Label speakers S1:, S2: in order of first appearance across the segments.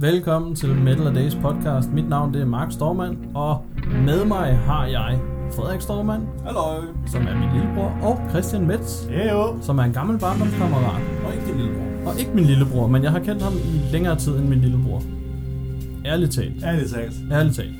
S1: Velkommen til Metal A Days podcast. Mit navn det er Mark Stormand, og med mig har jeg Frederik Stormand,
S2: Halløj.
S1: som er min lillebror, og Christian Metz,
S2: Ja jo.
S1: som er en gammel barndomskammerat.
S2: Og ikke din lillebror.
S1: Og ikke min lillebror, men jeg har kendt ham i længere tid end min lillebror. Ærligt talt.
S2: Ja, det er talt.
S1: Ærligt talt.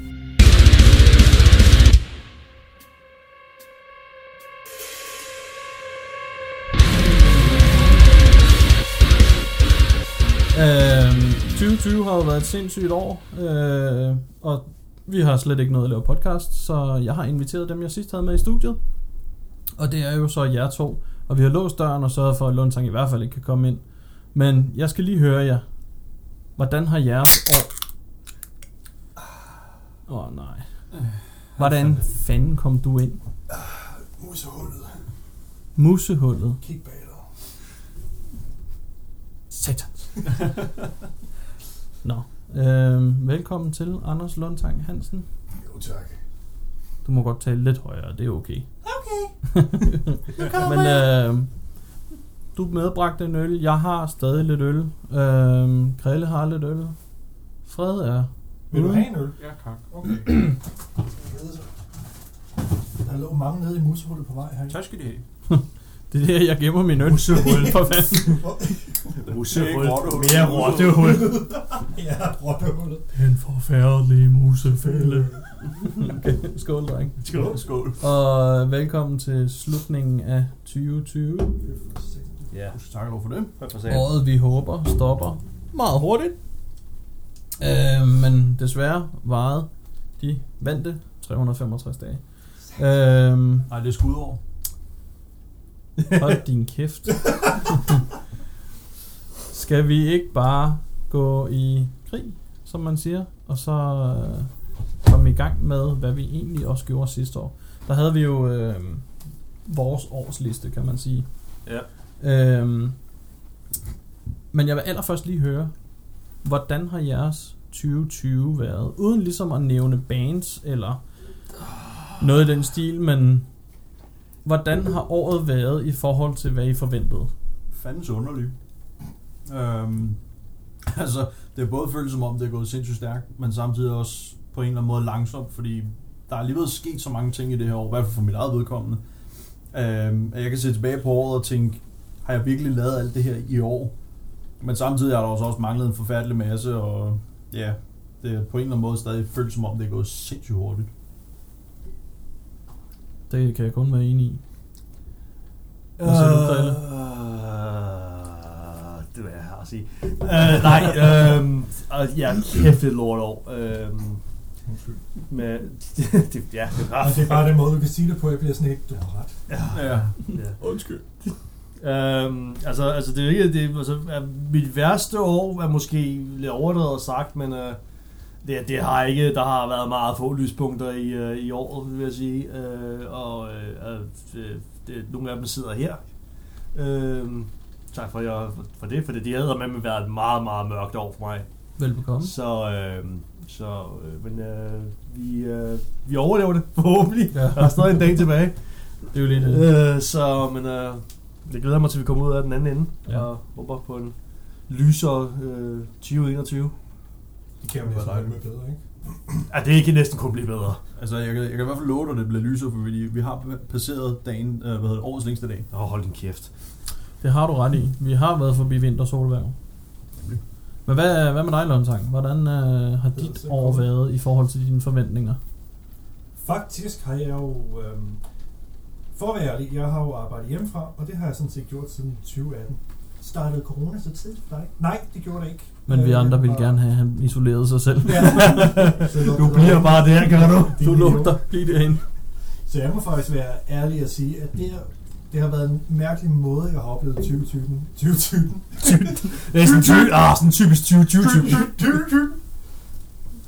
S1: Øhm, 2020 har jo været et sindssygt år, øh, og vi har slet ikke noget at lave podcast, så jeg har inviteret dem, jeg sidst havde med i studiet. Og det er jo så jer to, og vi har låst døren og sørget for, at Lundsang i hvert fald ikke kan komme ind. Men jeg skal lige høre jer. Hvordan har jeres år Åh oh, nej. Hvordan fanden kom du ind?
S2: Musehullet.
S1: Musehullet.
S2: Kig bag dig.
S1: Satans. Nå. Øh, velkommen til Anders Lundtang Hansen.
S2: Jo, tak.
S1: Du må godt tale lidt højere, det er okay. Okay. Men øh, du medbragte en øl. Jeg har stadig lidt øl. Øh, Krille har lidt øl. Fred er...
S3: øh,
S2: Vil du
S1: ude.
S2: have en øl?
S3: Ja, tak. Okay.
S2: Der lå mange nede i musehullet på vej her.
S3: Tak skal de have.
S1: Det er der, jeg gemmer min øl. Musehul. For fanden.
S3: Musehul.
S2: Mere
S3: rottehul.
S2: ja, rottehullet.
S3: Den forfærdelige musefælde.
S1: Okay, skål, dreng.
S3: Skål. Skål.
S1: Og velkommen til slutningen af 2020. Ja.
S3: Tak og lov for det. Hvad for sagen?
S1: Året vi håber stopper meget hurtigt. Øh, men desværre varede de vante 365 dage. Øh,
S3: Nej, det er skudår.
S1: hold din kæft. Skal vi ikke bare gå i krig, som man siger, og så øh, komme i gang med, hvad vi egentlig også gjorde sidste år. Der havde vi jo øh, vores årsliste, kan man sige.
S3: Ja.
S1: Øhm, men jeg vil allerførst lige høre, hvordan har jeres 2020 været? Uden ligesom at nævne bands eller noget i den stil, men hvordan har året været i forhold til, hvad I forventede?
S3: Fandens underlig. Øhm, altså, det er både føles som om, det er gået sindssygt stærkt, men samtidig også på en eller anden måde langsomt, fordi der er alligevel sket så mange ting i det her år, i hvert fald for mit eget vedkommende. Øhm, at jeg kan se tilbage på året og tænke, har jeg virkelig lavet alt det her i år? Men samtidig har der også, også manglet en forfærdelig masse, og ja, det er på en eller anden måde stadig føles som om, det er gået sindssygt hurtigt.
S1: Det kan jeg kun være enig i. Hvad siger du, Krille?
S4: Øh, det vil jeg have at sige. Øh, nej, øh, og ja, kæft et lort år. Øh,
S2: Undskyld.
S4: med, det, ja, det
S2: Og
S4: var
S2: det er bare den måde, du kan sige det på. Jeg bliver sådan helt, du har ret.
S3: Ja.
S4: Ja.
S3: Undskyld.
S4: Øhm, altså, altså, det er jo ikke, det, er- altså, er- mit værste år er måske lidt overdrevet sagt, men øh, det, det har ikke, der har været meget få lyspunkter i, øh, i år, vil jeg sige, øh, og øh, øh, det, nogle af dem sidder her. Øh, tak for, jeg, for det, for det, det havde med været et meget, meget mørkt år for mig.
S1: Velbekomme.
S4: Så, øh, så øh, men øh, vi, øh, vi overlever det, forhåbentlig.
S1: Ja.
S4: Der er stadig en dag tilbage.
S1: Det er jo lige det.
S4: Øh, så, men øh, jeg glæder mig til, at vi kommer ud af den anden ende.
S1: Ja.
S4: Ja. Og håber på en lysere øh, 2021.
S2: Det kan jo
S3: Det var
S2: næsten
S3: dejligt.
S2: ikke være bedre, ikke?
S4: Ja, det kan næsten kun blive bedre.
S3: Altså, jeg kan, jeg kan i hvert fald love dig, at det bliver lysere, fordi vi har passeret dagen, øh, hvad hedder det, årets længste dag.
S4: Nå, hold din kæft.
S1: Det har du ret i. Vi har været forbi vinter og solværv. Men hvad, hvad med dig, Lundtang? Hvordan øh, har
S2: Det er
S1: dit
S2: så
S1: år
S2: godt.
S1: været i forhold til dine forventninger?
S2: Faktisk har jeg jo... Øhm, for at være ærlig, jeg har jo arbejdet hjemmefra, og det har jeg sådan set gjort siden 2018. Startede corona så tidligt for dig? Nej, det gjorde det ikke.
S1: Men vi
S2: Øh,
S1: andre ville
S2: og-
S1: gerne have, at han isolerede sig selv.
S2: Ja. Så
S4: Du bliver bare der, gør du?
S2: Din
S1: Du
S2: idiot.
S1: lugter lige derinde.
S2: Så jeg må faktisk være ærlig og sige, at det, er- det har været en mærkelig måde, jeg har oplevet 2020. 2020.
S4: Det er sådan, ty- ah, sådan typisk 2020.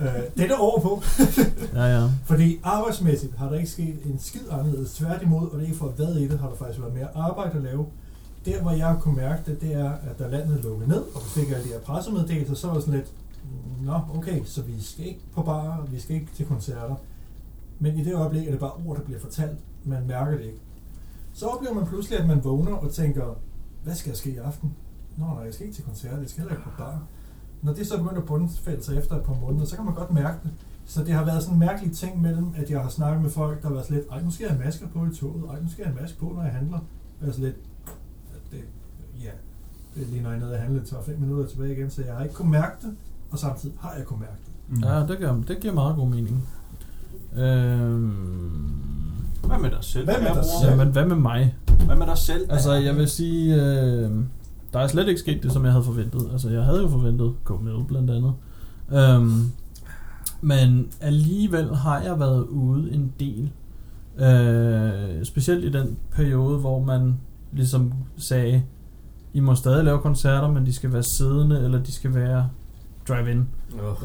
S2: Øh, dette år på.
S1: Ja, ja.
S2: Fordi arbejdsmæssigt har der ikke sket en skid anderledes. Tværtimod, og det er ikke for at være i det, har der faktisk været mere arbejde at lave. Der, hvor jeg kunne mærke det, det er, at da landet lukkede ned, og vi fik alle de her pressemeddelelser, så var det sådan lidt, nå, okay, så vi skal ikke på bar, vi skal ikke til koncerter. Men i det øjeblik er det bare ord, der bliver fortalt. Man mærker det ikke. Så oplever man pludselig, at man vågner og tænker, hvad skal jeg ske i aften? Nå, nej, jeg skal ikke til koncert, jeg skal heller ikke på bar. når det så begynder at bundfælde sig efter et par måneder, så kan man godt mærke det. Så det har været sådan en mærkelig ting mellem, at jeg har snakket med folk, der har været sådan lidt, ej, nu skal jeg have masker på i toget, ej, nu skal jeg have maske på, når jeg handler. Og jeg er sådan lidt, "Ja, det, ja, det er lige når jeg er nede og handle, tager fem minutter tilbage igen, så jeg har ikke kunnet mærke det, og samtidig har jeg kunnet mærke det.
S3: Mm.
S1: Ja, det giver, det giver meget god mening. Øhm,
S3: Hvad med dig selv?
S2: Hvad med
S3: kære
S2: dig
S3: bror?
S2: selv?
S1: jamen, hvad med mig?
S3: Hvad med dig selv?
S1: Altså, jeg vil sige, øh, der er slet ikke sket det, som jeg havde forventet. Altså, jeg havde jo forventet KML blandt andet. Øhm, men alligevel har jeg været ude en del. Øh, specielt i den periode, hvor man ligesom sagde, I må stadig lave koncerter, men de skal være siddende, eller de skal være drive-in.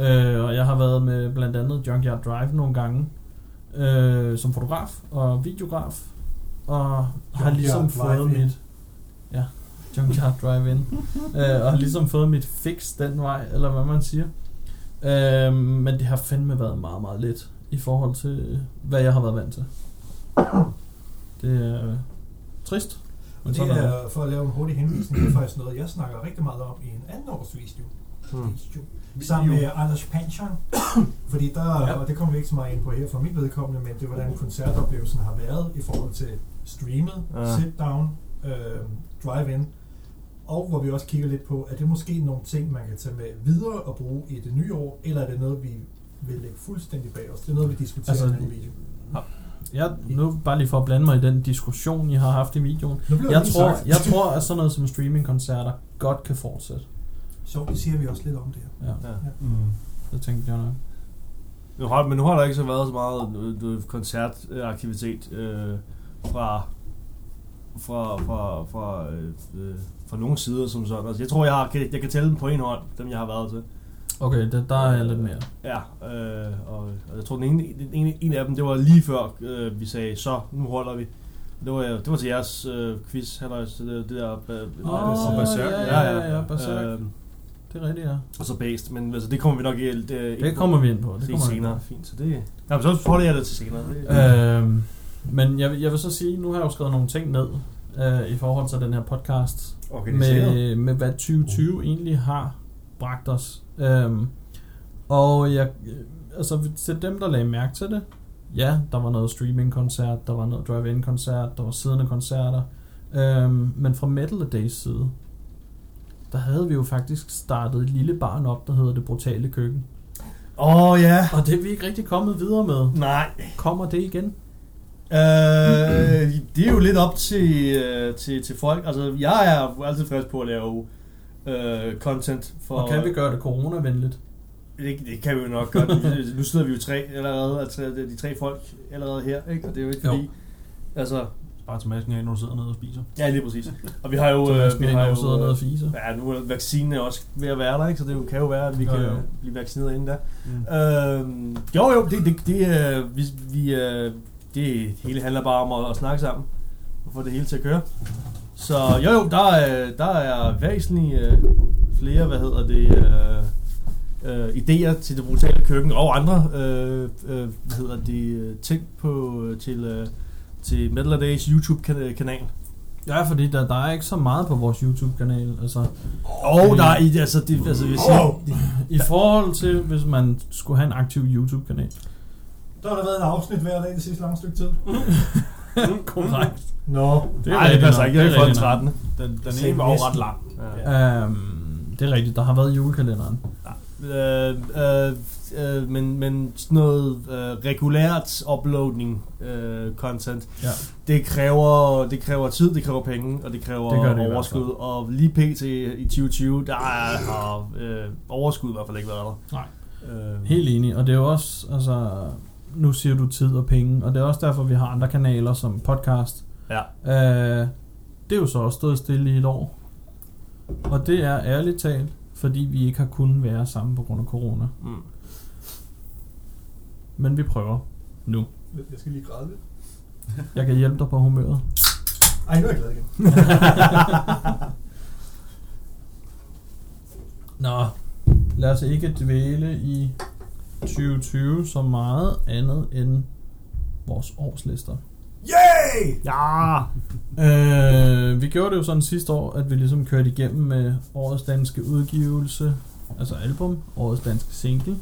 S1: Øh, og jeg har været med blandt andet Junkyard Drive nogle gange, øh, som fotograf og videograf, og har
S2: Junkyard
S1: ligesom fået
S2: Drive-In.
S1: mit... Ja, Junkyard Drive-In. øh, og har ligesom fået mit fix den vej, eller hvad man siger. Øh, men det har fandme været meget, meget lidt i forhold til, hvad jeg har været vant til. Det er øh, trist.
S2: Og
S1: sådan
S2: det er, for at lave en hurtig henvisning, det er faktisk noget, jeg snakker rigtig meget om i en anden års video.
S4: Hmm.
S2: video. Sammen med Anders Panscher. Fordi der,
S1: Ja.
S2: ja. Mm. og det kommer vi ikke så meget ind på her for mit vedkommende, men det er, hvordan koncertoplevelsen har været i forhold til streamet,
S4: Ja.
S2: ja. sit-down, øh, drive-in. Og hvor vi også kigger lidt på, er det måske nogle ting, man kan tage med videre og bruge i det nye år, eller er det noget, vi vil lægge fuldstændig bag os? Det er noget, vi diskuterer
S1: Altså,
S2: altså, i den anden video.
S1: Jeg, nu bare lige for at blande mig i den diskussion, I har haft i videoen.
S2: Nu blev
S1: Jeg
S2: det lige
S1: tror,
S2: sagt.
S1: jeg tror, at sådan noget som streamingkoncerter godt kan fortsætte.
S2: Så det siger vi også lidt om det her.
S1: Ja,
S4: Ja.
S3: Mm.
S1: det tænkte jeg nok.
S4: Nu har, men nu har der ikke så været så meget øh, du ved, koncertaktivitet øh, fra, fra, fra, fra, øh, øh, fra nogle sider som sådan. Altså, jeg tror, jeg, har, kan- jeg kan tælle dem på en hånd, dem jeg har været til.
S1: Okay, der, der er jeg lidt mere.
S4: Ja, øh, og, og jeg tror, den ene, den ene, en af dem, det var lige før, øh, vi sagde, så, nu holder vi. Det var, det var til jeres øh, quiz, halløj, så det, det der... Øh,
S1: Åh,
S3: Berserk.
S1: ja, ja, ja, ja, Berserk.
S4: Øhm,
S1: Det er rigtigt, ja.
S4: og så based, men altså, det kommer vi nok helt... Øh, ind
S1: Det
S4: på.
S1: kommer vi ind på. Det
S4: Se
S1: kommer vi ind på.
S4: senere, fint. Så det... Nå, men så holder jeg det til senere. Det,
S1: Øhm, men jeg, vil- jeg vil så sige, nu har jeg jo skrevet nogle ting ned øh, i forhold til den her podcast. Med, med hvad 2020 egentlig har bragt os. Øhm, og jeg, øh, altså til dem, der lagde mærke til det, ja, der var noget streaming-koncert, der var noget drive-in-koncert, der var siddende koncerter. Øhm, men fra Metal Days side, der havde vi jo faktisk startet et lille barn op, der hedder Det Brutale Køkken.
S4: Åh, oh, ja.
S1: Og det er vi ikke rigtig kommet videre med.
S4: Nej.
S1: Kommer det igen?
S4: Øh, det er jo lidt op til, øh, til, til folk. Altså, jeg er altid frisk på at lave øh, content for...
S1: Og kan vi gøre det coronavenligt?
S4: Det, det kan vi jo nok godt. Nu- nu sidder vi jo tre allerede, altså det er de tre folk allerede her, ikke? Og det er jo ikke
S1: Jo.
S4: fordi... Altså,
S3: Bare til masken af, når du sidder nede og spiser.
S4: ja, lige præcis. Og vi har jo...
S1: Så man
S4: Øh, vi
S1: skal ikke
S4: har
S1: sidde
S4: jo
S1: nede og
S4: øh,
S1: fise.
S4: ja, nu er vaccinen er også ved at være der, ikke? Så det jo- kan jo være, at vi
S1: Jo,
S4: kan
S1: jo.
S4: blive vaccineret inden da.
S3: Mm.
S4: Øhm, jo, jo, det, det, det, øh, vi, vi, øh, det hele handler bare om at, at snakke sammen og få det hele til at køre. Så jo, jo, der, er- der er væsentligt øh, flere, hvad hedder det, øh, øh, idéer til det brutale køkken og andre, øh, øh, hvad hedder det, øh, ting på, øh, til, øh, til Metal of Days øh, YouTube-kanal.
S1: Ja, fordi der, der er ikke så meget på vores YouTube-kanal. Altså,
S4: Og der er, i- altså, det, altså, hvis jeg,
S2: Wow!
S1: I forhold til, hvis man skulle have en aktiv YouTube-kanal.
S2: Der har der været et afsnit hver dag det sidste lange stykke tid.
S1: Korrekt.
S2: Nå,
S1: Det
S4: nej, det passer ikke, jeg er for den
S1: rigtigt nok.
S4: 13.
S3: Den, den
S2: Se
S3: ene var jo
S2: næsten.
S3: ret lang.
S4: Ja.
S1: Øhm, det er rigtigt, der har været julekalenderen.
S4: Øh, øh, øh, men, men sådan noget øh, regulært uploading øh, content,
S1: Ja.
S4: det kræver, det kræver tid, det kræver penge, og det kræver
S1: Det gør det i hvert
S4: overskud.
S1: fald.
S4: Og lige pt. i 2020, der er, har øh, overskud i hvert fald ikke været der.
S1: Nej.
S4: Øh,
S1: Helt enig, og det er jo også, altså, nu siger du tid og penge, og det er også derfor, vi har andre kanaler som podcast.
S4: Ja.
S1: Øh, det er jo så også stået stille i et år. Og det er ærligt talt, fordi vi ikke har kunnet være sammen på grund af corona.
S4: Mm.
S1: Men vi prøver nu.
S2: jeg skal lige græde lidt.
S1: Jeg kan hjælpe dig på humøret.
S2: Ej, nu er jeg glad igen.
S1: Nå, lad os ikke dvæle i 2020 så meget andet end vores årslister.
S2: Yay!
S4: Ja!
S1: Øh, vi gjorde det jo sådan sidste år, at vi ligesom kørte igennem med årets danske udgivelse, altså album, årets danske single,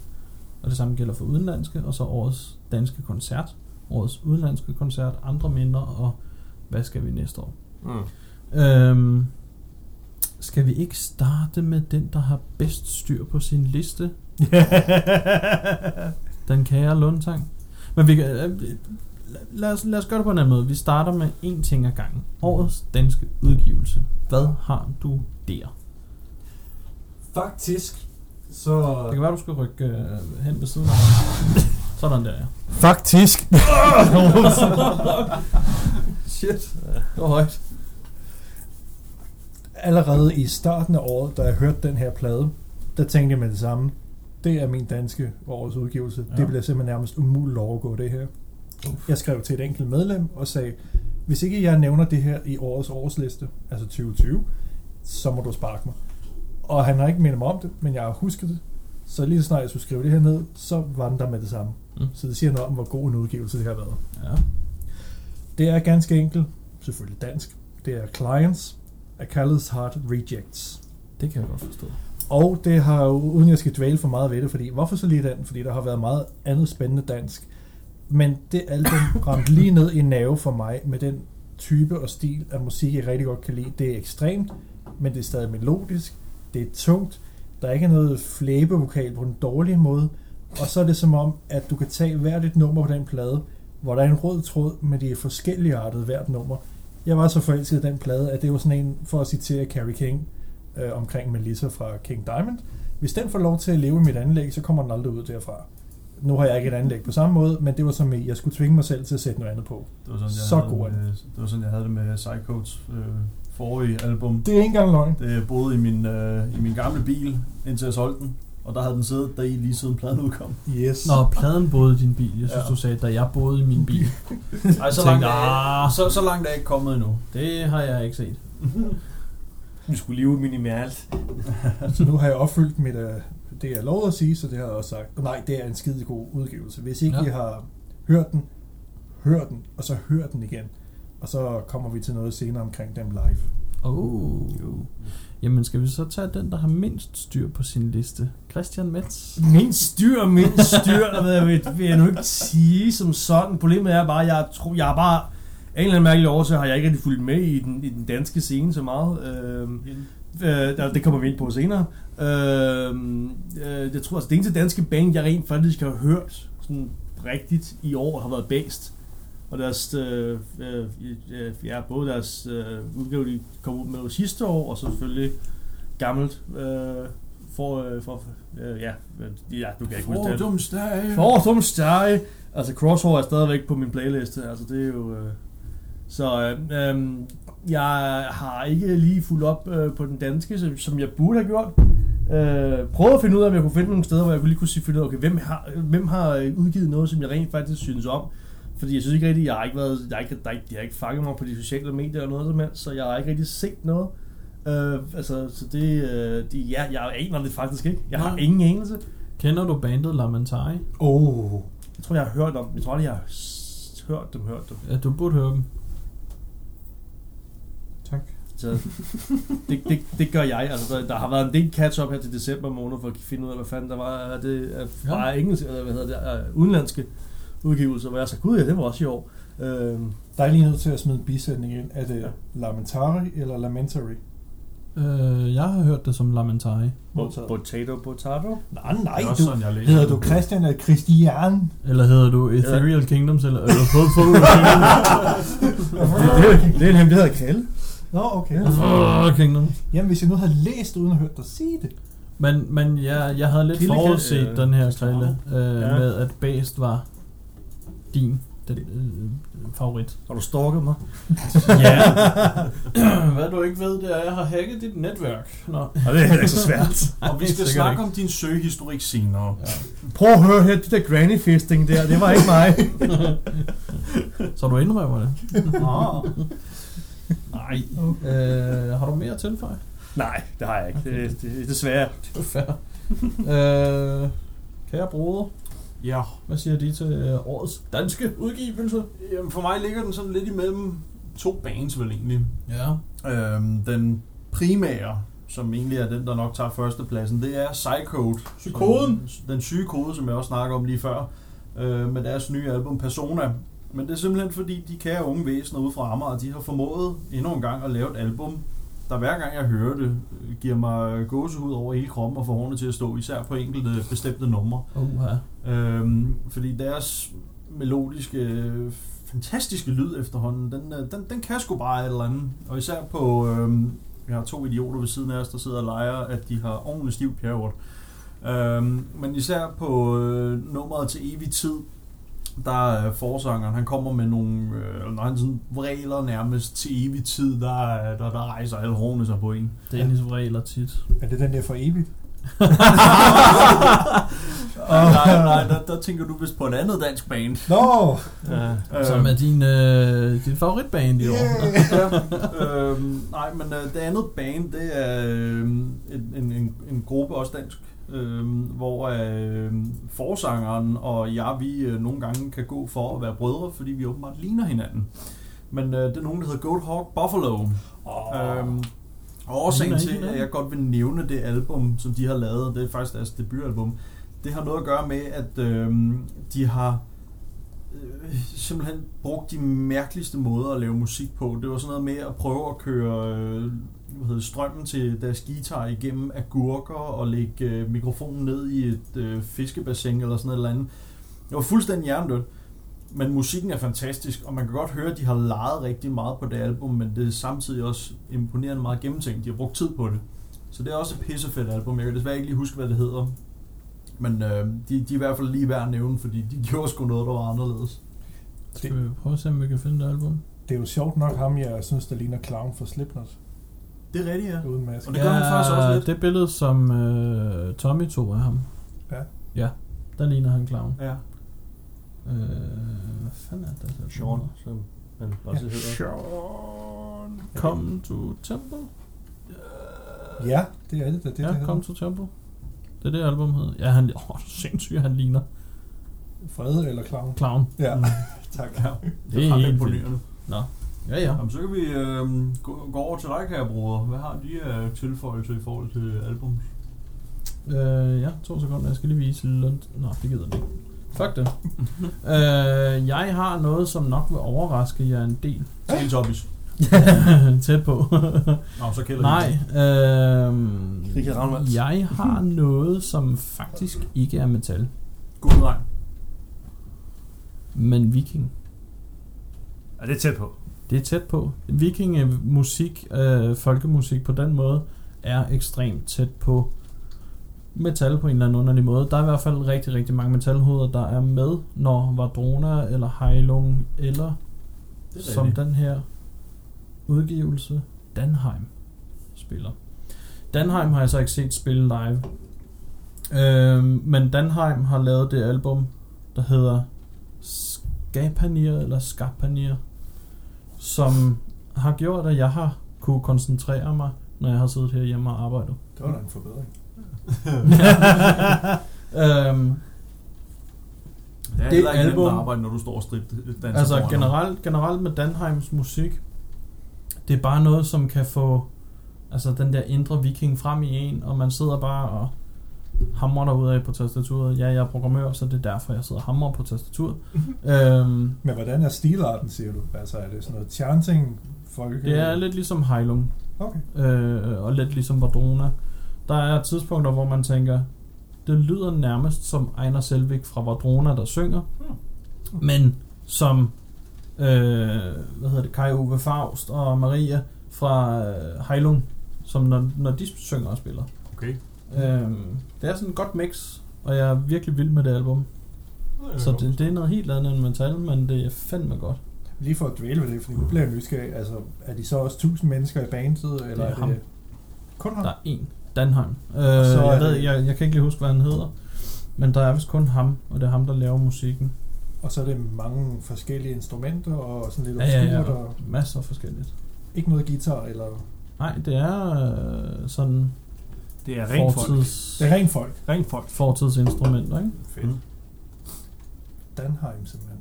S1: og det samme gælder for udenlandske, og så årets danske koncert, årets udenlandske koncert, andre mindre, og hvad skal vi næste år?
S4: Mm.
S1: Øhm, skal vi ikke starte med den, der har bedst styr på sin liste? Den kære Lundtang. Men vi kan, øh, lad, os, lad os gøre det på en anden måde. Vi starter med én ting ad gangen. Årets danske udgivelse. Hvad har du der?
S2: Faktisk, så...
S1: Det kan være, du skal rykke øh, hen ved siden af. Sådan der, ja.
S5: Faktisk.
S1: Shit, det var højt.
S2: Allerede i starten af året, da jeg hørte den her plade, der tænkte jeg med det samme. Det er min danske årets udgivelse.
S1: Ja.
S2: Det bliver simpelthen nærmest umuligt at overgå det her.
S1: Uf.
S2: Jeg skrev til et enkelt medlem og sagde, hvis ikke jeg nævner det her i årets årsliste, altså 2020, så må du sparke mig. Og han har ikke mindet mig om det, men jeg har husket det. Så lige så snart jeg skulle skrive det her ned, så var den der med det samme.
S1: Mm.
S2: Så det siger noget om, hvor god en udgivelse det har været.
S1: Ja.
S2: Det er ganske enkelt, selvfølgelig dansk. Det er Clients af Callous Heart Rejects.
S1: Det kan jeg godt forstå.
S2: Og det har jo, uden jeg skal dvæle for meget ved det, fordi hvorfor så lige den? Fordi der har været meget andet spændende dansk. Men det album ramte lige ned i en nerve for mig med den type og stil af musik, jeg rigtig godt kan lide. Det er ekstremt, men det er stadig melodisk. Det er tungt. Der er ikke noget flæbevokal på den dårlige måde. Og så er det som om, at du kan tage hvert et nummer på den plade, hvor der er en rød tråd, men de er forskellige artet hvert nummer. Jeg var så forelsket i den plade, at det var sådan en, for at citere Carrie King, øh, omkring Melissa fra King Diamond. Hvis den får lov til at leve i mit anlæg, så kommer den aldrig ud derfra. Nu har jeg ikke et anlæg på samme måde, men det var som i, jeg skulle tvinge mig selv til at sætte noget andet på.
S3: Det var sådan, jeg
S2: Så
S3: havde
S2: god er
S3: det med, Det var sådan, jeg havde det med Psychotes øh, forrige album.
S2: Det er ikke engang løgn.
S3: Det boede i min, øh, i min gamle bil, indtil jeg solgte den. Og der havde den siddet deri lige siden pladen udkom.
S2: Yes.
S1: Nå, pladen boede i din bil. Jeg synes, ja.
S3: Ja.
S1: du sagde, da jeg boede i min bil.
S3: Ej, så
S1: Jeg
S3: langt,
S1: tænkte,
S3: er,
S1: ah.
S3: så, så langt er jeg ikke kommet endnu.
S1: Det har jeg ikke set.
S4: Vi skulle leve minimalt.
S2: Så Altså, nu har jeg opfyldt mit, øh, det, jeg lovede at sige, så det har jeg også sagt. Nej, det er en skide god udgivelse. Hvis ikke
S1: Ja.
S2: ja. I har hørt den, hør den, og så hør den igen. Og så kommer vi til noget senere omkring dem live.
S1: Oh. Jamen, skal vi så tage den, der har mindst styr på sin liste? Christian Metz.
S4: Min styr, min styr, der ved jeg, vil, vil jeg nu ikke sige som sådan. Problemet er bare, jeg tror, jeg er bare... Af en eller anden mærkelig årsag har jeg ikke rigtig fulgt med i den, i den danske scene så meget. Øhm, Øh, der- det kommer vi ind på senere. Øh, øh, jeg tror, altså, det eneste danske band, jeg rent faktisk har hørt sådan rigtigt i år, har været Bæst. Og deres, øh, øh, øh, ja, både deres øh, udgave, de kom ud med sidste år, og så selvfølgelig gammelt øh, for, øh, for øh, ja, øh, ja, du kan ikke huske det.
S2: Øh.
S3: Fordomsdag!
S4: For som stjerne. Altså Crosshair er stadigvæk på min playliste. Altså det er jo... Øh... Så øh, øh, jeg har ikke lige fuldt op øh, på den danske, som- som jeg burde have gjort. Øh, prøvede at finde ud af, om jeg kunne finde nogle steder, hvor jeg kunne lige kunne sige, finde ud af, okay, hvem har, hvem har øh, udgivet noget, som jeg rent faktisk synes om. Fordi jeg synes ikke rigtigt, jeg har ikke været, jeg har ikke, der er ikke, jeg har ikke fanget mig på de sociale medier eller noget som helst, så jeg har ikke rigtig set noget. Øh, altså, så det, øh, det, ja, jeg aner det faktisk ikke. Jeg har
S1: Nej.
S4: ingen anelse.
S1: Kender du bandet Lamentari?
S2: Oh.
S4: Jeg tror, jeg har hørt om dem. Jeg tror, aldrig, jeg har s- hørt dem, hørt dem.
S1: Ja, du burde høre dem.
S2: Tak.
S4: Så det, det, det gør jeg. Altså, der, der har været en del catch-up her til december måned, for at finde ud af, hvad fanden der var af det af
S1: Ja.
S4: fra engelsk, eller hvad hedder det, af udenlandske udgivelser, hvor jeg så, gud ja, det var også i år. Øhm,
S2: Der er lige nødt til at smide en bisætning ind. Er det
S4: Ja.
S2: ja. Lamentari eller Lamentary?
S1: Øh, jeg har hørt det som Lamentari.
S2: Modtaget.
S4: potato, potato.
S2: Nej, nej,
S3: Det er også
S2: du,
S3: sådan, jeg læser.
S2: hedder du Christian eller Christian?
S1: Eller hedder du Ethereal Kingdoms, eller, eller Full Full Kingdoms?
S4: Det, det er en hemmelighed af Kjell.
S2: Nå, okay.
S1: Full Kingdoms.
S2: Jamen, hvis jeg nu havde læst uden at hørt dig sige det.
S1: Men, men jeg, jeg havde lidt
S4: Kilde-
S1: forudset
S4: øh,
S1: den her
S4: Straume.
S1: krille, øh,
S4: Ja.
S1: med at Based var din den, øh, favorit.
S4: Har du stalket mig?
S1: Ja. Hvad du ikke ved, det er, at jeg har hacket dit netværk. Nå.
S4: Og det er heller ikke så svært.
S3: Og vi skal
S1: Sikkert
S3: snakke om din søgehistorik senere. Ja.
S4: Prøv at høre her, det der granny fisting der, det var ikke mig.
S1: Så du indrømmer det?
S3: Ah.
S1: Nej. Øh, har du mere at tilføje?
S4: Nej, det har jeg ikke. Det, det, det, desværre.
S1: Det er fair. øh, kære broder,
S3: ja.
S1: hvad siger de til øh, årets danske udgivelse?
S3: Jamen, for mig ligger den sådan lidt imellem to bands, vel egentlig.
S1: Ja.
S3: Øhm, den primære, som egentlig er den, der nok tager førstepladsen, det er Psycode.
S1: Psykoden?
S3: Som- Den syge kode, som jeg også snakker om lige før, øh, med deres nye album Persona. Men det er simpelthen fordi, de kære unge væsener ude fra Amager, de har formået endnu en gang at lave et album, der hver gang jeg hører det, øh, giver mig gåsehud over hele kroppen og får hårene til at stå, især på enkelte bestemte numre.
S1: Oha.
S3: Øhm, fordi deres melodiske, øh, fantastiske lyd efterhånden, den, øh, den, den kan sgu bare et eller andet. Og især på, øhm, jeg har to idioter ved siden af os, der sidder og leger, at de har ordentligt stiv pjerrot. Øhm, men især på øh, nummeret til evig tid, der er forsangeren, han kommer med nogle, øh, når han sådan vræler nærmest til evig tid, der, er- der, der rejser alle hårene sig på en.
S1: Dennis vræler tit.
S2: Er det den der for evigt?
S3: nej, nej, nej, der, der tænker du vist på et andet dansk band.
S2: Nå!
S4: Ja.
S1: Som er din, øh, din favoritband i år.
S3: ja, øhm, nej, men øh, det andet band, det er øhm, en, en, en, en gruppe, også dansk, øhm, hvor øh, forsangeren og jeg, vi øh, nogle gange kan gå for at være brødre, fordi vi åbenbart ligner hinanden. Men øh, det er nogen, der hedder Goat Hawk Buffalo.
S2: Åh.
S3: Øhm, og årsagen
S1: Ligner
S3: til,
S1: hinanden.
S3: at jeg godt vil nævne det album, som de har lavet, det er faktisk deres debutalbum, det har noget at gøre med, at øh, de har øh, simpelthen brugt de mærkeligste måder at lave musik på. Det var sådan noget med at prøve at køre øh, hvad hedder, det, strømmen til deres guitar igennem agurker og lægge øh, mikrofonen ned i et øh, fiskebassin eller sådan et eller andet. Det var fuldstændig hjernedødt. Men musikken er fantastisk, og man kan godt høre, at de har leget rigtig meget på det album, men det er samtidig også imponerende meget gennemtænkt. De har brugt tid på det. Så det er også et pissefedt album. Jeg kan desværre ikke lige huske, hvad det hedder. Men øh, de, de er i hvert fald lige værd at nævne, fordi de gjorde sgu noget, der var anderledes.
S1: Skal vi prøve at se, om vi kan finde det album?
S2: Det er jo sjovt nok ham, jeg synes, der ligner clown for Slipknot.
S3: Det er rigtigt, ja.
S2: Uden maske.
S3: Og det gør han faktisk også lidt.
S1: Det billede, som øh, Tommy tog af ham.
S2: Ja.
S1: Ja, der ligner han clown.
S3: Ja.
S1: Øh, hvad fanden er det? der
S4: Sean, som han også hedder.
S1: Sean. Come to Temple.
S2: Ja, det er det, da. det, det,
S1: ja,
S2: hedder.
S1: Come to Temple. Det er det album hed. Ja, han, åh, sindssygt, han ligner
S2: Fred eller clown?
S1: clown.
S2: Ja,
S1: Mm.
S2: tak.
S1: Det er
S3: ret
S1: helt vildt.
S3: imponerende.
S1: Ja, ja.
S3: Jamen, så kan vi øh, gå, gå, over til dig, kære bruger. Hvad har de af tilføjelser i forhold til album?
S1: Øh, ja, to sekunder. Jeg skal lige vise Lund. Nå, det gider det ikke. Fuck det. øh, jeg har noget, som nok vil overraske jer en del.
S3: Helt toppis.
S1: Tæt på.
S3: Nå, så kælder
S1: Nej.
S3: de.
S1: Øh,
S4: Richard Ragnvald.
S1: jeg har noget, som faktisk ikke er metal,
S3: God dreng.
S1: men viking.
S4: Ja, det er tæt på.
S1: Det er tæt på. Vikingemusik, øh, folkemusik på den måde, er ekstremt tæt på metal på en eller anden underlig måde. Der er i hvert fald rigtig, rigtig mange metalhoveder, der er med, når Vardrona eller Heilung eller
S3: Det er
S1: som
S3: rigtigt.
S1: den her udgivelse, Danheim, spiller. Danheim har jeg så ikke set spille live. Øhm, men Danheim har lavet det album, der hedder Skapanir, eller Skapanir, som har gjort, at jeg har kunne koncentrere mig, når jeg har siddet herhjemme og arbejdet.
S2: Det var da en forbedring.
S3: Øh.
S1: øhm,
S3: Det er
S1: Det
S3: heller ikke
S1: album-
S3: nemt at arbejde, når du står og strip danser
S1: Altså
S3: foran ham.
S1: generelt, generelt med Danheims musik, det er bare noget, som kan få altså den der indre viking frem i en, og man sidder bare og hamrer derudad af på tastaturet. Ja, jeg er programmør, så det er derfor, jeg sidder og hamrer på tastaturet.
S3: Mhm.
S1: øhm,
S2: Men hvordan er stilarten, siger du? Altså, er det sådan noget chanting? Folk, øh,
S1: det er lidt ligesom Heilung.
S2: Okay.
S1: øh, og lidt ligesom Vardrona. Der er tidspunkter, hvor man tænker, det lyder nærmest som Ejner Selvig fra Vardrona, der synger, men som øh, hvad hedder det, Kai Ove Faust og Maria fra øh, Heilung, som når, når de synger og spiller.
S3: Okay.
S1: Øh, det er sådan et godt mix, og jeg er virkelig vild med det album. Så det, det er noget helt andet end metal, men det er fandme godt.
S2: Lige for at dvæle ved det, fordi nu bliver jeg nysgerrig. Altså, er de så også tusind mennesker i bandet? Eller
S1: er
S2: er
S1: ham.
S2: det kun ham?
S1: Der er en. Danheim. Øh,
S2: Ah. så er
S1: jeg, ved,
S2: det-
S1: jeg, jeg kan ikke lige huske, hvad han hedder. Men der er vist kun ham, og det er ham, der laver musikken.
S2: Og så er det mange forskellige instrumenter og sådan lidt
S1: Ja, ja, ja.
S2: obskurt, og
S1: Masser af forskelligt.
S2: ikke noget guitar eller...
S1: Nej, det er øh, sådan
S4: Det er rent folk.
S1: fortids,
S2: Det er rent folk.
S4: Rent folk.
S1: fortidsinstrumenter, ikke?
S3: Fedt.
S2: Danheim simpelthen.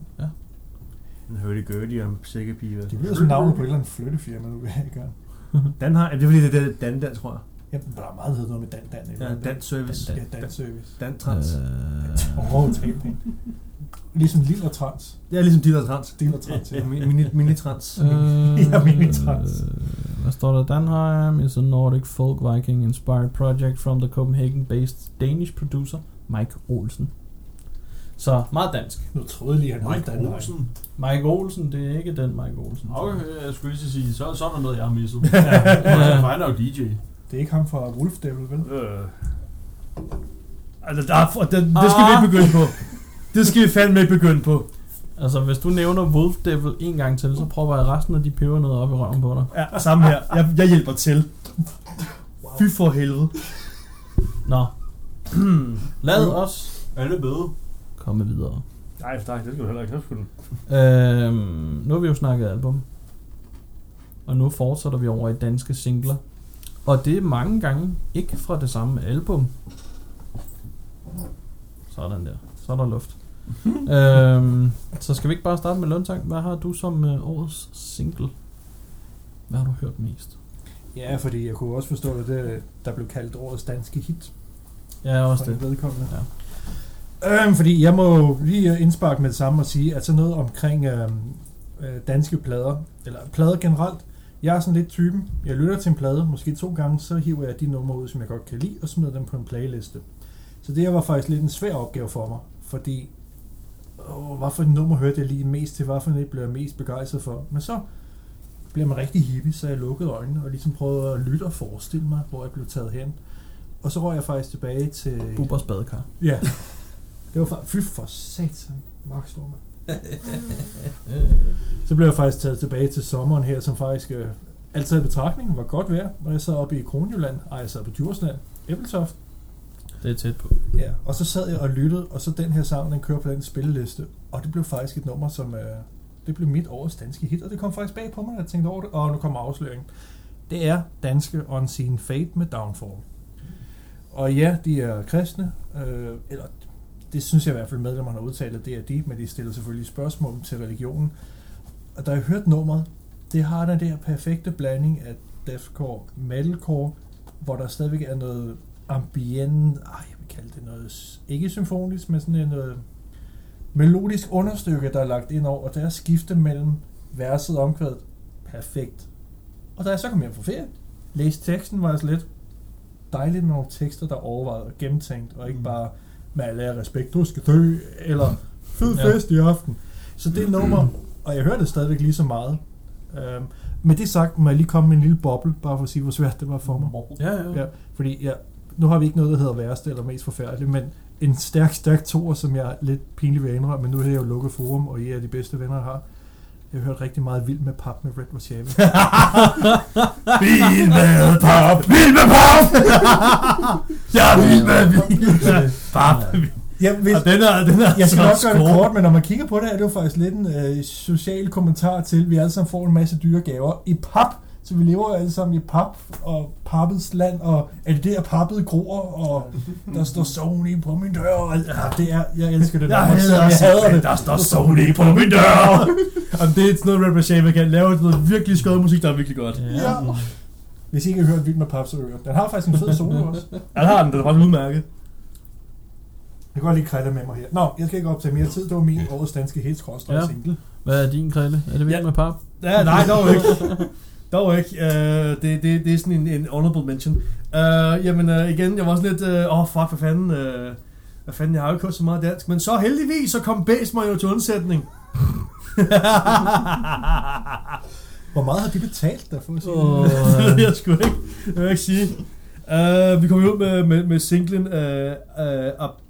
S4: Den hurdy-gurdy og en sækkepiger.
S2: Det lyder som navnet på et eller andet flyttefirma, nu vil jeg i gang.
S4: Den har, det er fordi, det er Dan der, tror jeg.
S2: Ja, men der er meget der hedder noget med Dan Dan. ikke?
S4: Ja, dansk service.
S2: Ja, Dan Service.
S4: Dan trans.
S1: Øh,
S2: Åh, tænk pænt. Ligesom Lille og Trans.
S4: Ja, ligesom dit og trans.
S2: Lille og Trans, ja.
S4: Ja, mi- mini, mini trans.
S2: Ja, mini trans.
S1: øh, Hvad står der? Danheim is a Nordic folk viking inspired project from the Copenhagen-based Danish producer Mike Olsen. Så meget dansk.
S2: Nu troede jeg lige, han
S3: Mike
S2: Dan Dan.
S3: Olsen.
S1: Mike Olsen, det er ikke den Mike Olsen.
S3: Okay, jeg skulle lige til at sige, så, så er der noget, jeg har misset.
S1: Ja.
S3: Han er jo DJ.
S2: Det er ikke ham fra Wolf Devil, vel?
S4: Øh. Altså, der, er- det, det skal
S3: Ah!
S4: vi ikke begynde på. Det skal vi fandme ikke begynde på.
S1: Altså, hvis du nævner Wolf Devil en gang til, så prøver jeg resten af de pebernødder op i røven på dig.
S4: Ja, samme her. Jeg, jeg hjælper til. Fy for helvede.
S1: Nå. Lad os
S3: Alle med.
S1: komme videre.
S4: Nej, for tak, det skal du heller ikke. Det skal du-
S1: Øhm, nu har vi jo snakket album. Og nu fortsætter vi over i danske singler. Og det er mange gange ikke fra det samme album. Sådan der. Så er der luft. øhm, så skal vi ikke bare starte med Løntang. Hvad har du som øh, årets single? Hvad har du hørt mest?
S2: Ja, fordi jeg kunne også forstå, at det, der blev kaldt årets danske hit.
S1: Ja, også
S2: for
S1: det.
S2: Vedkommende.
S1: Ja.
S2: Øhm, fordi jeg må jo lige øh, indsparke med det samme og sige, at sådan noget omkring øhm, øh, danske plader, eller plader generelt, jeg er sådan lidt typen, jeg lytter til en plade, måske to gange, så hiver jeg de numre ud, som jeg godt kan lide, og smider dem på en playliste. Så det her var faktisk lidt en svær opgave for mig, fordi åh, hvad for et nummer hørte jeg lige mest til, hvad for et blev jeg mest begejstret for. Men så blev man rigtig hippie, så jeg lukkede øjnene og ligesom prøvede at lytte og forestille mig, hvor jeg blev taget hen. Og så røg jeg faktisk tilbage til...
S1: Bubbers badekar.
S2: Ja. Det var faktisk... Fy for satan, Mark Stormer. så blev jeg faktisk taget tilbage til sommeren her, som faktisk øh, altid i betragtning var godt vejr, når jeg sad oppe i Kronjylland, og jeg sad på Djursland, Æbeltoft.
S1: Det er tæt på.
S2: Ja. Og så sad jeg og lyttede, og så den her sang, den kører på den spilleliste, og det blev faktisk et nummer, som... Øh, det blev mit årets danske hit, og det kom faktisk bag på mig, da jeg tænkte over det, og nu kommer afsløringen. Det er danske Unseen Fate med Downfall. Og ja, de er kristne, øh, eller det synes jeg i hvert fald medlemmerne har udtalt, at det er de, men de stiller selvfølgelig spørgsmål til religionen. Og da jeg hørte nummeret, det har den der perfekte blanding af deathcore, metalcore, hvor der stadigvæk er noget ambient, ah, jeg vil kalde det noget, s- ikke symfonisk, men sådan en noget melodisk understykke, der er lagt ind over, og der er skifte mellem verset og omkvædet. Perfekt. Og da jeg så kom hjem fra ferie, læste teksten, var jeg sådan lidt dejligt med nogle tekster, der er overvejet og gennemtænkt, og ikke bare med al ære og respekt, du skal dø, eller fed
S1: Ja.
S2: fest ja. i aften. Så det nummer, og jeg hører det stadigvæk lige så meget. Øhm, med det sagt, må jeg lige komme med en lille boble, bare for at sige, hvor svært det var for mig.
S1: Ja, ja.
S2: Ja, fordi ja, nu har vi ikke noget, der hedder værste eller mest forfærdeligt, men en stærk, stærk toer, som jeg er lidt pinligt vil indrømme, men nu er jeg jo lukket forum, og I er de bedste venner, jeg har. Jeg har hørt rigtig meget vild med pap med Red Warszawa.
S4: Vild med pap! Vild med pap! Jeg er vild med vild pap.
S2: Ja, hvis,
S4: Og den er, den er
S2: jeg skal nok
S4: så
S2: gøre det
S4: skrå.
S2: kort, men når man kigger på det, er det jo faktisk lidt en øh, social kommentar til, at vi alle sammen får en masse dyre gaver i pap. Så vi lever jo alle sammen i pap og pappets land, og er det der pappet gror, og der står Sony på min dør, og ja, det er, jeg elsker det.
S4: Jeg
S2: nummer, så
S4: hader, altså, jeg hader det.
S2: det.
S4: Der står Sony på min dør. Jamen, det er sådan noget, Red Shaver kan lave. Sådan noget virkelig skød musik, der er virkelig godt.
S2: Ja. Hvis I ikke har hørt Vild med pap, så hører. Den har faktisk en fed solo også.
S4: Han har den, den er faktisk udmærket.
S2: Jeg kan godt lige krille med mig her. Nå, jeg skal ikke optage mere tid. Det var min årets danske hits
S1: Ja.
S2: ja. single.
S1: Hvad er din, Krille? Er det vildt
S4: Ja.
S1: med pap?
S4: Ja, nej, dog ikke. Dog ikke. Uh, det, det, det er sådan en, en honorable mention. Uh, jamen uh, igen, jeg var sådan lidt, åh uh, oh, fuck, hvad fanden, uh, hvad fanden, jeg har jo ikke hørt så meget dansk. Men så heldigvis, så kom Base mig jo til undsætning.
S2: Hvor meget har de betalt dig for at sige
S1: Åh,
S2: oh. det?
S4: det ved
S1: ja.
S4: jeg sgu ikke. Det vil jeg ikke sige. Uh, vi kom jo ud med, med, med singlen uh, uh, Ab-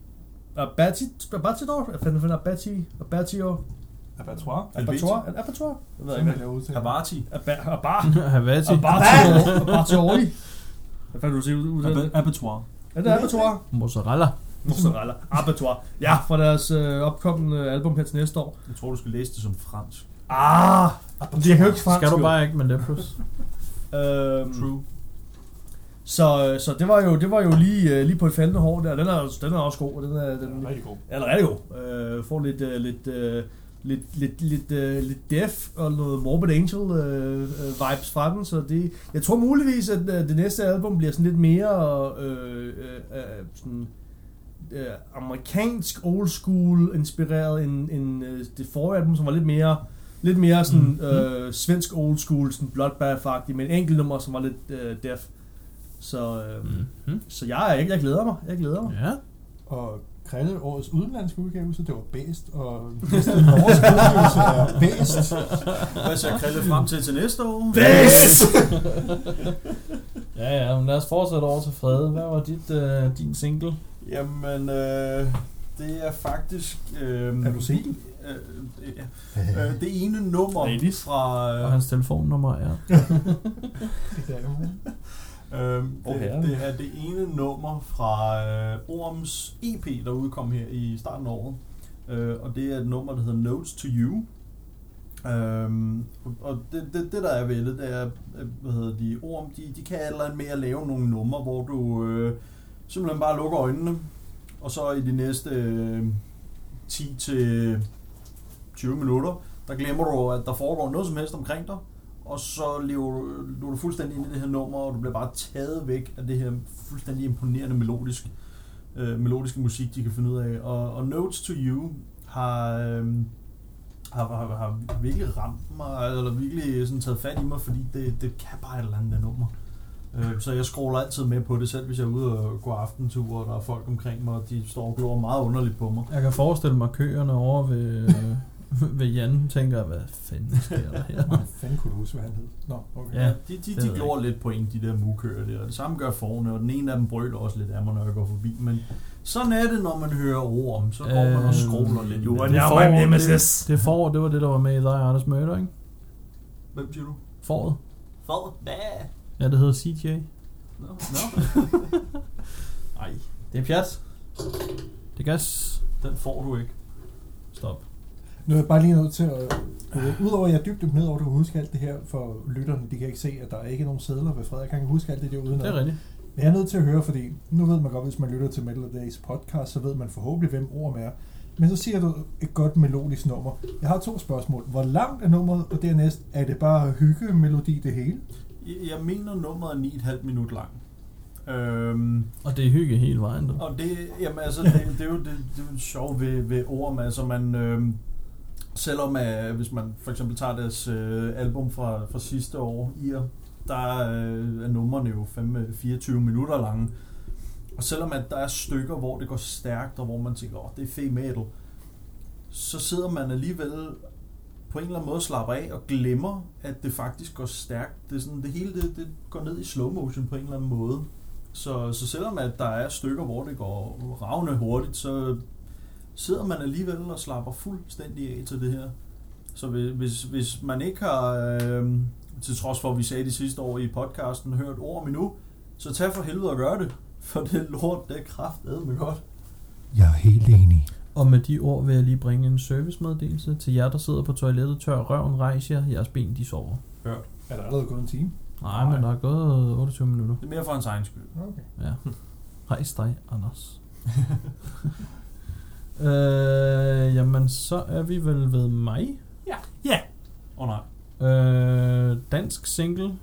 S4: Abati, Abatidor? Hvad fanden fanden Abati? Abatior?
S2: Abattoir?
S4: Abattoir? Abattoir? Jeg ved ikke, hvad det
S2: udtale.
S3: Havarti.
S4: er. Abar.
S1: Havati.
S4: Abattoir. Abattoir. Hvad fanden du siger ud- ud af det?
S3: Abattoir.
S4: Er det Abattoir?
S1: Mozzarella.
S4: Mozzarella. Abattoir. Ja, fra deres øh, opkommende album her til næste år.
S3: Jeg tror, du skal læse det som fransk.
S4: Ah, jeg kan jo ikke fransk.
S1: Skal du
S4: jo.
S1: bare ikke med Lepros?
S4: Øhm,
S3: True.
S4: Så, øh, så det var jo, det var jo lige, øh, lige på et faldende hår der. Den er, den er også god. og Den er, den,
S2: Rigtig god.
S4: Ja, den er rigtig god. Øh, får lidt, øh, lidt øh, lidt, lidt, lidt, øh, lidt deaf og noget Morbid Angel øh, øh, vibes fra den, så det, jeg tror muligvis, at øh, det næste album bliver sådan lidt mere øh, øh, øh, sådan, øh, amerikansk old school inspireret end, end øh, det forrige album, som var lidt mere lidt mere sådan
S1: Mhm.
S4: øh, svensk old school, sådan Bloodbath-agtig, men enkelt nummer, som var lidt øh, deaf. Så,
S3: Mm.
S4: øh,
S1: Mm-hmm.
S4: så jeg, er ikke, jeg glæder mig. Jeg glæder mig.
S1: Ja.
S2: Og krævede årets udenlandske udgivelse, det var bedst, og næste norske udgivelse er bedst.
S3: Hvad ser Krille frem til til næste år?
S1: Ja, ja, men lad os fortsætte over til Frede. Hvad var dit, øh, din single?
S3: Jamen, øh, det er faktisk... Øh,
S2: Er du single?
S3: Øh, det, øh, det ene nummer
S4: Ladies.
S3: fra...
S1: Og
S3: Øh,
S1: hans telefonnummer er...
S3: Øhm,
S1: Og
S3: det,
S1: herre.
S3: det er det ene nummer fra øh, Orms EP, der udkom her i starten af året. Øh, og det er et nummer, der hedder Notes to You. Øhm, og- og det, det, det, der er ved det, det er, øh, hvad hedder de, Orm, de, de kan eller andet med at lave nogle numre, hvor du øh, simpelthen bare lukker øjnene, og så i de næste øh, 10-20 minutter, der glemmer du, at der foregår noget som helst omkring dig, og så lever du, lever du fuldstændig ind i det her nummer, og du bliver bare taget væk af det her fuldstændig imponerende melodisk, øh, melodiske musik, de kan finde ud af. Og, og Notes to You har, øh, har, har, har virkelig ramt mig, eller virkelig sådan taget fat i mig, fordi det, det kan bare et eller andet, det nummer. Øh, så jeg scroller altid med på det, selv hvis jeg er ude og går aftentur, og der er folk omkring mig, og de står og glor meget underligt på mig.
S1: Jeg kan forestille mig køerne over ved, øh, ved Jan, tænker, hvad fanden sker der her?
S2: Hvad fanden kunne du huske, hvad han hed? Nå, okay.
S1: Ja.
S3: Ja, de, de,
S1: ved jeg
S3: de glor lidt på en, de der mukører der. Det samme gør forne, og den ene af dem brøler også lidt af mig, når jeg går forbi. Men sådan er det, når man hører ord om, så går man
S1: Øh,
S3: og skroller lidt.
S4: du er
S3: Det
S1: Det
S4: Jeg
S1: forår,
S4: min nemesis.
S1: det- Det forår, det var det, der var med i dig, Anders Møder, ikke?
S3: Hvem siger du?
S1: Foråret.
S3: Fad? Hvad?
S1: Ja, det hedder CJ.
S3: Nå, no. Nej,
S1: Det er pjat. Det er gas.
S3: den får du ikke.
S1: Stop.
S2: Nu er jeg bare lige nødt til at... Øh, Udover at jeg er dybt imponeret over, at du kan huske alt det her, for lytterne de kan ikke se, at der ikke er nogen sædler ved Frederik. Han kan huske alt det der uden
S1: Det er rigtigt.
S2: Men jeg er nødt til at høre, fordi nu ved man godt, hvis man lytter til Metal Days podcast, så ved man forhåbentlig, hvem Orm er. Men så siger du et godt melodisk nummer. Jeg har to spørgsmål. Hvor langt er nummeret, og dernæst, er det bare hygge melodi det hele?
S3: Jeg- Jeg mener, nummeret er 9,5 minut lang. Øhm,
S1: Og det er hygge hele vejen. Du.
S3: Og det, jamen, altså, det, det er jo det, det, er jo sjovt ved, ved orm. Altså, man, øh, selvom øh, hvis man for eksempel tager deres øh, album fra, fra sidste år, IR, der øh, er numrene jo fandme 24 minutter lange. Og selvom at der er stykker, hvor det går stærkt, og hvor man tænker, åh, det er fed metal, så sidder man alligevel på en eller anden måde slapper af og glemmer, at det faktisk går stærkt. Det, er sådan, det hele det, det går ned i slow motion på en eller anden måde. Så, så selvom at der er stykker, hvor det går ravne hurtigt, så sidder man alligevel og slapper fuldstændig af til det her. Så hvis- hvis, hvis man ikke har, øh, til trods for at vi sagde det sidste år i podcasten, hørt ord om endnu, så tag for helvede og gør det. For det lort, det er kraftedeme godt.
S2: Jeg er helt enig.
S1: Og med de ord vil jeg lige bringe en servicemeddelelse til jer, der sidder på toilettet tør røven, rejs jer, jeres ben de sover.
S2: Er der allerede gået en time?
S1: Nej, men der er gået 28 minutter.
S3: Det er mere for en egen skyld.
S2: Okay.
S1: Ja. Rejs dig, Anders. øh, jamen, så er vi vel ved mig.
S3: Åh oh, nej.
S1: Øh, dansk single.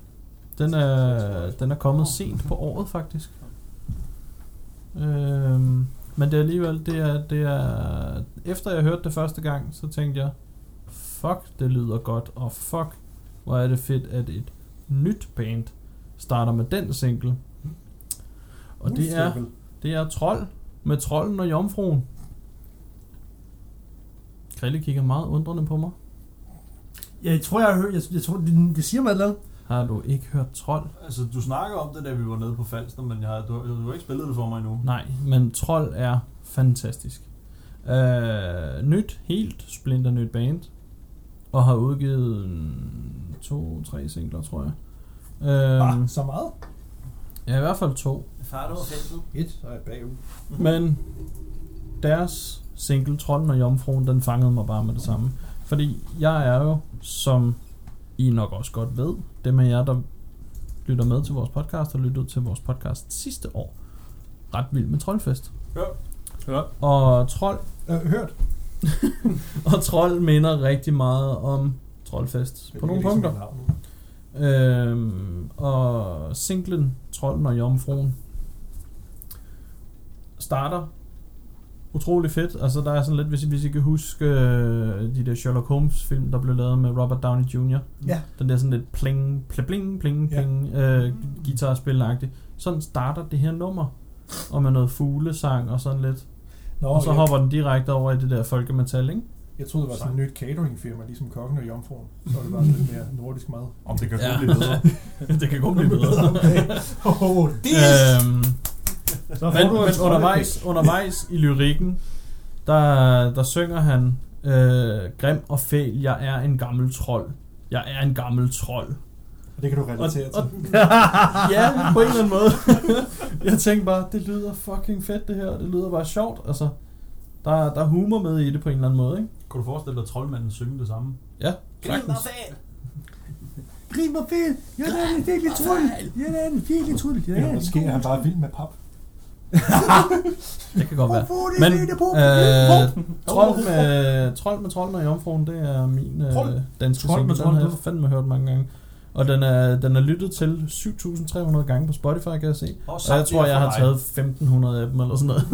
S1: Den er, den er kommet sent på året, faktisk. Øh, men det er alligevel, det er, det er... Efter jeg hørte det første gang, så tænkte jeg, fuck, det lyder godt, og fuck, hvor er det fedt, at et nyt band starter med den single. Og det er, det er Trold med Trolden og Jomfruen. Krille kigger meget undrende på mig.
S4: Jeg tror, jeg har hørt, jeg, jeg tror, det, det siger mig et eller andet.
S1: Har du ikke hørt Trold?
S3: Altså, du snakker om det, da vi var nede på Falster, men jeg, har- du, du har ikke spillet det for mig endnu.
S1: Nej, men Trold er fantastisk. Øh, nyt, helt splinter nyt band. Og har udgivet en, to, tre singler, tror jeg. Øh,
S2: Ah, så meget?
S1: ja, i hvert fald to.
S3: Far, du var fældet.
S2: Et, så er jeg bagud.
S1: Men deres single, Trolden og Jomfruen, den fangede mig bare med det samme. Fordi jeg er jo, som I nok også godt ved, dem af jer, der lytter med til vores podcast, og lyttede til vores podcast sidste år, ret vild med Troldfest.
S3: Ja.
S4: Ja.
S1: Og Trold
S2: Øh, hørt.
S1: og Troll minder rigtig meget om Trollfest på nogle punkter. Øhm, og singlen Trolden og Jomfruen starter utrolig fedt. Altså der er sådan lidt, hvis I, hvis I kan huske øh, de der Sherlock Holmes film, der blev lavet med Robert Downey Jr.
S2: Ja.
S1: Den der sådan lidt pling, pling, pling, pling,
S2: Ja.
S1: pling øh, guitarspilagtigt. Sådan starter det her nummer. Og med noget fuglesang og sådan lidt.
S2: Nå,
S1: Og så
S2: jeg,
S1: hopper den direkte over i det der folkemetal, ikke?
S2: jeg troede, det var sådan et nyt cateringfirma, ligesom Kokken og Jomfruen. Så var det bare lidt mere nordisk mad.
S3: Om det kan
S1: Ja.
S3: ja. blive bedre.
S1: det kan godt blive bedre.
S2: Okay. Oh, det er...
S1: øhm,
S4: Så får
S1: men,
S4: du en
S1: men
S4: trolde-
S1: undervejs, undervejs i lyrikken, der, der synger han, øh, grim og fæl, jeg er en gammel trold. Jeg er en gammel trold.
S2: Og det kan du relatere
S1: Og-
S2: til.
S1: Ja, på en eller anden måde. jeg tænkte bare, det lyder fucking fedt det her, det lyder bare sjovt. Altså, der, der er humor med i det på en eller anden måde, ikke?
S3: Kunne du forestille dig troldmanden synge det samme?
S1: Ja, sagtens.
S4: Grim og fed! Jeg er en virkelig trulle! Jeg er en virkelig trulle! Jeg
S2: Ja, måske er han bare vild med pap.
S1: Det kan godt være.
S4: Hvorfor
S1: Men
S4: det det
S1: øh,
S4: på?
S1: trold, med, trold med trolden og jomfruen, det er min øh,
S2: Trold.
S1: danske
S3: Trold
S1: single.
S3: med
S1: Den
S3: trolden,
S1: har jeg
S3: du.
S1: fandme hørt mange gange. Og den er, den er lyttet til 7.300 gange på Spotify, kan jeg se.
S3: Og,
S1: Og jeg tror, jeg har taget 1.500 af dem eller sådan noget.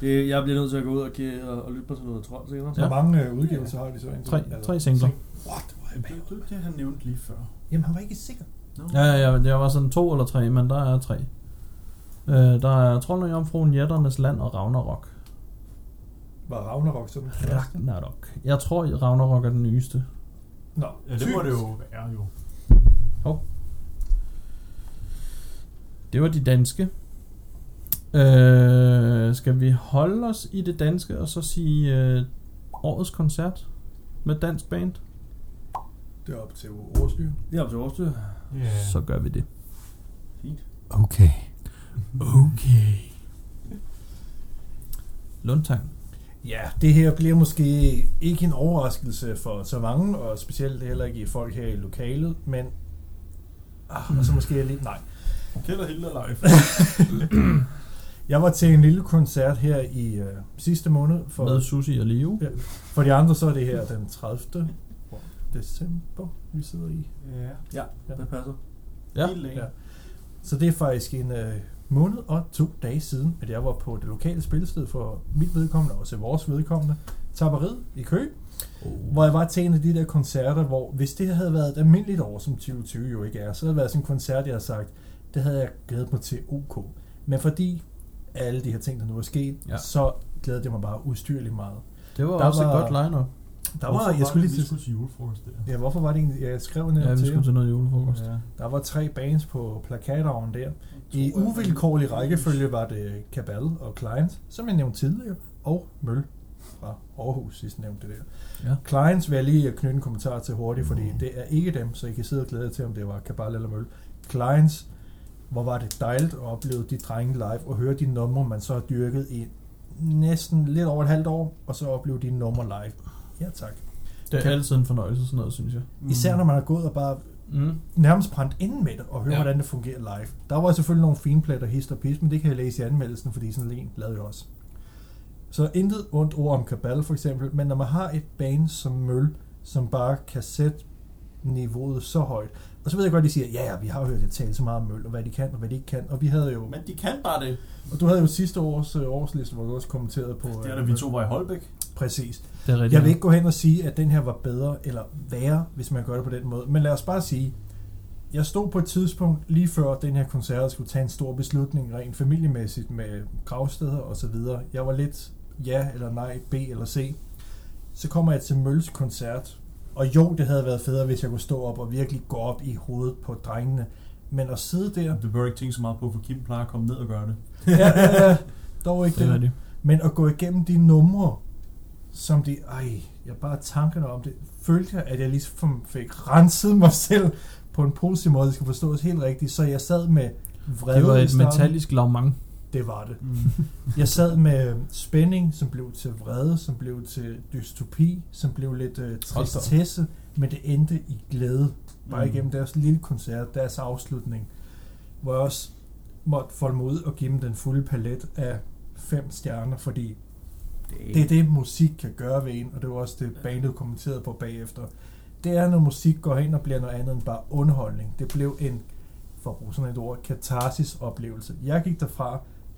S4: Det, jeg bliver nødt til at gå ud og, kigge- og, og lytte på sådan noget trold senere.
S2: Hvor mange øh, udgivelser har de så indtil?
S1: Tre,
S2: Altså,
S1: tre singler.
S2: What?
S3: Det var det, han nævnte lige før.
S2: Jamen, han var ikke sikker.
S3: No.
S1: Ja, ja, ja, jeg var sådan to eller tre, men der er tre. Øh, der er Trolden og Jomfruen, Jætternes Land og Ragnarok.
S2: Var Ragnarok så den første?
S1: Ragnarok. Jeg tror, Ragnarok er den nyeste.
S2: Nå,
S3: Ja, det må det jo være jo.
S1: Det var de danske. Øh, skal vi holde os i det danske og så sige øh, årets koncert med dansk band?
S2: Det er op til Årsby.
S4: Det er op til vores tur.
S3: Yeah.
S1: Så gør vi det.
S4: Fint.
S1: Okay. Okay. Lundtang.
S2: Ja, det her bliver måske ikke en overraskelse for så mange, og specielt heller ikke folk her i lokalet, men... Ah, og så måske jeg lige... Nej.
S3: Kælder Hitler live.
S2: Jeg var til en lille koncert her i øh, sidste måned. For,
S1: Med Susi og Leo.
S2: for de andre, så er det her den 30. december, vi sidder i.
S3: ja.
S4: Ja,
S2: Ja.
S4: det passer.
S1: Ja.
S3: Helt længe.
S2: Ja. Så det er faktisk en øh, måned og to dage siden, at jeg var på det lokale spilsted for mit vedkommende, og også vores vedkommende, Tapperiet i Køge.
S1: Oh.
S2: Hvor jeg var til en af de der koncerter, hvor hvis det havde været et almindeligt år, som 2020 jo ikke er, så havde det været sådan en koncert, jeg havde sagt, det havde jeg glædet mig til OK. Men fordi alle de her ting, der nu er sket,
S1: Ja.
S2: ja. så glædede jeg mig bare ustyrligt meget.
S1: Det var
S2: Der
S1: også et godt
S2: var-
S1: line-up.
S2: Der var, jeg skulle lige
S3: til...
S2: til,
S3: skulle til julefrokost der.
S2: ja, hvorfor var det egentlig, jeg skrev ned
S1: ligesom- Ja, vi
S2: til,
S1: skulle
S2: jer?
S1: til noget julefrokost.
S3: Ja.
S2: der var tre bands på plakateren der. I
S3: To af dem.
S2: uvilkårlig rækkefølge var det Kabal og Client, som jeg nævnte tidligere, og Møl fra Aarhus, sidst nævnte det der.
S1: Ja.
S2: Clients vil jeg lige knytte en kommentar til hurtigt, fordi det er ikke dem, så I kan sidde og glæde jer til, om det var Kabal eller Møl. Clients, hvor var det dejligt at opleve de drenge live og høre de numre, man så har dyrket i næsten lidt over et halvt år, og så opleve de numre live. Ja tak.
S1: Det er
S2: Kan-
S1: altid en fornøjelse, sådan noget, synes jeg.
S4: Mm.
S2: Især når man har gået og bare
S1: Mm.
S2: nærmest brændt inden med det, og høre,
S1: Ja.
S2: ja. hvordan det fungerer live. Der var selvfølgelig nogle finpletter, hist og pis, men det kan jeg læse i anmeldelsen, fordi sådan en lavede jeg også. Så intet ondt ord om Kabal for eksempel, men når man har et band som Møl, som bare kan sætte niveauet så højt, og så ved jeg godt, at de siger, ja, ja, vi har hørt det tale så meget om Møl, og hvad de kan, og hvad de ikke kan, og vi havde jo,
S3: Men de kan bare det.
S2: og du havde jo sidste års øh, årsliste, hvor du også kommenterede på...
S3: Det er
S2: øh,
S3: da vi to var i Holbæk.
S2: Præcis.
S1: Det er rigtigt.
S2: Jeg vil ikke gå hen og sige, at den her var bedre eller værre, hvis man gør det på den måde. Men lad os bare sige, jeg stod på et tidspunkt lige før den her koncert skulle tage en stor beslutning rent familiemæssigt med gravsteder og så videre. Jeg var lidt ja eller nej, B eller C. Så kommer jeg til Mølles koncert, og jo, det havde været federe, hvis jeg kunne stå op og virkelig gå op i hovedet på drengene. Men at sidde der...
S3: Du behøver ikke tænke så meget på, for Kim plejer at komme ned og gøre det.
S2: Ja, ja, ja. Dog ikke
S1: Det er
S2: det.
S1: rigtigt.
S2: Men at gå igennem de numre, som de... Ej, jeg bare tankerne om det. Følte jeg, at jeg ligesom fik renset mig selv på en positiv måde, det skal forstås helt rigtigt. Så jeg sad med vrede
S1: Det var
S2: i
S1: et
S2: starten.
S1: metallisk lavmang.
S2: Det var det.
S3: Mm.
S2: Jeg sad med spænding, som blev til vrede, som blev til dystopi, som blev lidt øh,
S1: da op.
S2: tristesse, men det endte i glæde. Bare
S3: Mm.
S2: igennem deres lille koncert, deres afslutning, hvor jeg også måtte folde mig ud og give dem den fulde palet af fem stjerner, fordi Det er det, musik kan gøre ved en, og det var også det, bandet kommenterede på bagefter. Det er, når musik går hen og bliver noget andet end bare underholdning. Det blev en, for at bruge sådan et ord, katarsis-oplevelse. Jeg gik derfra,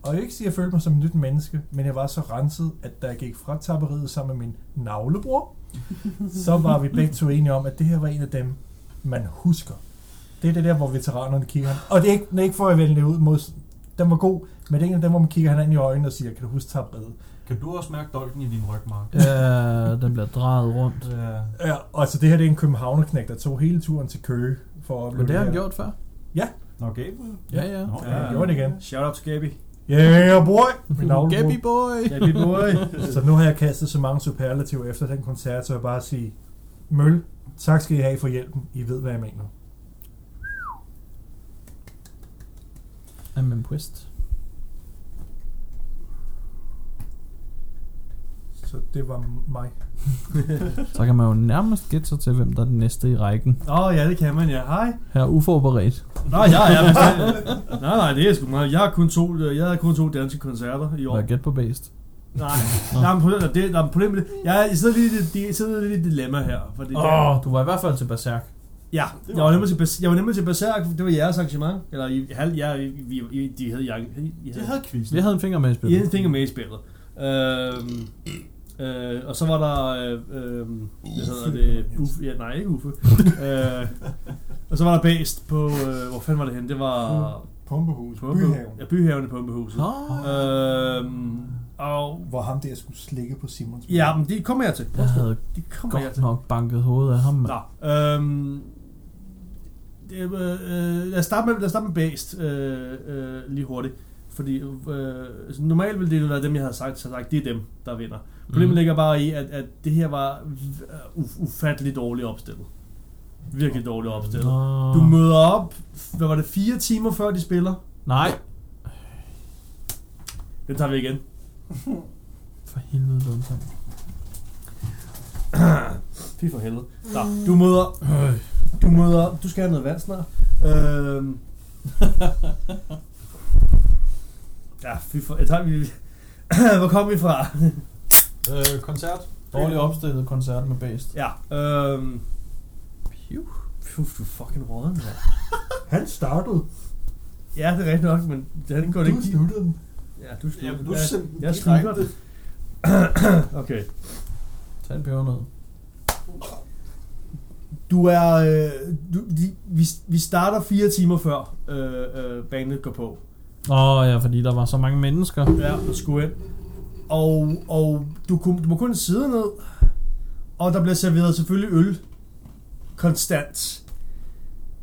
S2: og jeg vil ikke sige, at jeg følte mig som et nyt menneske, men jeg var så renset, at da jeg gik fra tapperiet sammen med min navlebror, så var vi begge to enige om, at det her var en af dem, man husker. Det er det der, hvor veteranerne kigger han. Og det er ikke, det er ikke for at vælge det ud mod... Den var god, men det er en af dem, hvor man kigger hinanden i øjnene og siger, kan du huske tapperiet?
S3: Kan du også mærke dolken i din rygmark?
S1: Ja, Øh, den bliver drejet rundt.
S3: Ja.
S2: Ja, og så det her det er en københavnerknæk, der tog hele turen til Køge for at
S1: Men
S2: opleve
S1: det har han
S2: her.
S1: gjort før.
S3: Nå, Gabriel?
S1: Ja, ja.
S3: Nå,
S2: Ja, han gjorde det igen.
S4: Shout out to Gabi.
S2: Yeah, boy! Min navlebror.
S1: Gabby boy!
S4: Gabi boy.
S2: Så Altså, nu har jeg kastet så mange superlativer efter den koncert, så jeg bare siger, Møl, tak skal I have for hjælpen. I ved, hvad jeg mener.
S1: I'm impressed.
S2: Så det var mig.
S1: Så kan man jo nærmest gætte sig til, hvem der er den næste i rækken.
S4: Åh, oh, ja, det kan man, ja. Hej.
S1: Her uforberedt.
S4: Nå, ja, ja. Men, nej, nej, det er sgu meget. Jeg har kun to, jeg har kun to danske koncerter i år.
S1: Må jeg gætte på based?
S4: Nej, nej, men problemet, det, nej, men problemet med det. Jeg er- sidder lidt i det- de- sidder lidt i et dilemma her. Fordi
S1: Åh, oh, du var i hvert fald til Berserk.
S4: Ja,
S3: Det var
S4: jeg var,
S3: det.
S4: nemlig til, Bas- jeg var nemlig til Berserk, det var jeres arrangement. Eller i, halv, jeg, vi, I, de havde, jeg, I,
S3: Det havde quiz.
S1: Vi havde en finger med i spillet.
S4: I havde en finger med i spillet. Øhm, øh, og så var der, øh, øh, hvad hedder det, Uffe, ja, nej ikke Uffe. øh, og så var der Bæst på, øh, hvor fanden var det henne? Det var
S2: Pumpehus,
S4: Pumpe-
S2: Byhaven,
S4: Ja, Byhaven i Pumpehuset.
S1: Nå,
S4: Øh, Øhm, og
S2: hvor ham der skulle slikke på Simons.
S4: ja, men det kommer jeg til.
S1: jeg havde
S4: Det kommer jeg
S1: godt
S4: til.
S1: nok banket hovedet af ham. mand.
S4: Nå, øhm, det, øh, øh, lad os starte med, lad os starte med Bæst øh, øh, lige hurtigt. Fordi øh, altså, normalt ville det jo være dem, jeg havde sagt, så sagt, det er dem, der vinder. Problemet
S1: Mhm.
S4: ligger bare i, at, at det her var u- ufatteligt dårligt opstillet. Virkelig dårligt opstillet.
S1: Nå.
S4: Du møder op, hvad var det, fire timer før de spiller?
S1: Nej,
S4: Den tager vi igen.
S1: for helvede dumt.
S4: Fy for helvede. Nå, du møder... Du møder... Du skal have noget vand snart. Øhm. ja, fy for... Jeg tager, vi, hvor kom vi fra?
S3: Øh, koncert.
S1: Dårligt opstillet koncert med based.
S4: Ja, øhm.
S1: Piu.
S4: Puh, du er fucking råden, mand.
S2: Han startede.
S4: Ja, det er rigtigt nok, men den går det
S2: Du
S4: ikke...
S2: sluttede den.
S4: Ja, du
S3: Ja, men du
S4: Ja,
S3: er simpelthen
S4: jeg
S3: direkte.
S4: slutter. Okay.
S1: Tag en peber ned.
S4: Du er... Øh, du, de, vi, vi starter fire timer før øh, øh, banen går på.
S1: Åh oh, ja, fordi der var så mange mennesker.
S4: Ja, der skulle ind. Og, og du, kun, du må kun sidde ned, og der bliver serveret selvfølgelig øl konstant.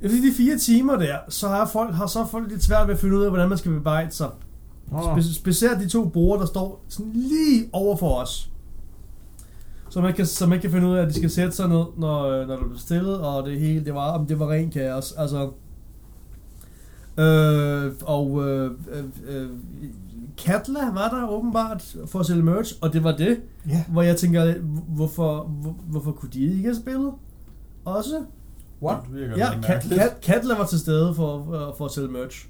S4: Efter de fire timer der, så har folk, har så folk lidt svært ved at finde ud af, hvordan man skal bebrejde sig.
S1: Oh.
S4: Spe- specielt de to borger, der står sådan lige over for os. Så man, kan, så man kan finde ud af, at de skal sætte sig ned, når, øh, når du bliver stillet, og det hele, det var, om det var ren kaos. Altså, øh, og øh, øh, øh, Katla var der åbenbart for at sælge merch, og det var det,
S2: Ja.
S4: hvor jeg tænker, hvorfor, hvor, hvorfor kunne de ikke have spillet? Også?
S1: What?
S3: Det virker
S4: Ja,
S3: lidt
S4: Kat,
S3: mærkeligt.
S4: Kat, Katla var til stede for, øh, for, for at sælge merch.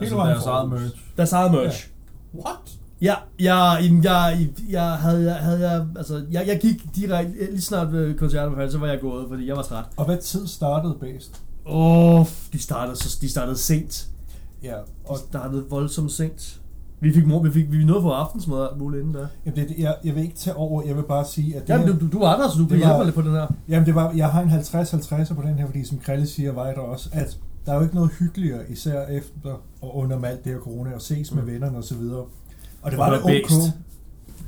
S3: Altså,
S2: vejen
S3: deres
S2: fra
S3: eget
S2: Aarhus.
S3: merch.
S4: Deres eget merch. Ja.
S3: What?
S4: Ja, jeg, jeg, jeg, jeg havde, jeg, havde jeg, altså, jeg, jeg gik direkte, øh, lige snart ved koncerten var færdig, så var jeg gået, fordi jeg var træt.
S2: Og hvad tid startede Bæst?
S4: Åh, oh, de startede, så, de startede sent.
S2: Ja,
S4: De
S2: og
S4: startede voldsomt sent. Vi fik mor, vi fik, vi nåede for aftensmad og alt muligt inden der.
S2: jamen, det, er det- jeg, jeg vil ikke tage over, jeg vil bare sige, at det,
S4: Jamen,
S2: her,
S4: du, du, du var der, så du kan
S2: var-
S4: hjælpe mig lidt på den her.
S2: jamen, det var, jeg har en 50-50'er på den her, fordi som Krille siger, var jeg der også, at der er jo ikke noget hyggeligere, især efter og under alt det her corona, at ses med
S4: Mm.
S2: vennerne og så videre. Og det
S4: Og
S2: var det
S4: være bedst.
S2: ok.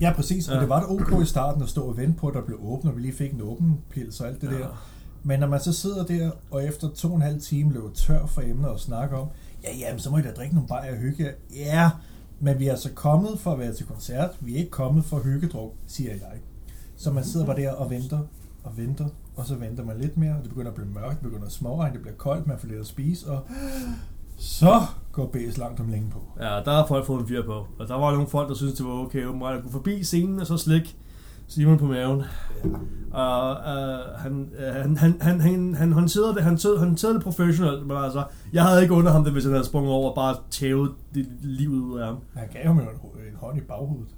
S2: Ja, præcis. Ja.
S4: Ja.
S2: Og det var det ok i starten at stå og vente på, at der blev åbnet, og vi lige fik en åben pils og alt det ja. der. Men når man så sidder der, og efter to og en halv time løber tør for emner at snakke om, ja, jamen, så må I da drikke nogle bajer og hygge jer. Ja, men vi er altså kommet for at være til koncert. Vi er ikke kommet for hyggedruk, siger jeg. Så man sidder bare der og venter og venter, og så venter man lidt mere, og det begynder at blive mørkt, det begynder at småregne, det bliver koldt, man får lidt at spise, og så går B's langt om længe på.
S4: Ja, der har folk fået en fyr på. Og der var nogle folk, der syntes, det var okay åbenbart at gå forbi scenen og så slik Simon på maven. Og øh, han, øh, han, han, han, han, han håndterede det, han tød, håndterede det professionelt, men altså, jeg havde ikke under ham det, hvis han havde sprunget over og bare tævet det livet ud af ham.
S2: Han gav ham jo en, en hånd i baghovedet.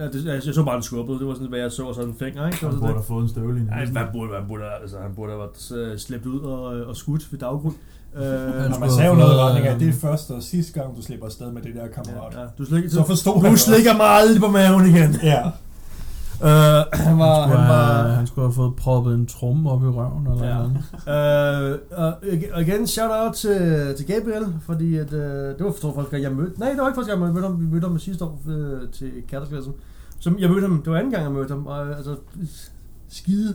S4: Ja, det, jeg, jeg så bare, den skubbede. Det var sådan, hvad jeg så, sådan en finger, ikke? Så var
S3: Han
S4: det
S3: burde
S4: sådan
S3: have
S4: lidt-
S3: fået en støvle i
S4: Ej,
S3: næsen.
S4: man burde, man burde, altså, han burde have været øh, slæbt ud og, øh, og skudt ved daggrund. Øh,
S1: Han
S2: Når man
S1: skulle
S2: sagde jo
S1: have
S2: noget i
S1: fået,
S2: retning af,
S1: øh,
S2: det er første og sidste gang, du slipper afsted med det der kammerat.
S4: ja, ja, du slikker,
S2: Så forstod han
S4: du
S2: også.
S4: slikker mig aldrig på maven igen.
S2: Ja.
S4: Øh, han
S1: Han,
S4: var, han var,
S1: skulle have, han skulle have fået proppet en tromme op i røven eller ja.
S4: Ja.
S1: noget.
S4: Øh, og og igen, shout-out til, til Gabriel, fordi at, øh, det var tror jeg, første gang, jeg mødte... Nej, det var ikke første gang, jeg mødte ham. Vi mødte ham sidste år øh, til Katterklassen. Som jeg mødte ham, det var anden gang, jeg mødte ham. Og, øh, altså, skide,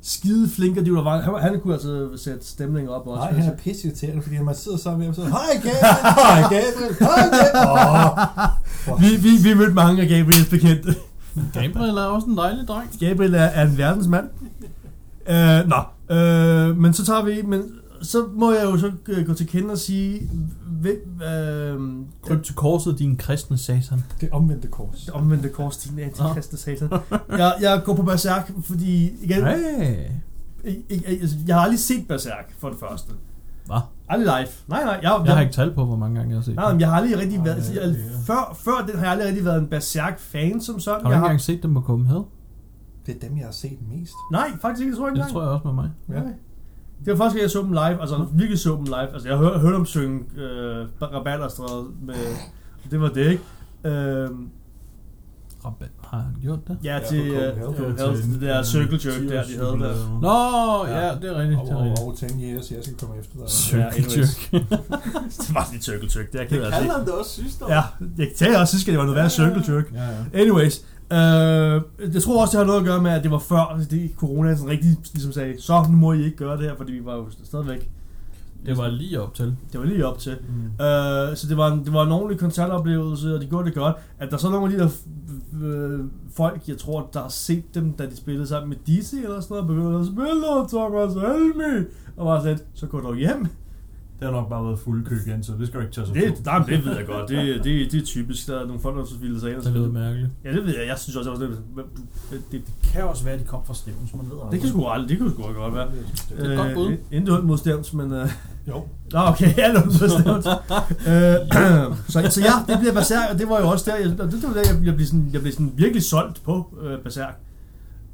S4: skide flink og divler. Han, han kunne altså sætte stemningen op også. altså.
S2: Nej, han er pisse irriterende, fordi når man sidder sammen med ham, så hej Gabriel, hej Gabriel, hej Gabriel. Åh,
S4: vi, vi, vi mødte mange af Gabriels bekendte.
S1: Gabriel er også en dejlig dreng.
S4: Gabriel er, er en verdensmand. Øh, nå, øh, men så tager vi... Men, så må jeg jo så øh, gå til kende og sige, hvem, øh,
S1: Kryb til korset, din kristne satan.
S2: det omvendte kors.
S4: Det omvendte kors, din antikristne satan. Jeg, jeg går på Berserk, fordi igen, jeg,
S1: Hey.
S4: jeg, altså, jeg har aldrig set Berserk for det første.
S1: Hvad?
S4: Aldrig live. Nej, nej, jeg, jeg,
S1: Jeg har ikke tal på, hvor mange gange jeg har set
S4: Nej,
S1: dem.
S4: men jeg har aldrig rigtig været...
S2: Ej,
S4: Altså, jeg,
S2: ja.
S4: før, før den har jeg aldrig rigtig været en Berserk-fan som sådan.
S1: Har du
S4: jeg
S1: ikke engang set dem på Copenhagen?
S2: Det er dem, jeg har set mest.
S4: Nej, faktisk ikke, jeg tror ikke
S1: Det tror jeg også med mig.
S2: Ja.
S4: Nej. Det var første gang, jeg så dem live, altså virkelig så dem live. Altså jeg hør, hørte dem synge øh, Rabalderstræde med... Det var det, ikke? Øh,
S1: Rabat, har han gjort det?
S4: ja,
S2: Ja,
S4: til,
S2: på
S4: øh,
S2: Copenhagen.
S4: Copenhagen, det der circle jerk der, de havde der.
S1: Nå, ja,
S4: Ja.
S1: det er rigtigt.
S2: Og,
S1: Det er
S2: og,
S1: rigtigt.
S2: og tænkte, yes, jeg skal komme efter dig.
S4: Ja,
S1: Circle
S4: anyways.
S1: jerk.
S4: Det var lidt circle jerk, det er jeg
S3: Det
S4: ked af at sige.
S3: kalder han det også sidste år.
S4: Ja, jeg tager også sidst, at det var noget værre circle jerk.
S3: Ja, ja.
S4: Anyways, øh, jeg tror også, det har noget at gøre med, at det var før det, corona sådan rigtig ligesom sagde, så nu må I ikke gøre det her, fordi vi var jo stadigvæk, ligesom,
S1: Det var lige op til.
S4: det var lige op til.
S3: Mm.
S4: Øh, så det var, en, det var en ordentlig koncertoplevelse, og de gjorde det godt. At der så er nogle af de der f- øh, folk, jeg tror, der har set dem, da de spillede sammen med Dizzy eller sådan noget, begyndte at spille noget Thomas Helmi, og var sådan lidt, så gå dog hjem.
S3: Det har nok bare været fuld kø igen, så det skal du ikke tage sig på.
S4: Det, nej, men det ved jeg godt. Det, det, det er typisk. Der er nogle folk, der også ville sig ind og
S1: Det
S4: spille.
S1: lyder mærkeligt.
S4: Ja, det ved jeg. Jeg synes også, jeg var sådan lidt, hvem- du- det, det,
S3: Det kan også være, at de kom fra Stevens, man ved aldrig.
S4: det kan sgu aldrig, det kunne sgu godt være.
S1: er et godt bud.
S4: Øh, Inden du mod Stevns, men... Øh,
S2: Jo.
S4: Nå, okay, jeg lå mod Stevns. øh, så, så ja, det bliver Berserk, og det var jo også der, jeg, og det, det var der, jeg, jeg, blev sådan, jeg blev sådan virkelig solgt på øh, Berserk.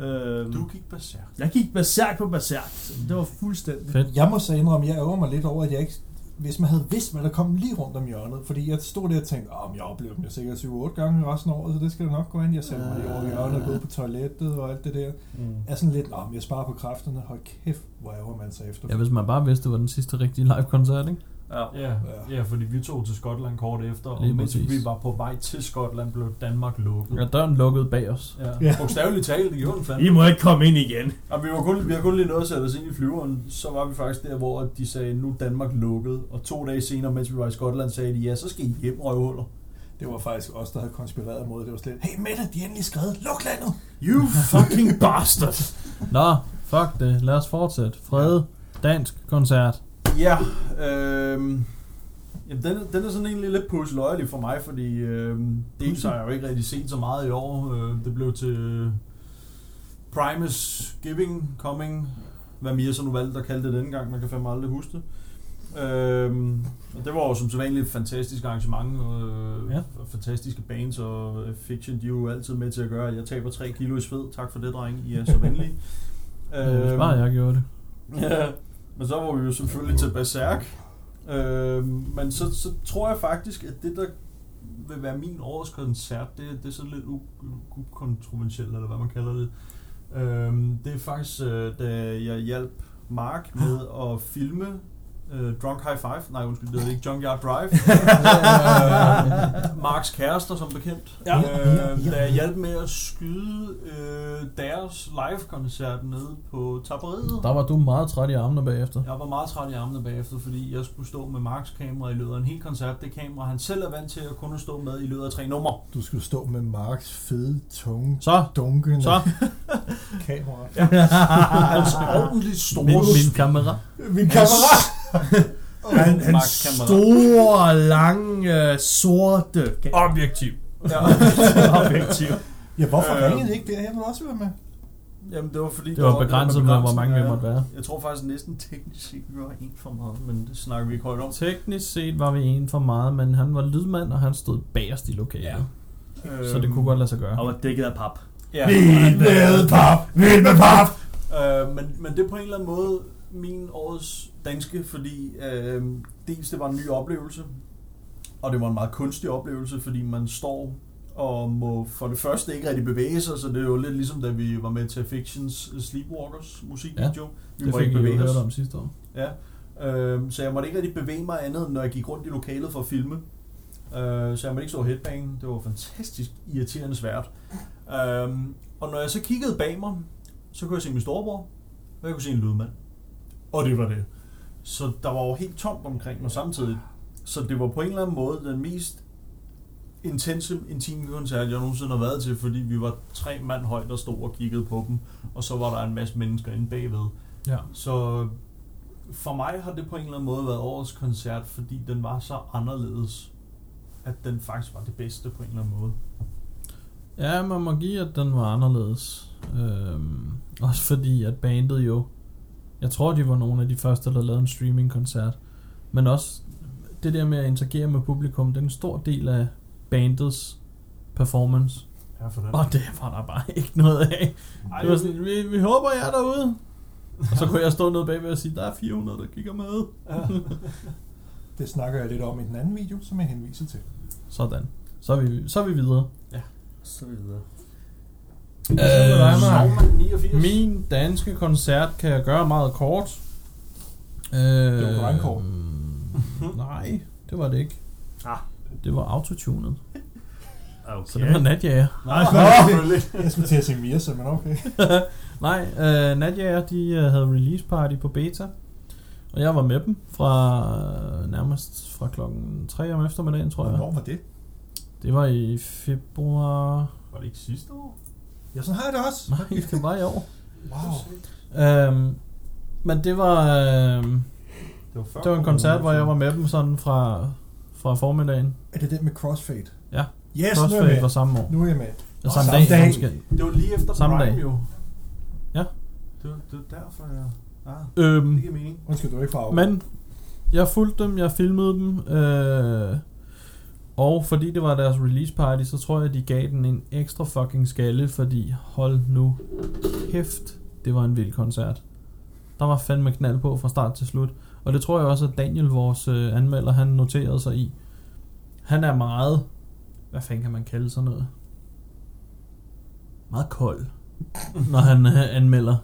S4: Øh,
S3: Du gik berserk.
S4: jeg gik Berserk på Berserk. Det var fuldstændig...
S1: Fedt.
S2: Jeg må så indrømme, jeg ærger mig lidt over, at jeg ikke hvis man havde vidst, hvad der kom lige rundt om hjørnet. Fordi jeg stod der og tænkte, at jeg oplever dem jeg sikkert 7-8 gange resten af året, så det skal da nok gå ind. Jeg satte mig lige over hjørnet og gå på toilettet og alt det der.
S3: Mm.
S2: er sådan lidt, "Nå, men jeg sparer på kræfterne, hold kæft, hvor ærger man sig efter.
S1: Ja, hvis man bare vidste, det var den sidste rigtige live-koncert, ikke?
S4: Ja.
S3: Ja, ja, fordi vi tog til Skotland kort efter, og
S1: Lige
S3: mens
S1: præcis.
S3: vi var på vej til Skotland, blev Danmark lukket.
S1: Ja, døren lukkede bag os.
S3: Ja.
S2: Ja.
S3: ja. Bogstaveligt talt, det gjorde den fandme.
S4: I må ikke komme ind igen.
S3: Og vi, var kun, vi har kun lige nået at sætte os ind i flyveren, så var vi faktisk der, hvor de sagde, nu er Danmark lukket. Og to dage senere, mens vi var i Skotland, sagde de, ja, så skal I hjem, røvhuller.
S2: Det var faktisk os, der havde konspireret mod det. Det var slet, hey Mette, de er endelig skrevet, luk landet!
S3: You fucking bastard!
S1: Nå, fuck det. Lad os fortsætte. Frede, dansk koncert.
S3: Ja, øhm, jamen den, den er sådan egentlig lidt pusseløjelig for mig, fordi øhm, dels har jeg jo ikke rigtig set så meget i år. Øh, det blev til øh, Primus Giving, Coming, hvad Mia så nu valgte at kalde det denne gang, man kan fandme aldrig huske det. Øhm, og det var jo som sædvanligt et fantastisk arrangement, øh,
S1: Ja.
S3: ja. fantastiske bands, og øh, Fiction, de er jo altid med til at gøre, at jeg taber 3 kilo i sved. Tak for det, dreng. I er så venlige.
S1: Øh, hvis bare jeg gjorde det.
S3: Ja, men så var vi jo selvfølgelig til Berserk. Øh, men så, så tror jeg faktisk, at det der vil være min års koncert, det, det er sådan lidt u- ukontroversielt, eller hvad man kalder det. Øh, det er faktisk, øh, da jeg hjalp Mark med at filme øh, Drunk High Five, nej undskyld, det hedder ikke Junkyard Drive, øh, Marks kærester som bekendt,
S2: Ja.
S3: øh, da jeg hjalp med at skyde øh, deres live-koncert nede på Tapperiet.
S1: Der var du meget træt i armene bagefter.
S3: Jeg var meget træt i armene bagefter, fordi jeg skulle stå med Marks kamera i løbet af en hel koncert. Det kamera, han selv er vant til at kunne stå med i løbet af tre numre.
S2: Du skulle stå med Marks fede, tunge,
S1: Så,
S2: dunkende
S1: så.
S2: kamera.
S3: altså ordentligt store...
S1: Ah. Min, min kammerat.
S2: Min kammerat!
S4: Han, han
S3: Max Kammerat.
S4: store, lange, øh, sorte...
S1: Objektiv.
S3: Ja.
S4: Objektiv.
S2: Ja, hvorfor
S3: Øh.
S2: ringede I ikke der? Jeg vil også være med.
S3: Jamen, det var fordi...
S1: Det var begrænset med, hvor mange vi
S3: ja.
S1: måtte være.
S3: Jeg tror faktisk næsten teknisk set, vi var en for meget, men det snakker vi ikke højt om.
S1: Teknisk set var vi en for meget, men han var lydmand, og han stod bagerst i lokalet.
S3: Ja.
S1: Ja.
S3: Øhm,
S1: Så det kunne godt lade sig gøre.
S4: Og var dækket af pap.
S3: Ja,
S4: pap! Vild med pap!
S3: Øh, men, men det er på en eller anden måde min årets danske, fordi øh, dels det var en ny oplevelse, og det var en meget kunstig oplevelse, fordi man står og må for det første ikke rigtig bevæge sig, så det er jo lidt ligesom da vi var med til Fictions Sleepwalkers musikvideo. Ja, vi
S1: Det
S3: må
S1: fik
S3: ikke
S1: vi jo
S3: bevæge
S1: hørt
S3: os.
S1: om sidste år.
S3: Ja. Øh, så jeg måtte ikke rigtig bevæge mig andet, end når jeg gik rundt i lokalet for at filme. Øh, så jeg måtte ikke stå headbang. Det var fantastisk irriterende svært. Øh, og når jeg så kiggede bag mig, så kunne jeg se min storebror, og jeg kunne se en lydmand. Og det var det. Så der var jo helt tomt omkring mig samtidig. Så det var på en eller anden måde den mest intense intime koncert, jeg nogensinde har været til, fordi vi var tre mand højt, der stod og kiggede på dem, og så var der en masse mennesker inde bagved.
S1: Ja.
S3: Så for mig har det på en eller anden måde været årets koncert, fordi den var så anderledes, at den faktisk var det bedste på en eller anden måde.
S1: Ja, man må give, at den var anderledes. Øhm, også fordi, at bandet jo... Jeg tror, de var nogle af de første, der lavede en streaming-koncert. Men også det der med at interagere med publikum, det er en stor del af bandets performance.
S3: Ja, for den.
S1: Og det var der bare ikke noget af.
S3: Ej,
S1: Det var sådan, vi, vi håber, jeg er derude. Og så kunne jeg stå nede bagved og sige, der er 400, der kigger med.
S2: Det snakker jeg lidt om i den anden video, som jeg henviser til.
S1: Sådan. Så er vi, så er vi videre.
S4: Så videre.
S1: Øh,
S3: Snowman 89.
S1: Min danske koncert kan jeg gøre meget kort. Øh,
S2: var grindcore.
S1: mm, Nej, det var det ikke.
S4: Ah.
S1: Det var autotunet.
S4: Okay.
S1: Så det var Nadjager.
S3: Nej, selvfølgelig.
S2: Jeg skulle til at se Mirsa, men okay.
S1: Nej, øh, Nadjager, de øh, havde release party på beta. Og jeg var med dem fra øh, nærmest fra klokken 3 om eftermiddagen, tror jeg.
S2: Hvornår var det?
S1: Det var i februar.
S3: Var det ikke sidste år?
S2: Ja, sådan har jeg det også.
S1: Nej, det var i år.
S2: Wow.
S1: Øhm, men det var... Øh,
S3: Det var, før
S1: Det var en
S3: corona,
S1: koncert,
S3: så-
S1: hvor jeg var med dem sådan fra, fra formiddagen.
S2: Er det den med Crossfade?
S1: Ja.
S2: Yes, nu er jeg
S1: Crossfade var
S2: med.
S1: samme år.
S2: Nu er jeg med.
S1: Ja,
S2: Nå,
S1: samme
S2: samme dag.
S1: dag. Måske.
S3: Det var lige efter
S1: Samme
S3: Samme Prime,
S1: dag.
S3: dag. jo.
S1: Ja.
S3: Det, var- det var derfor, jeg... Ah, det
S1: Øhm,
S3: giver mening.
S2: Undskyld, du er ikke farve.
S1: men jeg fulgte dem, jeg filmede dem. Øh, og fordi det var deres release party, så tror jeg, de gav den en ekstra fucking skalle, fordi hold nu kæft, det var en vild koncert. Der var fandme knald på fra start til slut. Og det tror jeg også, at Daniel, vores øh, anmelder, han noterede sig i. Han er meget... Hvad fanden kan man kalde sådan noget? Meget kold, når han øh, anmelder.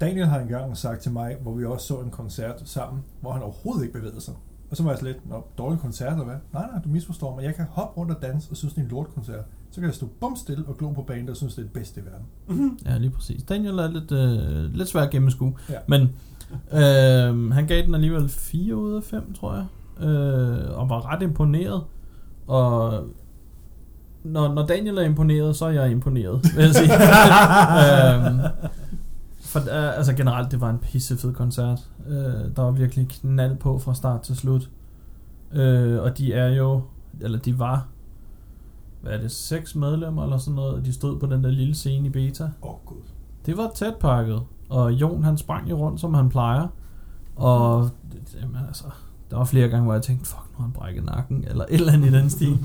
S2: Daniel har engang sagt til mig, hvor vi også så en koncert sammen, hvor han overhovedet ikke bevægede sig. Og så var jeg slet, nå, dårlig koncert eller hvad? Nej, nej, du misforstår mig. Jeg kan hoppe rundt og danse og synes, det er en lortkoncert. Så kan jeg stå bumstille og glo på banen og synes, det er det bedste i verden.
S1: Ja, lige præcis. Daniel er lidt, øh, lidt svær at gennemskue.
S2: Ja.
S1: Men øh, han gav den alligevel 4 ud af 5, tror jeg. Øh, og var ret imponeret. Og når, når Daniel er imponeret, så er jeg imponeret, vil jeg sige. øhm, for, øh, altså generelt, det var en pissefed koncert. Øh, der var virkelig knald på fra start til slut. Øh, og de er jo, eller de var, hvad er det, seks medlemmer eller sådan noget, og de stod på den der lille scene i beta.
S2: Åh, oh, gud.
S1: Det var tæt pakket, og Jon han sprang jo rundt, som han plejer. Og det- jamen, altså, der var flere gange, hvor jeg tænkte, fuck, nu har han brækket nakken, eller et eller andet i den stil.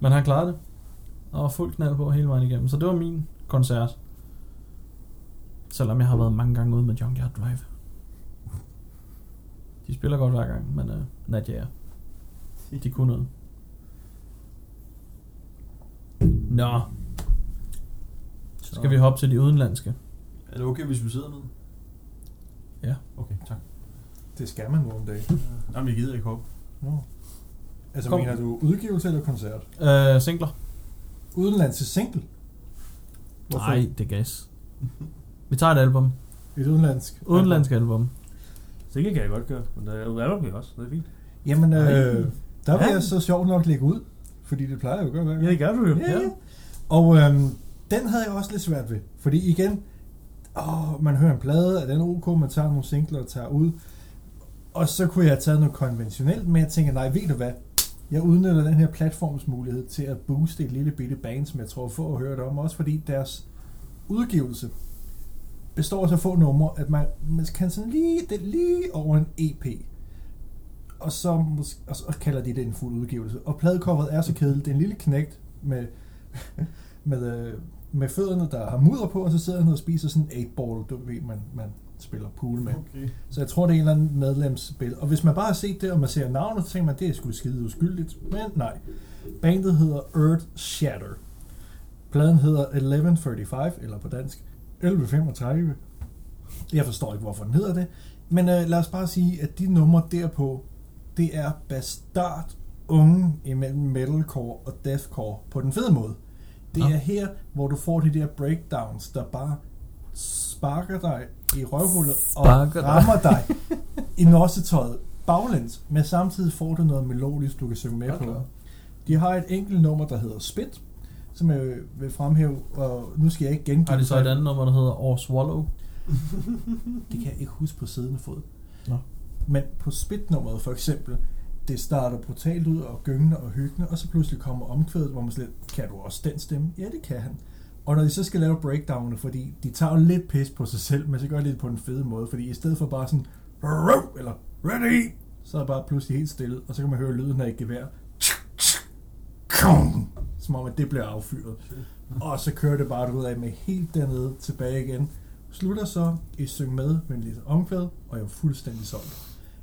S1: Men han klarede det, og var fuld knald på hele vejen igennem. Så det var min koncert. Selvom jeg har været mange gange ude med Junkyard Drive. De spiller godt hver gang, men øh, Nadia er. De kunne noget. Nå,
S3: Så.
S1: skal vi hoppe til de udenlandske.
S3: Er det okay, hvis vi sidder ned?
S1: Ja.
S3: Okay, tak.
S2: Det skal man nu om dagen.
S3: Jamen, jeg gider ikke hoppe.
S2: No. Altså,
S1: Kom.
S2: Kom. mener du udgivelse eller koncert?
S1: Øh, singler.
S2: Udenlands til single?
S1: Nej, det er gas. Vi tager et album.
S2: Et udenlandsk?
S1: Udenlandsk album.
S4: Så det kan jeg godt gøre, men der er jo Album også, det er fint.
S2: Jamen, øh, der vil
S4: Ja.
S2: jeg så sjovt nok lægge ud, fordi det plejer jeg jo at gøre hver gang.
S4: Ja, det gør du jo.
S2: Ja, ja. Og øhm, den havde jeg også lidt svært ved, fordi igen, åh, man hører en plade, er den ok, man tager nogle singler og tager ud, og så kunne jeg have taget noget konventionelt, men jeg tænker, nej, ved du hvad, jeg udnytter den her platformsmulighed til at booste et lille bitte band, som jeg tror få at høre det om, også fordi deres udgivelse består af så få numre, at man, man kan sådan lige, det er lige over en E EP. Og så, mås- og så kalder de det en fuld udgivelse. Og pladecoveret er så kedeligt. Det er en lille knægt med med, øh, med fødderne, der har mudder på, og så sidder han ned og spiser sådan en 8-ball, du ved, man, man spiller pool med.
S3: Okay.
S2: Så jeg tror, det er en eller anden medlemsspil. Og hvis man bare har set det, og man ser navnet, så tænker man, det er sgu skide uskyldigt. Men nej. Bandet hedder Earth Shatter. Pladen hedder 1135, eller på dansk 1135. Jeg forstår ikke, hvorfor den hedder det. Men øh, lad os bare sige, at de numre derpå, det er bastard unge imellem metalcore og deathcore på den fede måde. Det
S1: Nå.
S2: er her, hvor du får de der breakdowns, der bare sparker dig i røvhullet og
S1: Sparker dig.
S2: rammer dig i nossetøjet baglæns, men samtidig får du noget melodisk, du kan synge med
S1: Hold da
S2: på.
S1: op.
S2: De har et enkelt nummer, der hedder Spit, som jeg vil fremhæve, og nu skal jeg ikke gengive
S1: Har de så
S2: det.
S1: et andet nummer, der hedder Or Swallow?
S2: Det kan jeg ikke huske på siden af fod.
S1: Nå.
S2: Men på spidnummeret for eksempel, det starter brutalt ud og gyngende og hyggende, og så pludselig kommer omkvædet, hvor man slet, kan du også den stemme? Ja, det kan han. Og når de så skal lave breakdownene, fordi de tager jo lidt pis på sig selv, men så gør de det på en fed måde, fordi i stedet for bare sådan, "Rrrr", eller ready, så er det bare pludselig helt stille, og så kan man høre lyden af et gevær. Kong! Som om, at det bliver affyret. Og så kører det bare ud af med helt dernede tilbage igen. Slutter så i syng med med en lille omkvæd, og jeg var fuldstændig solgt.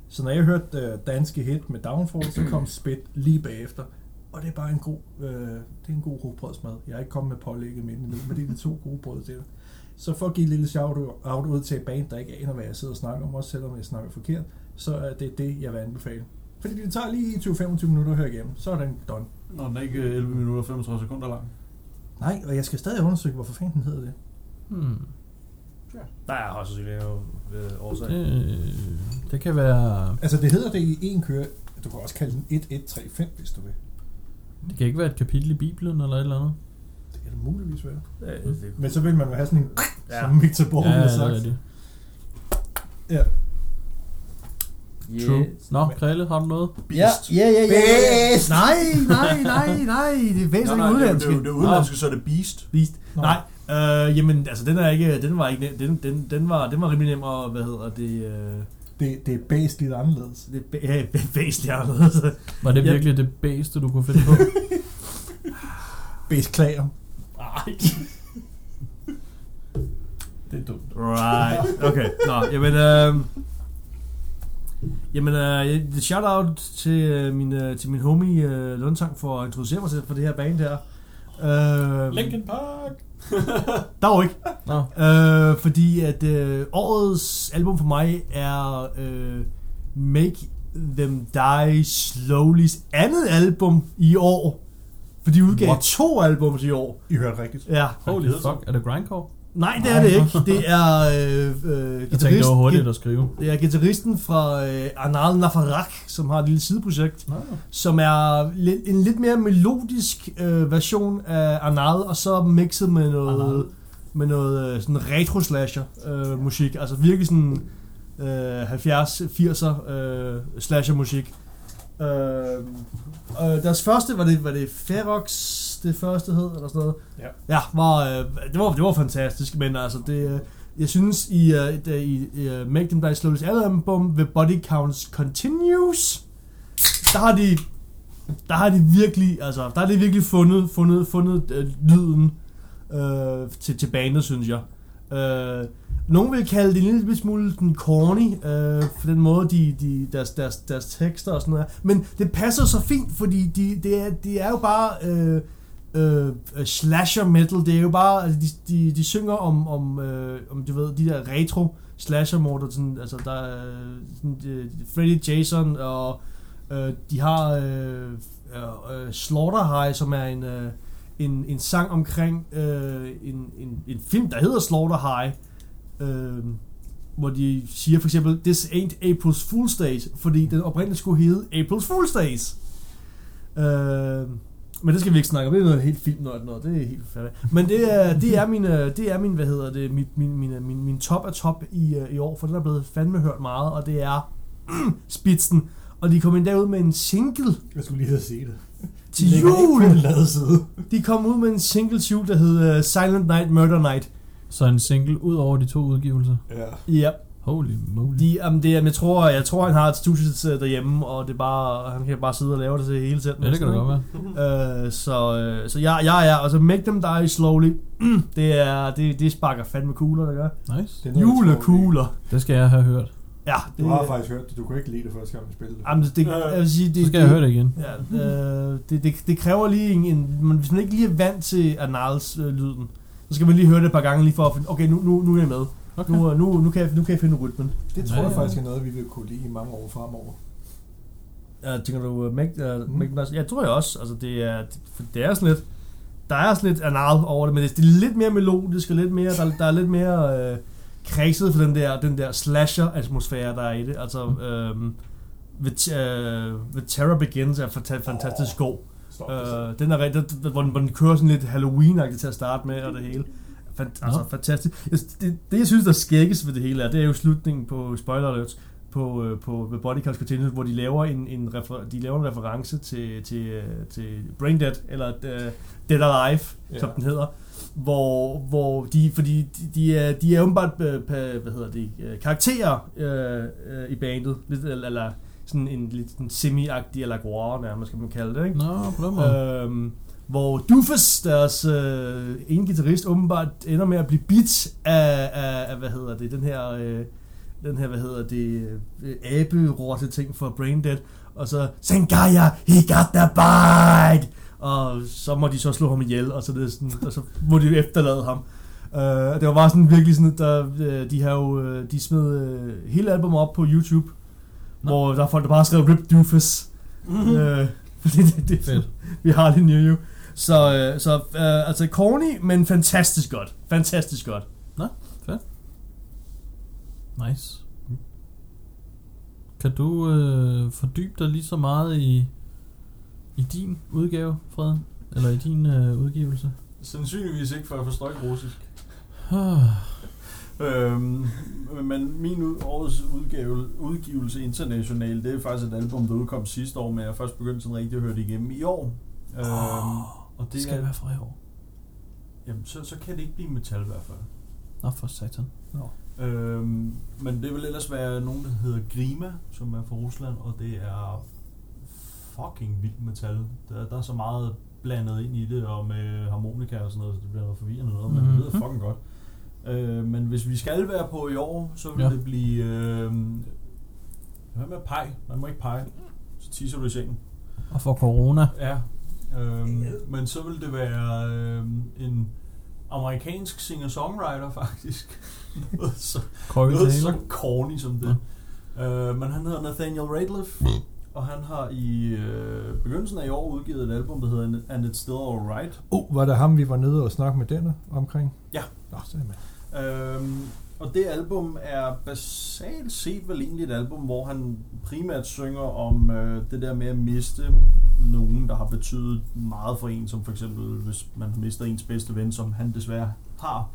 S2: Så når jeg hørte øh, danske hit med Downfall, så kom Spit lige bagefter. Og det er bare en god, øh, det er en god rugbrødsmad. Jeg er ikke kommet med pålægget med endnu, men det er de to gode brød til dig. Så for at give et lille shout-out ud til et band, der ikke aner, hvad jeg sidder og snakker om, også selvom jeg snakker forkert, så er det det, jeg vil anbefale. Fordi det tager lige 20-25 minutter at høre igennem, så er den done.
S3: Når den er ikke øh, 11 minutter og 35 sekunder lang.
S2: Nej, og jeg skal stadig undersøge, hvorfor fanden den hedder det.
S1: Hmm.
S4: Der er højst sandsynligt en årsag.
S1: Det, Øh, det kan være...
S2: Altså, det hedder det i en køre. Du kan også kalde den 1135, hvis du vil.
S1: Det kan ikke være et kapitel i Bibelen eller et eller andet.
S2: Det kan det muligvis være.
S4: Ja, Øh, det-
S2: Men så vil man jo have sådan en, ja.
S4: Ja.
S2: som Victor Borg ja,
S1: det
S2: har
S1: er
S2: sagt.
S1: rigtigt.
S2: Ja.
S1: True. Nå, Krille, har du noget?
S5: Ja, ja, ja, ja, ja, ja.
S2: Beast.
S5: Nej, nej, nej, nej. Det er
S3: Nej,
S5: væsentligt
S3: nej, det, er- det,
S5: udlandske.
S3: er- det er udenlandske, så er det Beast.
S4: Vist.
S2: Nå.
S4: Nej, øh, jamen altså den er ikke, den var ikke nem, den, den, den, var, den var rimelig nem og hvad hedder det, øh,
S2: Det, det er based lidt anderledes.
S4: det er væ- ja, væsentligt anderledes.
S1: Var det
S4: Ja.
S1: virkelig det bedste, du kunne finde på?
S2: Based klager.
S4: Ej.
S1: det er dumt.
S4: Right, okay, nå, jamen, øh, jamen øh, et shout-out til, øh, min, øh, til min homie øh, Lundtang for at introducere mig selv for det her band her. Øh,
S3: Park!
S4: Dog ikke.
S1: Nå,
S4: Øh, fordi at øh, årets album for mig er øh, Make Them Die Slowly's andet album i år. For de udgav
S1: What?
S4: What? to album i år.
S2: I hørte rigtigt.
S4: Ja.
S1: holy fuck, er det grindcore?
S4: Nej, det er det ikke. Det er øh, øh,
S1: Jeg tænkte, det var hurtigt
S4: git-
S1: at skrive.
S4: det er guitaristen fra øh, Anal Nafarak, som har et lille sideprojekt,
S1: Nå,
S4: som er lidt, en lidt mere melodisk øh, version af Anal, og så mixet med noget,
S1: Anal.
S4: med noget øh, sådan retro slasher øh, musik, altså virkelig sådan øh, 70-80'er øh, slasher musik. Øh, øh, deres første, var det, var det Ferox, det første hed, eller sådan noget?
S2: Ja.
S4: Ja, var, øh, det, var, det var fantastisk, men altså det, øh, jeg synes i, øh, da- i, i øh, Make Them Die Slowly's andet album, The Body Counts Continues, der har de der har de virkelig, altså, der har de virkelig fundet, fundet, fundet øh, lyden øh, til, til bandet, synes jeg. Øh, nogen vil kalde det en lille smule den corny, øh, for den måde, de, de, deres, deres, deres tekster og sådan noget er. Men det passer så fint, fordi de, det, er, det er jo bare øh, øh, øh, slasher metal. Det er jo bare, altså, de, de, de synger om, om, øh, om du ved, de der retro slasher morder, sådan, altså der er øh, sådan, øh, Freddy Jason, og øh, de har øh, øh, øh, Slaughter High, som er en... Øh, en, en sang omkring øh, en, en, en film, der hedder Slaughter High, øh, hvor de siger for eksempel, This ain't April's Fool's Days, fordi den oprindeligt skulle hedde April's Fool's Days. Øh, men det skal vi ikke snakke om, det er noget helt film noget, noget. det er helt forfærdeligt. Men det er, det er min, øh, det er min, hvad hedder det, min, min, min, min, min top af top i, øh, i år, for den er blevet fandme hørt meget, og det er mm, spidsen. Og de kom endda ud med en single
S2: Jeg skulle lige have set det.
S4: til
S2: Ligger ikke
S4: jul.
S2: På den lade side.
S4: De kom ud med en single til øh, jul, der hed uh, Silent Night Murder Night.
S1: Så en single ud over de to udgivelser.
S2: Ja.
S4: Ja.
S1: Holy moly.
S4: De, jamen det, jamen, jeg, tror, jeg tror, han har et studie til derhjemme, og det er bare, han kan bare sidde og lave det til hele tiden.
S1: Ja, det kan da godt være.
S4: Øh, så, øh, så ja, ja, ja, og så Make Them Die Slowly, det, er, det, det sparker fandme kugler, der gør.
S1: Nice.
S2: Den er
S4: Julekugler.
S1: Det skal jeg have hørt.
S4: Ja,
S2: utrolig.
S4: det,
S2: Du har faktisk Øh, hørt det. Du kunne ikke lide det første gang, vi spillede det.
S4: jamen, det, det,
S2: Ja, ja.
S4: jeg vil sige, det,
S1: Så skal jeg høre det igen.
S4: Ja, øh, det, det, det kræver lige en, en... men Hvis man ikke lige er vant til Arnals-lyden, så skal man lige høre det et par gange lige for at finde... Okay, nu, nu, nu er jeg med.
S1: Okay.
S4: Nu, nu, nu, kan, jeg, nu kan jeg finde rytmen.
S2: Det tror jeg
S1: Ja.
S2: faktisk er noget, vi vil kunne lide i mange år fremover.
S4: Uh, tænker du, uh, make, uh,
S2: Mm.
S4: make mm. Ja, tror jeg også. Altså, det er, det, for det er sådan lidt... Der er sådan lidt anal over det, men det, det er lidt mere melodisk, og lidt mere, der, der er lidt mere øh, kredset for den der, den der slasher-atmosfære, der er i det. Altså, øh, ved, øh, ved Terror Begins er fanta- fantastisk god.
S2: Stop.
S4: Øh, den er rigtig, der- der- hvor den, hvor den kører sådan lidt halloween til at starte med, og det hele. Fant- altså,
S1: Nå.
S4: fantastisk. Jeg, det, det, jeg synes, der skægges ved det hele, er, det er jo slutningen på spoiler alert, på, øh, på The Body Count Continues, hvor de laver en, en, refer, de laver en reference til, til, øh, til Brain Dead, eller øh, Dead Alive,
S2: Ja.
S4: yeah. som den hedder. Hvor, hvor de, fordi de, de er, de er åbenbart, øh, pa- hvad hedder det, øh, karakterer øh, øh, i bandet, lidt, eller, eller sådan en lidt en semi-agtig, eller gore nærmest, kan man kalde det, ikke?
S1: Nå, på den måde.
S4: Øhm, hvor Dufus, deres øh, ene guitarist, åbenbart ender med at blive bit af, af, af hvad hedder det, den her, øh, den her, hvad hedder det, øh, aberorte ting fra Braindead. Og så, Sengaya, he got the bite! Og så må de så slå ham ihjel, og så, det er sådan, og så må de jo efterlade ham. Uh, det var bare sådan virkelig sådan, der, øh, de har jo, øh, de smed øh, hele albumet op på YouTube,
S1: Nå. Mhm.
S4: hvor der er folk, der bare har skrevet Rip Dufus. Mm-hmm. Øh, fordi det, det,
S1: Fedt.
S4: det, vi har lige New You. Så, øh, så øh, altså corny, men fantastisk godt. Fantastisk godt.
S1: Nice. Mm. Kan du øh, fordybe dig lige så meget i, i din udgave, Fred? Eller i din øh, udgivelse?
S3: Sandsynligvis ikke, for jeg forstår ikke russisk. øhm, men min ud, årets udgave, udgivelse international, det er faktisk et album, der udkom sidste år, men jeg har først begyndt sådan rigtig at høre det igennem i år. Øhm,
S1: Ah.
S3: og
S1: Det
S3: det
S1: skal
S3: er,
S1: være fra i år.
S3: jamen, så, så kan det ikke blive metal i hvert fald.
S1: Nå, for satan.
S3: Øhm, men det vil ellers være nogen, der hedder Grima, som er fra Rusland, og det er fucking vild metal. Der, der er så meget blandet ind i det, og med harmonika og sådan noget, så det bliver noget forvirrende noget, men det lyder
S1: Mhm.
S3: fucking godt. Øh, men hvis vi skal være på i år, så vil
S1: Ja.
S3: ja. det blive... Øh, hvad med pej? Man må ikke pege. Så tisser du i sengen.
S1: Og for corona.
S3: Ja. Øhm, men så vil det være øhm, en amerikansk singer-songwriter, faktisk. Noget så
S1: Corey
S3: noget så
S1: Taylor.
S3: corny som det. Ja. men han hedder Nathaniel Rateliff, og han har i øh, begyndelsen af i år udgivet et album, der hedder And It's Still Alright.
S2: Uh, var det ham, vi var nede og snakke med denne omkring?
S3: Ja.
S2: Nå, så er jeg med.
S3: Øhm, og det album er basalt set vel egentlig et album, hvor han primært synger om øh, det der med at miste nogen, der har betydet meget for en, som for eksempel hvis man mister ens bedste ven, som han desværre har.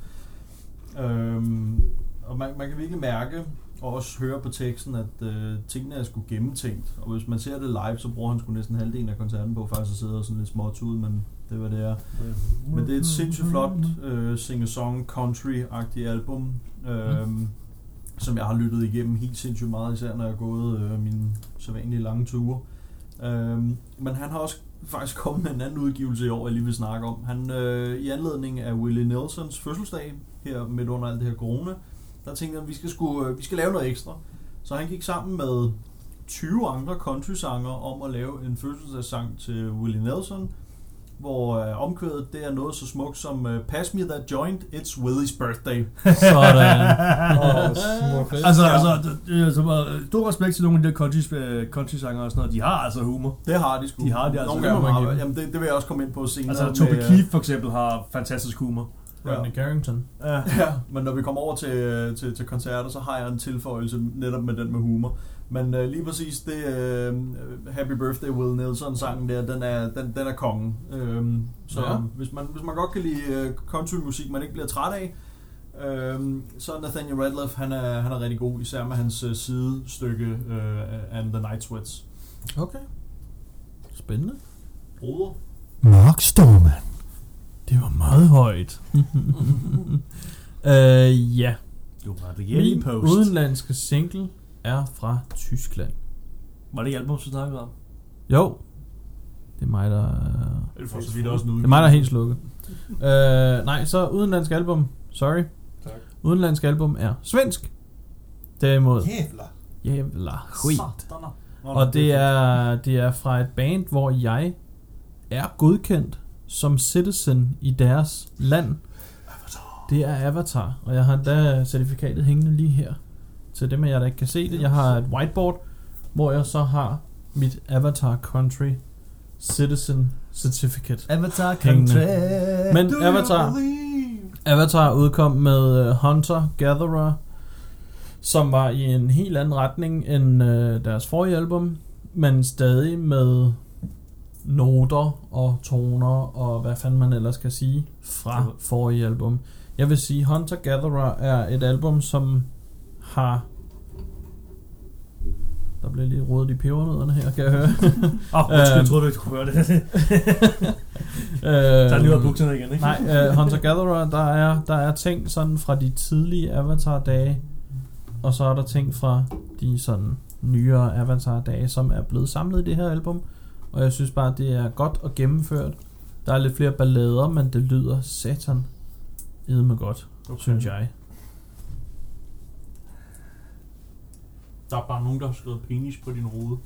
S3: Øhm, og man, man kan virkelig mærke og også høre på teksten, at øh, tingene er sgu gennemtænkt. Og hvis man ser det live, så bruger han sgu næsten halvdelen af koncerten på faktisk at sidde og sådan lidt småt ud, men det var det er. Men det er et sindssygt flot øh, sing-a-song, country-agtigt album, øh, mm. som jeg har lyttet igennem helt sindssygt meget, især når jeg har gået øh, mine sædvanlige lange ture. Øh, men han har også faktisk kommet med en anden udgivelse i år, jeg lige vil snakke om. Han, øh, I anledning af Willie Nelsons fødselsdag, her midt under alt det her corona, der tænkte jeg, at vi skal, sgu, øh, vi skal lave noget ekstra. Så han gik sammen med 20 andre country-sanger om at lave en fødselsdagssang til Willie Nelson, hvor øh, omkvædet det er noget så smukt som øh, Pass me that joint, it's Willie's birthday.
S1: Sådan.
S2: Åh, smukt.
S4: Altså, altså, d- øh, altså øh, stor respekt til nogle af de der country, øh, country-sanger og sådan noget. De har altså humor.
S3: Det har de sgu.
S4: De har det altså.
S3: Nogle
S4: Det må
S3: gange
S4: man
S3: har
S4: give dem.
S3: Jamen, det, det vil jeg også komme ind på senere.
S4: Altså, Toby
S3: øh,
S4: Keith for eksempel har fantastisk humor.
S3: ja.
S1: Rodney Carrington.
S4: Ja.
S3: Ja, men når vi kommer over til, øh, til, til koncerter, så har jeg en tilføjelse netop med den med humor. Men øh, lige præcis det øh, Happy Birthday Will Nelson sangen der, den er, den, den er kongen. Øh, så
S1: Ja.
S3: ja. hvis, man, hvis man godt kan lide øh, countrymusik, man ikke bliver træt af, øh, så er Nathaniel Radcliffe, han er, han er rigtig god, især med hans øh, sidestykke øh, And the Night Sweats.
S1: Okay. Spændende.
S3: Broder.
S5: Mørk stormand.
S1: Det var meget højt. øh, ja.
S4: Du var the
S1: Min
S4: Yelly Post. Uden...
S1: udenlandske single er fra Tyskland.
S4: Var det album, du snakkede om?
S1: Jo, det er mig, der... øh,
S3: Det er for så vidt også en
S1: Det er mig, der er helt slukket. øh, nej, så udenlandsk album. Sorry.
S2: Tak.
S1: Udenlandsk album er svensk. Derimod...
S2: Jævler.
S1: Jævla skit.
S3: Sataner. Nå,
S1: Og det er, det er fra et band, hvor jeg er godkendt som citizen i deres land. Det er Avatar, og jeg har endda certifikatet hængende lige her. Til dem af jer, der ikke kan se det. Jeg har et whiteboard, hvor jeg så har mit Avatar Country Citizen Certificate.
S4: Avatar
S1: Hængende.
S4: Country.
S1: Men Avatar... Avatar udkom med øh, Hunter Gatherer, som var i en helt anden retning end øh, deres forrige album, men stadig med noter og toner og hvad fanden man ellers kan sige fra forrige album. Jeg vil sige, Hunter Gatherer er et album, som har... Der blev lige rodet i pebernødderne her, kan jeg høre.
S4: Åh, oh, undskyld,
S1: Øhm.
S4: jeg troede, du ikke kunne høre det. Så er
S1: Øhm,
S4: det lige ud af bukserne igen, ikke?
S1: Nej, uh, Hunter Gatherer, der er, der er ting sådan fra de tidlige Avatar-dage, og så er der ting fra de sådan nyere Avatar-dage, som er blevet samlet i det her album. Og jeg synes bare, det er godt og gennemført. Der er lidt flere ballader, men det lyder satan med godt, okay. synes jeg.
S3: Der er bare nogen, der har skrevet penis på din rode.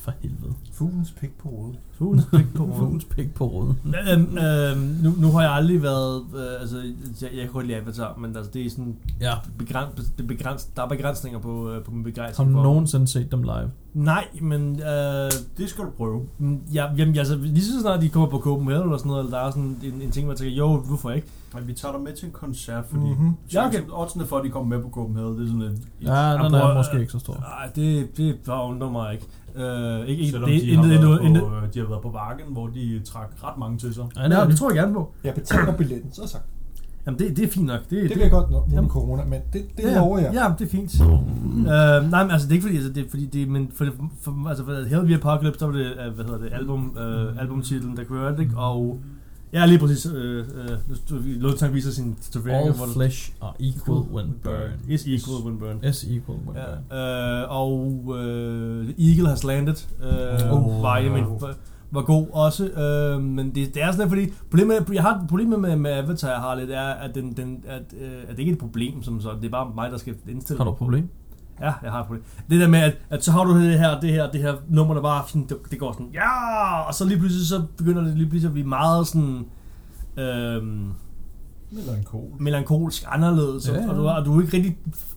S1: For helvede.
S2: Fuglens pik på hovedet.
S4: Fuglens pik på
S1: Fuglens pik på roden.
S4: øhm, øhm, nu, nu har jeg aldrig været... Øh, altså, jeg, jeg kan godt lide Avatar, men altså, det er sådan...
S1: Ja.
S4: Begræns, be, begræns, der er begrænsninger på, øh, på min
S1: Har
S4: begrænsning.
S1: du
S4: for-
S1: nogensinde set dem live?
S4: Nej, men... Øh,
S3: Det skal du prøve.
S4: mm, ja, jamen, altså, lige så snart de kommer på Copenhagen eller sådan noget, eller der er sådan en, en ting, man tænker, jo, hvorfor ikke?
S3: Men vi tager dig med til en koncert, fordi
S2: Mhm.
S3: mm-hmm.
S4: Ja,
S3: ja,
S4: okay.
S3: okay. oddsene for, at de kommer med på Copenhagen, det er sådan lidt...
S1: Ja, den
S4: prøv,
S1: er
S4: øh,
S1: måske ikke så stor.
S4: Nej, det, det bare undrer mig ikke. Øh, ikke
S3: Selvom
S4: det,
S3: de, har
S4: intet,
S3: været
S4: intet, intet,
S3: på, øh, de har været på Varken, hvor de trak ret mange til sig.
S1: Ej, det er det.
S4: tror jeg gerne på.
S2: Jeg betaler billetten, så sagt.
S4: Jamen, det, det er fint nok. Det,
S2: Det bliver godt nok nu med corona, men det, det
S4: ja,
S2: lover jeg.
S4: Ja, jamen, det er fint. Øh, nej, men altså, det er ikke fordi, altså, det er fordi, det, er- men for, for, for altså, for Hell Via Apocalypse, der var det, øh, hvad hedder det, album, øh, albumtitlen, der kørte, ikke? Og, ja, lige præcis, øh, øh, nu stod vi- Lothar viser sin tatovering.
S1: All
S4: hvor der-
S1: flesh are equal when burned.
S4: Is equal when burned.
S1: Is equal when
S4: Ja,
S1: burned.
S4: øh, og øh, Eagle has landed. Øh,
S1: Oh.
S4: oh. var, jamen, var, var god også. Øh, men det, det er sådan lidt, fordi problemet, jeg har problemet med, med Avatar, jeg har lidt, er, at, den, den, at, øh, at det ikke er et problem som sådan. Det er bare mig, der skal indstille
S1: Har du
S4: mig
S1: et
S4: på-
S1: problem?
S4: Ja, jeg har et problem. Det der med, at, at så har du det her, det her, det her nummer, der bare sådan, det, det går sådan, ja, og så lige pludselig, så begynder det lige pludselig at blive meget sådan, øhm,
S3: Melankol.
S4: melankolsk anderledes,
S1: Ja,
S4: ja,
S1: ja.
S4: ja. og du, er- og du er ikke rigtig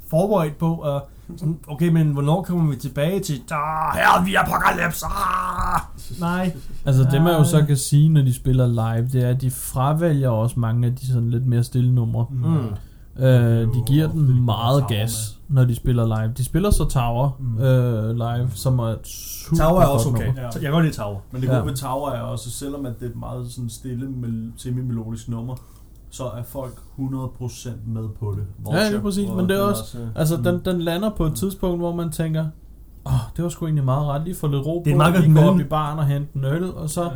S4: forberedt på, at sådan, okay, men hvornår kommer vi tilbage til, ah, her er vi apokalypse, ah! Nej.
S1: Altså det man jo
S4: Ej.
S1: så kan sige, når de spiller live, det er, at de fravælger også mange af de sådan lidt mere stille numre. Mm.
S4: Mm.
S1: Øh, de
S3: jo
S1: giver
S3: ofte, de
S1: den
S3: går
S1: meget
S3: Tower
S1: gas, når de spiller live. De spiller så Tower mm.
S3: Mm.
S1: øh, live, som er et super
S4: Tower er
S1: godt
S4: også okay.
S1: nummer.
S4: Ja. Jeg kan godt lide Tower.
S3: Men det gode
S1: Ja.
S3: ja. ved Tower er også, selvom at det er et meget sådan stille, mel- semi-melodisk nummer, så er folk 100% med på det.
S1: Ja, lige præcis, men det er også- Altså
S3: Mm.
S1: den, den lander på et tidspunkt, hvor man tænker, åh, oh, det var sgu egentlig meget ret, lige få lidt ro
S4: Det er et
S1: på,
S4: meget godt
S1: lige gå op
S4: mellem-
S1: i baren og hente en øl, og så... Ja.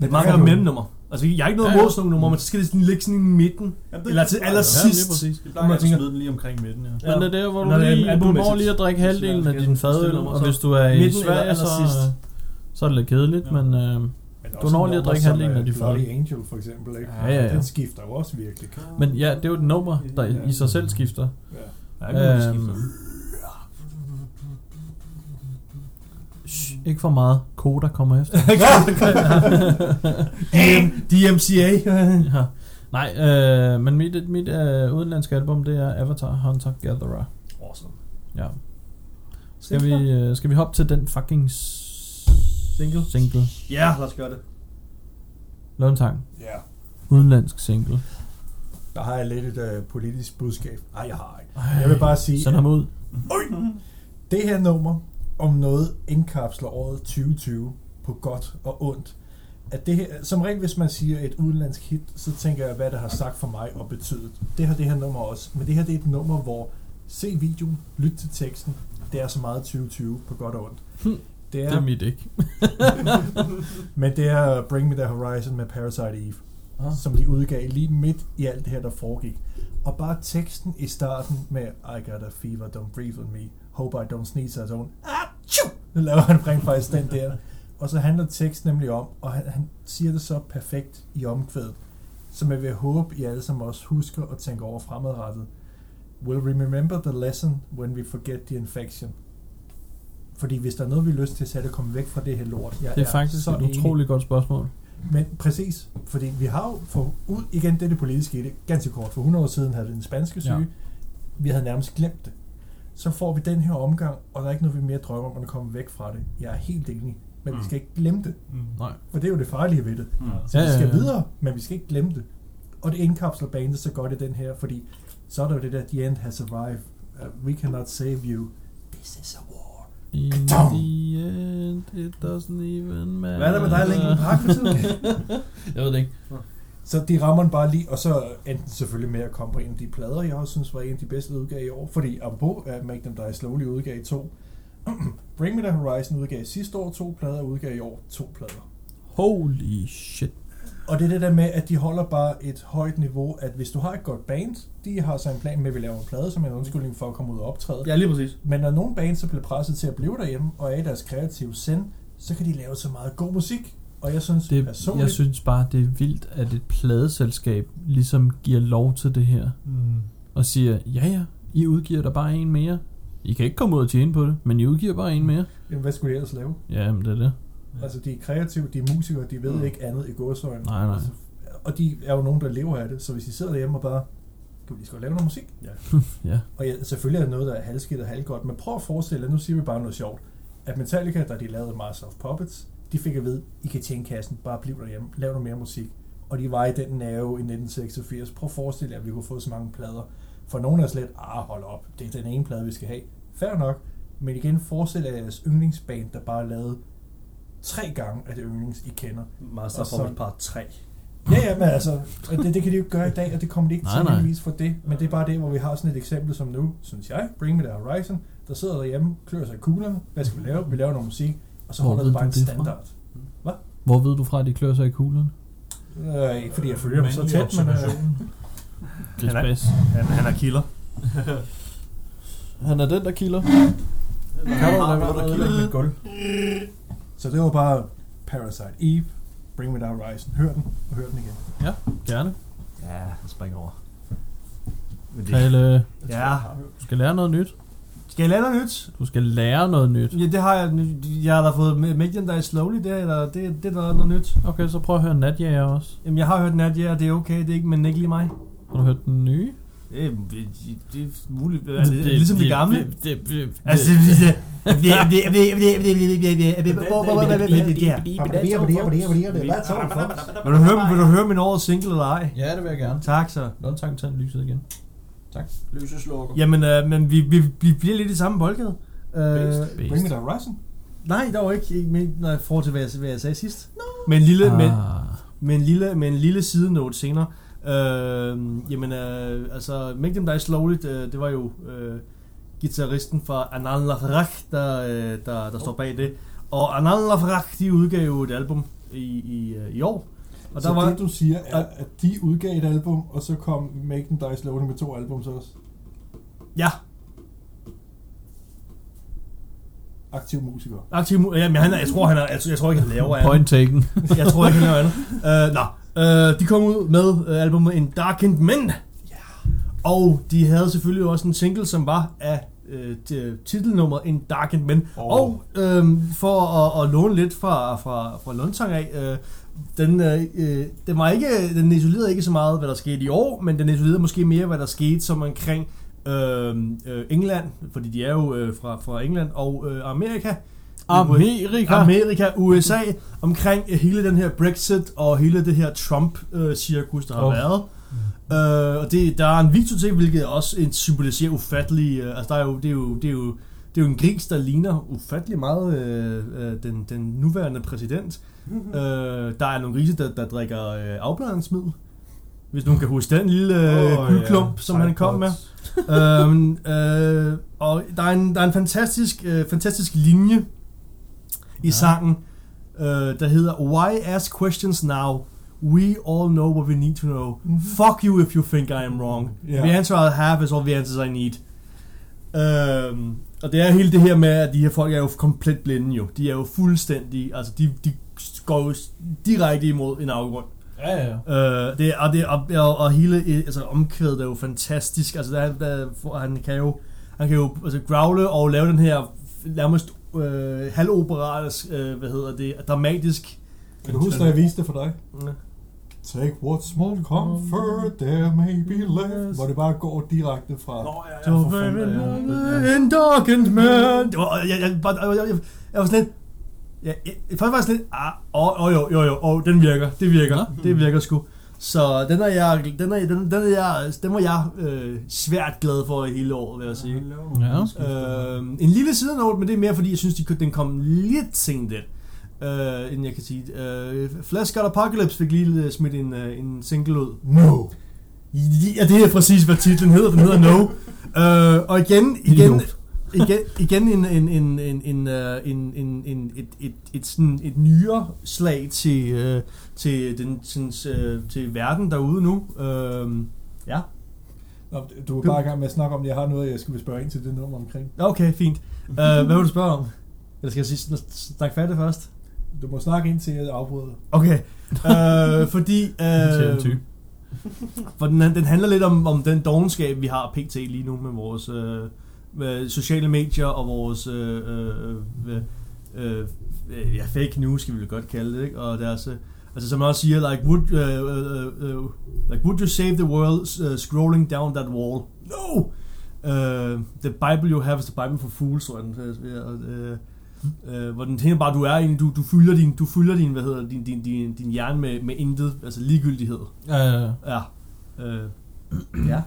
S4: Det er meget godt mellemnummer. Altså, jeg har ikke noget
S1: Ja, ja.
S4: imod sådan nogle numre, men så skal det sådan ligge sådan i midten.
S3: Jamen,
S4: Eller til
S1: Ja, lige
S4: allersidst.
S1: præcis.
S3: Det
S4: Hvor
S3: plejer
S4: man
S3: jeg at
S4: tænker-
S3: smide den lige omkring midten, ja.
S1: Men det er der, hvor
S4: Når
S1: du,
S4: det er
S1: lige, du
S4: album-
S1: når lige at drikke
S4: album-
S1: halvdelen af
S4: Ja,
S1: din
S4: så-
S1: fadøl,
S4: så- så-
S1: og hvis du er i
S4: midten eller
S1: Sverige, så,
S4: allersidst.
S1: så er det lidt kedeligt,
S3: Ja.
S1: men... Øh,
S3: Men
S1: Du når lige at drikke halvdelen af de
S2: øh, Bloody
S1: første.
S2: Angel for eksempel, ikke?
S1: Ja, ja, ja.
S2: Den skifter jo også virkelig.
S1: Men ja, det er jo et nummer, der i- i sig selv skifter.
S2: Ja.
S4: Der er ikke noget, vi
S1: Øhm.
S4: skifter.
S1: Shh, ikke for meget. Koda kommer efter.
S4: DM, DMCA.
S1: ja. Nej, øh, men mit, mit øh, udenlandske album, det er Avatar Hunter Gatherer.
S4: awesome.
S1: Ja. Skal vi, øh, skal vi hoppe til den fucking s-
S4: Single?
S1: single.
S4: Ja, lad os gøre det.
S1: Løntang.
S2: ja.
S1: Udenlandsk single.
S2: Der har jeg lidt et øh, politisk budskab. Nej, jeg har ikke. Jeg vil bare sige,
S1: Send ham ud.
S2: Det her nummer om noget indkapsler året 2020 på godt og ondt. At det her, som regel, hvis man siger et udenlandsk hit, så tænker jeg, hvad det har sagt for mig og betydet. Det har det her nummer også. Men det her det er et nummer, hvor se videoen, lyt til teksten. Det er så meget 2020 på godt og ondt. Det
S1: Det er
S2: er,
S1: mit ikke.
S2: men det er Bring Me The Horizon med Parasite Eve,
S1: Ah.
S2: som de udgav lige midt i alt det her, der foregik. Og bare teksten i starten med I got a fever, don't breathe on me, hope I don't sneeze, og sådan, Achoo! Nu laver han rent faktisk den der. Og så handler teksten nemlig om, og han, han siger det så perfekt i omkvædet, som jeg vil håbe, I alle sammen også husker og tænker over fremadrettet. We'll remember the lesson when we forget the infection. Fordi hvis der er noget, vi har lyst til, så er det at komme væk fra det her lort. Jeg
S1: Det er faktisk
S2: så
S1: et
S2: enig.
S1: utroligt godt spørgsmål.
S2: Men præcis, fordi vi har jo for ud igen det, det politiske i det, ganske kort, for 100 år siden havde vi den spanske syge,
S1: Ja.
S2: ja. vi havde nærmest glemt det. Så får vi den her omgang, og der er ikke noget, vi mere drømmer om, end at komme væk fra det. Jeg er helt enig, men mm. vi
S3: Mm.
S2: skal ikke glemme det,
S3: Mm.
S4: Øhm.
S1: Nej.
S2: for det er jo det farlige ved det.
S3: Mm.
S2: Så
S1: Ja,
S2: ja, vi skal
S1: ja, ja.
S2: videre, men vi skal ikke glemme det. Og det indkapsler bandet så godt i den her, fordi så er der jo det der, the end has arrived, uh, we cannot save you, this is a war.
S1: In
S2: Katam!
S1: the end, it doesn't even matter.
S2: Hvad er der med dig, Linkin Park, for tiden?
S1: Jeg ved det ikke.
S2: Så de rammer den bare lige, og så endte den selvfølgelig med at komme på en af de plader, jeg også synes var en af de bedste udgaver i år. Fordi apropos at Make Them Die Slowly udgav i to. Bring Me The Horizon udgav sidste år to plader, og udgav i år to plader.
S1: Holy shit.
S2: Og det er det der med, at de holder bare et højt niveau, at hvis du har et godt band, de har så en plan med, at vi laver en plade som en undskyldning for at komme ud og optræde.
S4: Ja, lige præcis.
S2: Men når nogle bands så bliver presset til at blive derhjemme, og er i deres kreative sind, så kan de lave så meget god musik. Og jeg synes det,
S1: Det,
S2: personligt,
S1: jeg synes bare, det er vildt, at et pladeselskab ligesom giver lov til det her.
S3: Mm.
S1: Og siger, ja ja, I udgiver der bare en mere. I kan ikke komme ud og tjene på det, men I udgiver bare en mere.
S2: jamen, hvad skulle de ellers lave?
S1: Ja, men det er det.
S3: Ja.
S2: Altså, de er kreative, de er musikere, de ved
S3: Mm.
S2: ikke andet i godsøjne.
S1: Nej, nej.
S2: Altså, og de er jo nogen, der lever af det, så hvis I sidder derhjemme og bare, kan vi lige skal lave noget musik?
S1: Ja.
S2: Og ja, selvfølgelig er det noget, der er halvskidt og halvgodt, men prøv at forestille jer, nu siger vi bare noget sjovt, at Metallica, da de lavede Master of Puppets, de fik at vide, I kan tjene kassen, bare bliv derhjemme, lav noget mere musik. Og de var i den nerve i 1986. Prøv at forestille jer, at vi kunne få så mange plader. For nogle er slet, ah, hold op, det er den ene plade, vi skal have. Fair nok, men igen, forestil jer jeres yndlingsband, der bare lavede tre gange af det yndlings, I kender.
S4: Master
S2: Og
S4: of
S2: så-
S4: Puppets Part 3.
S2: Ja, ja, men altså, og det, det kan de jo ikke gøre i dag, og det kommer de ikke
S1: Nej,
S2: til
S1: nej.
S2: heldigvis for det. Men det er bare det, hvor vi har sådan et eksempel som nu, synes jeg, Bring Me The Horizon, der sidder derhjemme, klør sig i kuglerne, hvad skal vi lave? Vi laver noget musik, og så
S1: Hvor
S2: holder
S1: ved
S2: det bare
S1: du
S2: en
S1: det fra?
S2: standard.
S1: Hvor ved du fra, at de klør sig i kuglen?
S2: Øh, ikke fordi jeg følger dem så
S3: Mandlig
S2: tæt, men øh,
S3: observation.
S1: Det
S4: Han er-
S1: er spids.
S4: Han, han er kilder.
S1: Han er den, der kilder.
S3: Kan du lade være med at ødelægge mit gulv?
S2: så det var bare Parasite Eve, Bring Me The Horizon, hør den, og hør den igen.
S1: Gerne.
S4: Ja, han springer over. Men det,
S1: Kalle,
S4: ja.
S1: øh, du skal lære noget nyt.
S4: Skal jeg lade noget nyt?
S1: Du skal lære noget nyt.
S4: Ja, det har jeg. Jeg har da fået Median der er slowly der, eller det, det er da noget nyt.
S1: Okay, så prøv at høre Natjager også.
S4: Jamen, jeg har hørt Nat, ja, det er okay, det er ikke, men ikke lige mig.
S1: Har du hørt den nye?
S4: Det, det, det er muligt. Er det, ligesom det gamle?
S1: Det, det, det,
S4: Altså, det det- det- det- det- det- det- det- det- det- det- det- det- hvor- hvor- hvor- hvor- hvor- det der. Vil du høre, vil du høre min årets single eller ej?
S1: Ja, det vil jeg gerne.
S4: Tak så.
S1: Nå, tak, tænd lyset igen.
S3: Lyseslukker.
S4: Jamen, øh, men vi, vi, vi bliver lidt i samme boldgade. Øh,
S1: Bedst.
S3: Bedst.
S2: Bring Me The Horizon?
S4: nej, dog ikke, ikke men, nej, i forhold til, hvad jeg, hvad jeg sagde sidst. Men en lille, men,
S1: Ah,
S4: med en lille, med en lille sidenote senere. Øh, jamen, øh, altså, Make Them Die Slowly, det, det var jo øh, gitarristen fra Anal Lafrak, der, øh, der, der står bag det. Og Anal Lafrak, de udgav jo et album i, i, øh, i år. Og
S2: Og der så var... det, du siger, er, at de udgav et album, og så kom Make Them Die Slowly med to albums også?
S4: Ja.
S2: Aktiv musiker.
S4: aktiv... mu- Jamen, han er, jeg tror, han er, jeg, jeg tror ikke, han laver andet.
S1: point taken.
S4: Jeg tror ikke, han laver andet. Øh, nå. Øh, de kom ud med øh, albumet In Darkened Men. Og de havde selvfølgelig også en single, som var af øh, t- titelnummeret In Darkened Men. Oh. Og øh, for at, at låne lidt fra, fra, fra Lundsang af, øh, den, øh, øh, den, var ikke, den isolerede ikke så meget, hvad der skete i år, men den isolerede måske mere, hvad der skete som omkring øh, øh, England, fordi de er jo øh, fra, fra England, og øh, Amerika.
S1: Amerika.
S4: Amerika, USA, omkring øh, hele den her Brexit og hele det her Trump-cirkus, der har
S1: Oh.
S4: oh. været. Øh, og det, der er en video til, hvilket også en symboliserer ufattelig... Øh, altså, der er jo, det, er jo, det, er jo, det er jo en gris, der ligner ufattelig meget øh, øh, den, den nuværende præsident. øh, der er nogle grise, der, der drikker øh, afbladringsmiddel. Hvis nogen kan huske den lille øh,
S3: Åh,
S4: oh, guldklump, ja. som han kom med
S3: Sidepods.
S4: øhm, øh, og der er en, der er en fantastisk, øh, fantastisk linje i
S1: Ja.
S4: sangen, øh, der hedder Why ask questions now We all know what we need to know.
S2: Mhm.
S4: Fuck you if you think I am wrong.
S2: Ja.
S4: The answer I have is all the answers I need. Øhm, og det er hele det her med, at de her folk er jo komplet blinde jo. De er jo fuldstændig, altså de, de går jo s- direkte imod en afgrund.
S1: Ja, ja, ja.
S4: Øh, det, og, det, og, og, og hele øh, altså, omkvædet er jo fantastisk. Altså, der, er- der, for, han kan jo, han kan jo altså, growle og lave den her nærmest øh, halvoperals, øh, hvad hedder det, dramatisk...
S2: Kan du huske, da jeg viste det for dig?
S4: Ja.
S2: Take what small comfort there may be
S4: Mm,
S2: left. Hvor det bare går direkte fra...
S3: Nå, ja, ja,
S4: So
S3: for
S4: very
S3: fanden, ja.
S4: lonely and darkened man. øh, Det var, jeg, jeg, bare- jeg, jeg, jeg, jeg var sådan lidt... Jeg, jeg, først var jeg sådan lidt... Ah, oh, oh, jo, jo, jo, oh, den virker. Det virker.
S1: Nå.
S4: Det virker sgu. Så den er jeg, den er, den, den er jeg, den var jeg øh, svært glad for i hele året, vil jeg sige.
S1: Ja.
S4: Øh, en lille sidenote, men det er mere fordi, jeg synes, de, kunne- den kom lidt sent ind. Øh, end jeg kan sige. Øh, Flash God Apocalypse fik lige øh, smidt en, øh, en single ud.
S2: No!
S4: Ja, det er præcis, hvad titlen hedder. Den hedder No. Øh, og igen, igen,
S1: Idiot.
S4: igen, igen en, en, en, en, en, øh, en, en, en, et, et, et, sådan, et nyere slag til, øh, til, den, sådan, øh, til verden derude nu. Øh, ja,
S2: Nå, du er bare i gang med at snakke om, at jeg har noget, jeg skal spørge ind til det nummer omkring.
S4: okay, fint. Øh, hvad vil du spørge om? Eller skal jeg sige, sn- snakke færdigt først?
S2: Du må snakke ind til, at jeg afbryder dig.
S4: Okay, øh, fordi
S1: Øh,
S4: øh, for den, den handler lidt om, om den dogenskab, vi har pt. lige nu med vores øh, med sociale medier og vores øh, øh, øh, øh, øh, ja, fake news, skal vi vel godt kalde det, ikke? og deres... Øh, Altså som man også siger, like would, uh, uh, uh, like would you save the world uh, scrolling down that wall? No! Uh, the Bible you have is the Bible for fools, tror jeg. den hedder. Øh, øh, øh, hvor den tænker bare, du er en, du, du fylder din, du fylder din, hvad hedder, din, din, din, din hjerne med, med intet, altså ligegyldighed.
S1: øh,
S4: Ja. Øh, ja.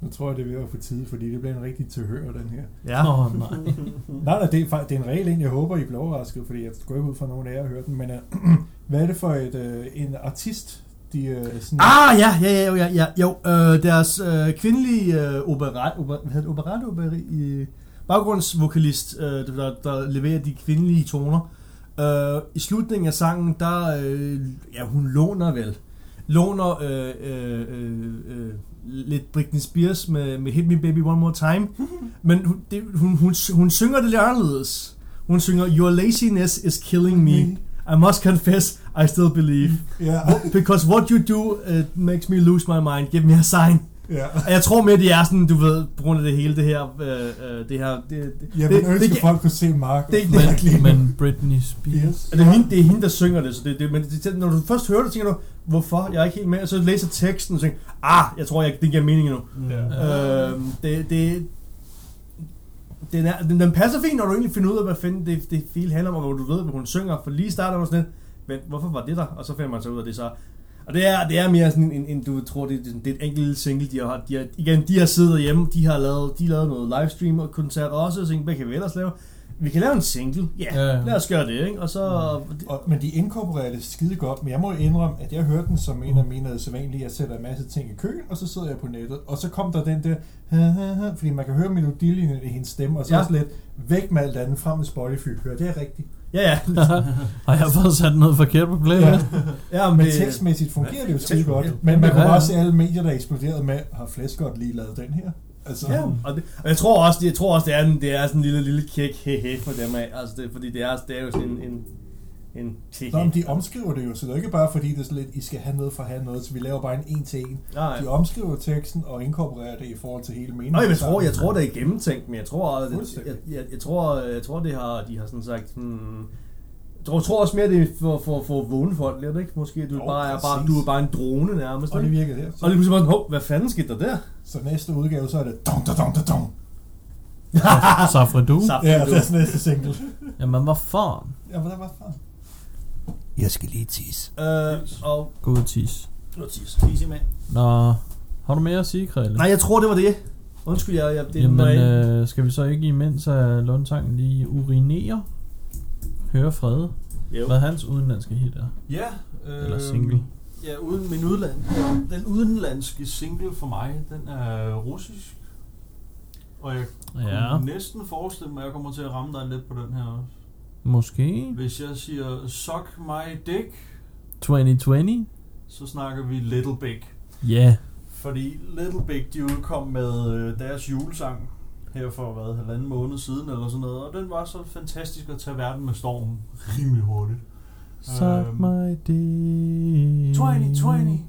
S2: Nu tror jeg, det er ved at få tid, fordi det bliver en rigtig tilhør, den her.
S4: Ja.
S1: Nå, nej.
S4: Mm.
S2: Nej, nej, det er, fakt- det er en regel, en, jeg håber, I bliver overrasket, fordi jeg går ikke ud fra at nogen af jer hører den, men uh, hvad er det for et, uh, en artist, de uh, sådan...
S4: Ah, ja, ja, ja, jo, ja, ja, jo. Øh, deres øh, kvindelige øh, operat, oper, hvad hedder det, operat, operi, øh, baggrundsvokalist, øh, der, der, der leverer de kvindelige toner. Øh, I slutningen af sangen, der, øh, ja, hun låner vel, låner øh, øh, øh, øh, lidt Britney Spears med, med Hit Me Baby One More Time, men hun, det, hun, hun, hun synger det lidt anderledes. Hun synger, Your laziness is killing me. I must confess, I still believe.
S2: Ja,
S4: Because what you do uh, makes me lose my mind. Give me a sign.
S2: ja.
S4: Og jeg tror med, det er sådan, du ved, på grund af det hele det her, øh, øh, det her, det, det,
S2: Jeg
S4: det,
S2: vil ønske,
S4: det,
S2: at folk kunne se Mark.
S4: det- det-
S1: Men, men Britney Spears.
S2: Yes.
S4: det, er hende, det er hende, der synger det, så det, det men det, når du først hører det, tænker du, hvorfor? Jeg er ikke helt med. Og så læser teksten og tænker, ah, jeg tror, jeg, det giver mening nu.
S2: Ja.
S4: Øh, det, det, den, er, den, den passer fint, når du egentlig finder ud af, hvad fanden det, det hele handler om, og hvor du ved, hvad hun synger. For lige starter man sådan lidt, men hvorfor var det der? Og så finder man så ud af det så. Og det er, det er mere sådan en, en, en du tror, det, er sådan- det er et enkelt lille single, de har, de har, igen, de har siddet hjemme, de har lavet, de har lavet noget livestream og koncert også, og tænkte, hvad kan vi ellers lave? Vi kan lave en single, ja,
S1: Ja,
S4: yeah,
S1: ja.
S4: lad os gøre det, ikke? Og så...
S2: Og, men de inkorporerer det skide godt, men jeg må indrømme, at jeg hørte den som en af mine sædvanlige, jeg sætter en masse ting i køen, og så sidder jeg på nettet, og så kom der den der, "Ha, ha, ha", fordi man kan høre melodilinjen i hendes stemme, og så
S4: Ja.
S2: ja. også lidt væk med alt andet, frem med Spotify, hører det er rigtigt.
S4: Ja, ja.
S1: Har jeg fået sat noget forkert på play?
S2: Ja.
S1: Ja.
S4: ja
S2: Men
S4: det-
S2: tekstmæssigt fungerer det jo skide godt, men
S1: Ja,
S2: man kunne
S1: ja.
S2: bare se alle medier, der eksploderede med, har Flash godt lige lavet den her? Altså,
S4: Ja, og, det, og jeg tror også, det, jeg tror også, det er, en, det er sådan en lille, lille kæk hehe for dem af, altså det, fordi det er, det er jo sådan en, en, en
S2: Nå, men
S4: hehe.
S2: de omskriver det jo, så det er ikke bare fordi, det er sådan lidt, I skal have noget for at have noget, så vi laver bare en en til en.
S4: Nej.
S2: De omskriver teksten og inkorporerer det i forhold til hele meningen.
S4: Nå, jeg tror, jeg tror, det er gennemtænkt, men jeg tror, at, jeg,
S2: Fuldstændig.
S4: jeg, jeg, tror, jeg tror, det har, de har sådan sagt, hmm, jeg tror, jeg tror også mere, det er for, for, for at vågne folk lidt, ikke? Måske du,
S2: Jo,
S4: bare, er bare,
S2: præcis.
S4: du er bare en drone nærmest.
S2: Og det
S4: ikke?
S2: virker her.
S4: og lige pludselig bare sådan, hov, hvad fanden skete der der?
S2: Så næste udgave, så er det dong, dong, dong, dong, dong.
S1: Safredu?
S4: Saft,
S2: Uh, Ja,
S4: du.
S2: det er næste single.
S1: Jamen, hvor fanden?
S2: Ja, hvad der var fra?
S5: Jeg skal lige tisse.
S4: Øh, og,
S1: God tis.
S3: Easy, mand.
S1: Nå, har du mere at sige, Krille?
S4: nej, jeg tror, det var det. Undskyld, jeg, jeg det
S1: Jamen,
S4: var ikke-
S1: øh, skal vi så ikke imens at Lundtangen lige urinerer? Høre Frede,
S4: Jo.
S1: hvad hans udenlandske hit er?
S3: Ja. Øh,
S1: Eller single.
S3: Ja, uden, min udland, den udenlandske single for mig, den er russisk. Og jeg
S1: Ja,
S3: kunne næsten forestille mig, at jeg kommer til at ramme dig lidt på den her også.
S1: måske
S3: Hvis jeg siger, suck my dick,
S1: 2020?
S3: så snakker vi Little Big.
S1: Ja.
S3: Fordi Little Big, de udkom med øh, deres julesang her for, hvad, halvanden måned siden eller sådan noget. Og den var så fantastisk at tage verden med stormen rimelig hurtigt.
S1: Suck
S3: Øhm,
S1: my dick.
S3: 2020.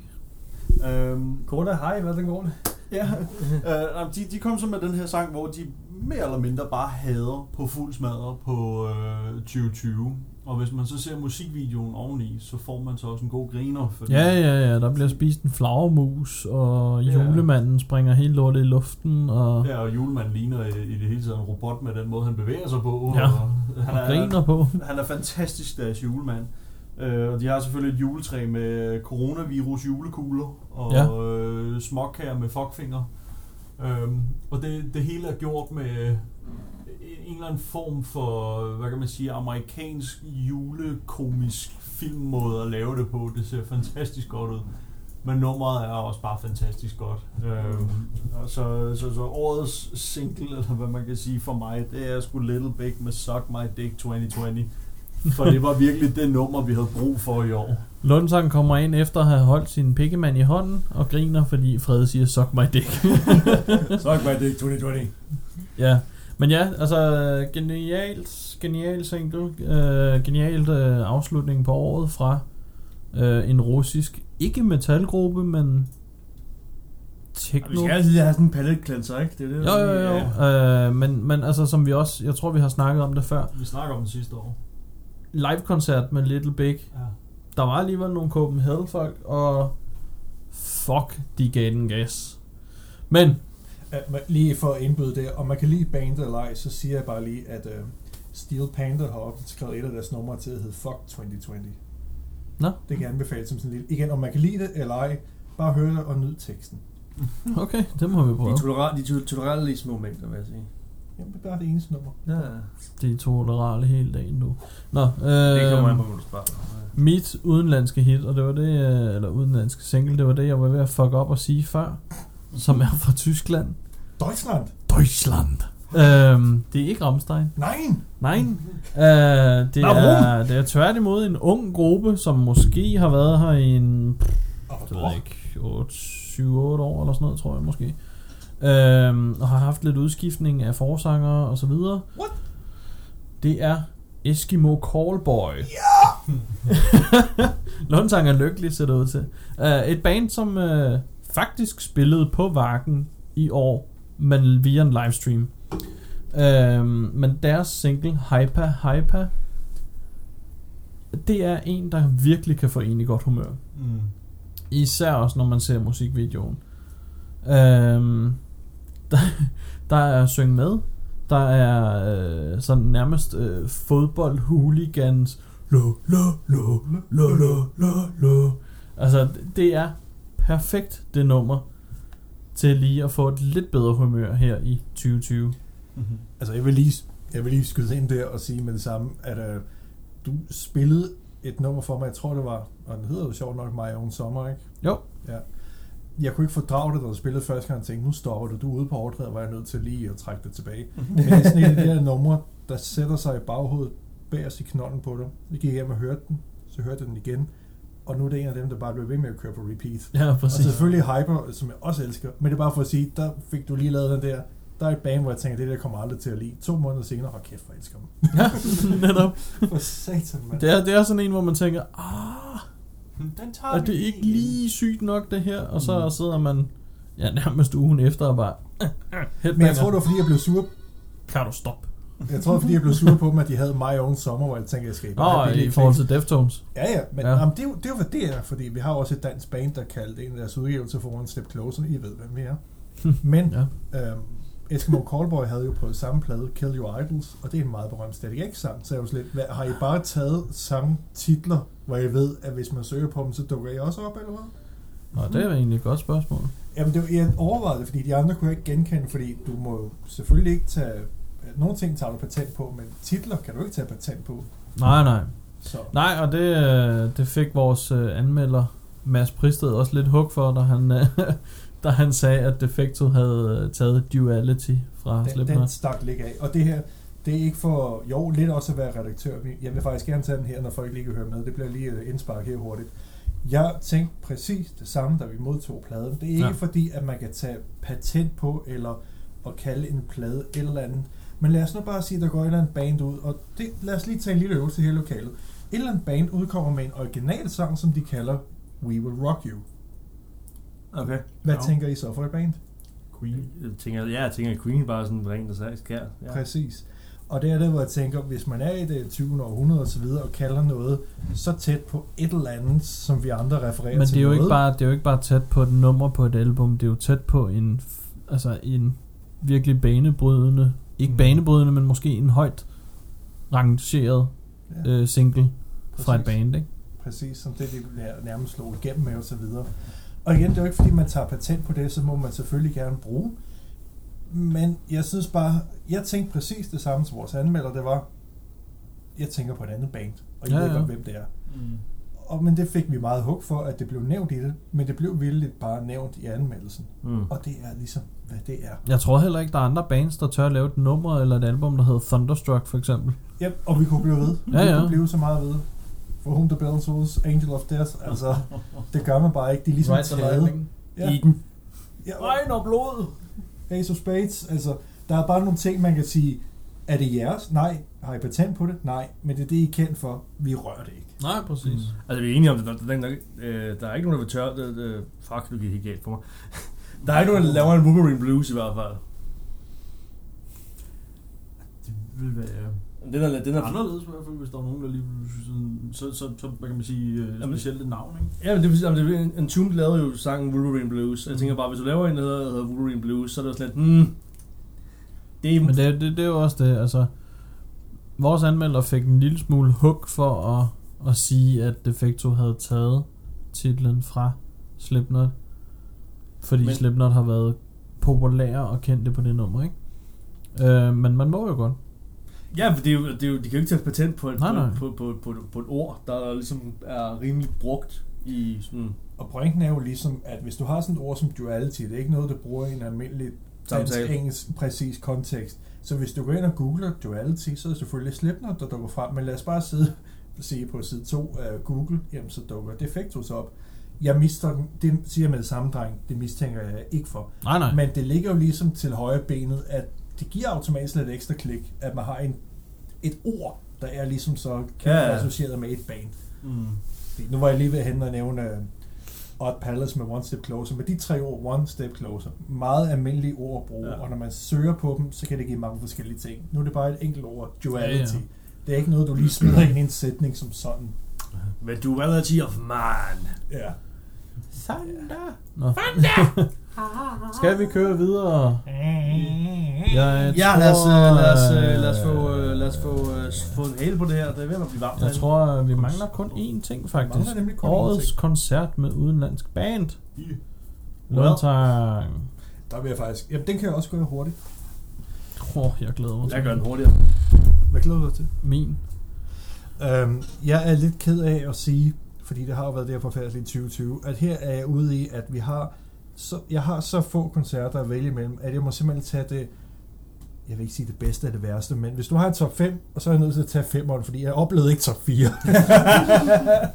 S3: Øhm,
S4: Korte hej, hvad den går det?
S3: ja, øh, nej, de, de kom så med den her sang, hvor de mere eller mindre bare hader på fuld smadre på øh, 2020. Og hvis man så ser musikvideoen oveni, så får man så også en god griner. Fordi
S1: Ja, ja, ja. Der bliver spist en flagermus, og
S3: Ja.
S1: julemanden springer helt lortet i luften, og,
S3: Ja, og julemanden ligner i, i det hele taget en robot med den måde, han bevæger sig på.
S1: Ja.
S3: Og
S1: og griner på.
S3: han er fantastisk, deres julemand. Øh, og de har selvfølgelig et juletræ med coronavirus julekugler og
S1: Ja.
S3: ja. øh, småkager med fuckfinger. Øhm, og det, det hele er gjort med en- en eller anden form for, hvad kan man sige, amerikansk julekomisk filmmåde at lave det på. Det ser fantastisk godt ud. Men nummeret er også bare fantastisk godt. Øhm, og så, så, så årets single, eller hvad man kan sige for mig, det er sgu Little Big med Suck My Dick 2020. For det var virkelig det nummer, vi havde brug for i år.
S1: Lundsang kommer ind efter at have holdt sin pikkemand i hånden, og griner, fordi Frede siger, suck my dick.
S4: Suck my dick 2020.
S1: Ja, men ja, altså øh, genialt, genial single, øh, genialt øh, afslutning på året fra øh, en russisk, ikke metalgruppe, men
S4: Ja, vi
S1: techno.
S4: skal altid lige have sådan en palette cleanser, ikke? Det er det,
S1: Jo, jo,
S4: vi-
S1: jo.
S4: ja.
S1: Øh, men, men altså, som vi også, jeg tror, vi har snakket om det før,
S3: Vi snakker om det sidste år.
S1: live-koncert med Little Big,
S3: Ja.
S1: der var alligevel nogle Copenhagen-folk, og fuck, de gav den gas. Men,
S2: Ja, men lige for at indbyde det, om man kan lide bandet eller ej, så siger jeg bare lige, at øh, Steel Panda har opskrevet et af deres numre til at hedde Fuck 2020.
S1: Nå.
S2: Det kan jeg anbefale som sådan en lille... Igen, om man kan lide det eller ej, bare hør det og nyd teksten.
S1: okay, det må vi
S4: De
S1: prøve.
S4: er tolerant, de er tolerant i små mængder, vil jeg sige.
S2: Jamen, det er bare det eneste nummer.
S4: Ja,
S1: De er tolerale hele dagen nu. Nå, øh,
S4: det kommer an på, hvor du spørger.
S1: Mit udenlandske hit, og det var det, øh, eller udenlandske single, det var det, jeg var ved at fuck op og sige før, som er fra Tyskland.
S2: Deutschland!
S1: Deutschland. Øhm, det er ikke Rammstein.
S2: Nej!
S1: Nej. Øh, det,
S4: Warum?
S1: er, det er tværtimod en ung gruppe, som måske har været her i en,
S2: Og
S1: det ved jeg ikke, 8, 7, 8 år eller sådan noget, tror jeg måske. Øhm, og har haft lidt udskiftning af forsanger og så videre.
S2: What?
S1: Det er Eskimo Callboy. Ja! Lundsang er lykkelig, ser det ud til. Uh, et band, som uh, faktisk spillede på Varken i år, men via en livestream. Uh, men deres single, Hypa Hypa, det er en, der virkelig kan få en i godt humør.
S3: Mm.
S1: Især også når man ser musikvideoen øhm, der, der er synge med Der er øh, sådan nærmest øh, fodbold hooligans lo, lo, lo, lo, lo, lo, lo. Altså det er perfekt det nummer Til lige at få et lidt bedre humør her i 2020
S3: Mm-hmm.
S2: Altså, jeg vil lige, jeg vil lige skyde ind der og sige med det samme, at øh, du spillede et nummer for mig, jeg tror det var, og den hedder jo sjovt nok My Own Summer, ikke?
S1: Jo.
S2: Ja. Jeg kunne ikke fordrage det, da du spillede første gang, og tænkte, nu stopper du, du er ude på overdrevet, var jeg nødt til lige at trække det tilbage.
S1: Mhm.
S2: Men det er sådan et af de der numre, der sætter sig i baghovedet, bagerst i knolden på dig. Jeg gik hjem og hørte den, så hørte jeg den igen, og nu er det en af dem, der bare bliver ved med at køre på repeat.
S1: Ja
S2: Og
S1: præcis
S2: selvfølgelig Hyper, som jeg også elsker, men det er bare for at sige, der fik du lige lavet den der, der er et band, hvor jeg tænker, det der kommer jeg aldrig til at lide. To måneder senere, hold kæft, hvor jeg elsker dem.
S1: ja, netop.
S2: For satan, mand.
S1: Det, er, det er sådan en hvor man tænker ah,
S3: Den tager
S1: Er det ikke lige sygt nok det her Og
S2: Mm.
S1: så sidder man ja, nærmest ugen efter og bare
S2: Men jeg tror, det var fordi, jeg blev sur,
S1: Kan du stoppe?
S2: jeg tror, det var, fordi jeg blev sur på dem, at de havde My Own Summer, hvor jeg tænkte, jeg skal
S1: Nå,
S2: bare have det
S1: i
S2: lidt
S1: forhold
S2: klik.
S1: til Deftones.
S2: Ja, ja, men
S1: Ja.
S2: ja. Jamen, det, er jo, det er jo, hvad det er, fordi vi har også et dansk band, der kaldte en af deres udgivelser for One Step Closer, I ved, hvem vi er. Men
S1: Ja.
S2: øhm, Eskimo Callboy havde jo på samme plade Kill Your Idols, og det er en meget berømt Static X-sang, så jeg var sådan lidt, hvad, har I bare taget samme titler, hvor jeg ved, at hvis man søger på dem, så dukker I også op, eller hvad?
S1: Nå, det er egentlig et godt spørgsmål.
S2: Jamen, det, var- jeg overvejede det, fordi de andre kunne jeg ikke genkende, fordi du må jo selvfølgelig ikke tage... Nogle ting tager du patent på, men titler kan du ikke tage patent på.
S1: Nej, nej.
S2: Så
S1: Nej, og det, øh, det fik vores øh, anmelder Mads Pristed også lidt hug for, da han, øh, da han sagde, at Defecto havde øh, taget Duality fra
S2: den, den
S1: Slipknot.
S2: stak ligge af. Og det her, det er ikke for... Jo, lidt også at være redaktør. Vi- Jeg vil faktisk gerne tage den øh, her, når folk lige kan høre med. Det bliver lige et indspark her hurtigt. Jeg tænkte præcis det samme, da vi modtog pladen. Det er ikke
S3: Ja.
S2: ja. fordi, at man kan tage patent på, eller at kalde en plade et eller andet. Men lad os nu bare sige, at der går et eller andet band ud, og det, lad os lige tage en lille øvelse her i lokalet. Et eller andet band udkommer med en original sang, som de kalder We Will Rock You.
S4: Okay.
S2: Hvad
S3: Ja.
S2: ja. tænker I så for et band?
S3: Queen.
S4: Jeg tænker, ja, jeg tænker, at Queen bare er sådan rent og særligt skær. Ja.
S2: Ja. Præcis. Og det er det, hvor jeg tænker, hvis man er i det 20. århundrede og så videre, og kalder noget så tæt på et eller andet, som vi andre refererer
S1: Men
S2: til
S1: det er, jo
S2: noget,
S1: ikke bare, det er jo ikke bare tæt på et nummer på et album, det er jo tæt på en, f- altså en virkelig banebrydende, ikke
S2: Mm.
S1: banebrydende, men måske en højt rangeret
S2: ja,
S1: øh, single fra et
S2: præcis.
S1: band, ikke?
S2: Præcis, som det, de nær- nærmest slog igennem med og så videre. Og igen, det er jo ikke, fordi man tager patent på det, så må man selvfølgelig gerne bruge. Men jeg synes bare, jeg tænkte præcis det samme som vores anmelder, det var, jeg tænker på et andet band, og jeg
S1: Ja,
S2: ja, ved
S1: ja.
S2: godt, hvem det er.
S3: Mm.
S2: Og, men det fik vi meget hug for, at det blev nævnt i det, men det blev vildt bare nævnt i anmeldelsen.
S4: Mm.
S2: Og det er ligesom, hvad det er.
S1: Jeg tror heller ikke, der er andre bands, der tør at lave et nummer eller et album, der hedder Thunderstruck for eksempel.
S2: Yep, og vi kunne blive ved.
S1: Ja,
S2: Vi
S1: ja.
S2: kunne blive så meget ved. For whom the bell tolls, angel of death, altså, det gør man bare ikke. De er ligesom taget. Ja.
S4: Eden.
S2: Ja, og
S4: Regn og blod!
S2: Ace of Spades, altså, der er bare nogle ting, man kan sige, er det jeres? Nej. Har I patent på det? Nej. Men det er det, I er kendt for. Vi rører det ikke.
S1: Nej, præcis. Mm.
S4: Altså, vi er enige om, at der, der, der, øh, der er ikke nogen, der vil tørre... Øh, øh, fuck, du gik helt galt for mig. Der er ikke nogen, der laver en Wolverine Blues i hvert fald.
S3: Det vil være
S4: Den er, den er,
S3: anderledes i hvert fald, hvis der er nogen, der lige pludselig sådan, så, så, så, hvad kan man sige, øh,
S4: Jamen-
S3: specielt et navn, ikke?
S4: Ja, men det er, fordi- jamen, det er en, en tune lavede jo sangen Wolverine Blues. Jeg tænker bare, hvis du laver en, der hedder hedder Wolverine Blues, så er det jo sådan lidt, hmm, det er,
S1: Men det, det, det er jo også det, altså... Vores anmelder fik en lille smule hug for at, at sige, at Defecto havde taget titlen fra Slipknot. Fordi men,
S3: Men-
S1: Slipknot har været populære og kendte på det nummer, ikke? Øh, men man må jo godt.
S4: ja, for det er jo, det er jo, de kan jo ikke tage patent på et,
S1: Nej, nej.
S4: På, på, på, på, på et ord, der ligesom er rimelig brugt i sådan
S2: Og pointen er jo ligesom, at hvis du har sådan et ord som duality, det er ikke noget, du bruger i en almindelig
S4: Samtale.
S2: dansk-engelsk præcis kontekst. Så hvis du går ind og googler duality, så er det selvfølgelig Slipknot, der dukker frem. Men lad os bare sidde sige på side 2 af Google, jamen så dukker Defectus op. Jeg mister, det siger jeg med det samme, dreng, det mistænker jeg ikke for.
S1: Nej, nej.
S2: Men det ligger jo ligesom til højre benet, at det giver automatisk lidt ekstra klik, at man har en, et ord, der er ligesom så kan
S4: Ja, ja.
S2: ja. associeret med et band.
S3: Mm.
S2: Fordi Nu var jeg lige ved at hente og nævne uh, Odd Palace med One Step Closer, men de tre ord, One Step Closer, meget almindelige ord at bruge,
S3: Ja.
S2: ja. og når man søger på dem, så kan det give mange forskellige ting. Nu er det bare et enkelt ord, duality.
S1: Ja,
S2: Ja,
S1: ja.
S2: ja. Det er ikke noget, du lige smider ind i en sætning som sådan.
S4: The Duality of Man.
S2: Ja.
S1: Nå. Skal vi køre videre? Jeg
S4: Ja, lad os, øh, lad os, øh,
S1: tror,
S4: lad os få, øh, lad os få, øh, s- få en hale på det her. Det er ved at blive varmt.
S1: Jeg
S4: herinde.
S1: tror, øh, vi mangler kun én ting,
S2: Faktisk.
S1: faktisk.
S2: Mangler nemlig kun Årets.
S1: Årets
S2: Ting.
S1: koncert med udenlandsk band.
S3: Yeah.
S4: Well.
S1: Løntang.
S2: Der vil jeg faktisk... Jamen, den kan jeg også gøre hurtigt.
S1: Åh, oh, jeg glæder mig.
S4: Jeg gør den hurtigere.
S2: Hvad glæder du dig til?
S1: Min.
S2: Øhm, jeg er lidt ked af at sige, fordi det har jo været det her forfærdelige 2020, at her er jeg ude i, at vi har så, jeg har så få koncerter at vælge imellem, at jeg må simpelthen tage det, jeg vil ikke sige det bedste af det værste, men hvis du har en top 5, og så er jeg nødt til at tage 5'eren, fordi jeg oplevede ikke top 4.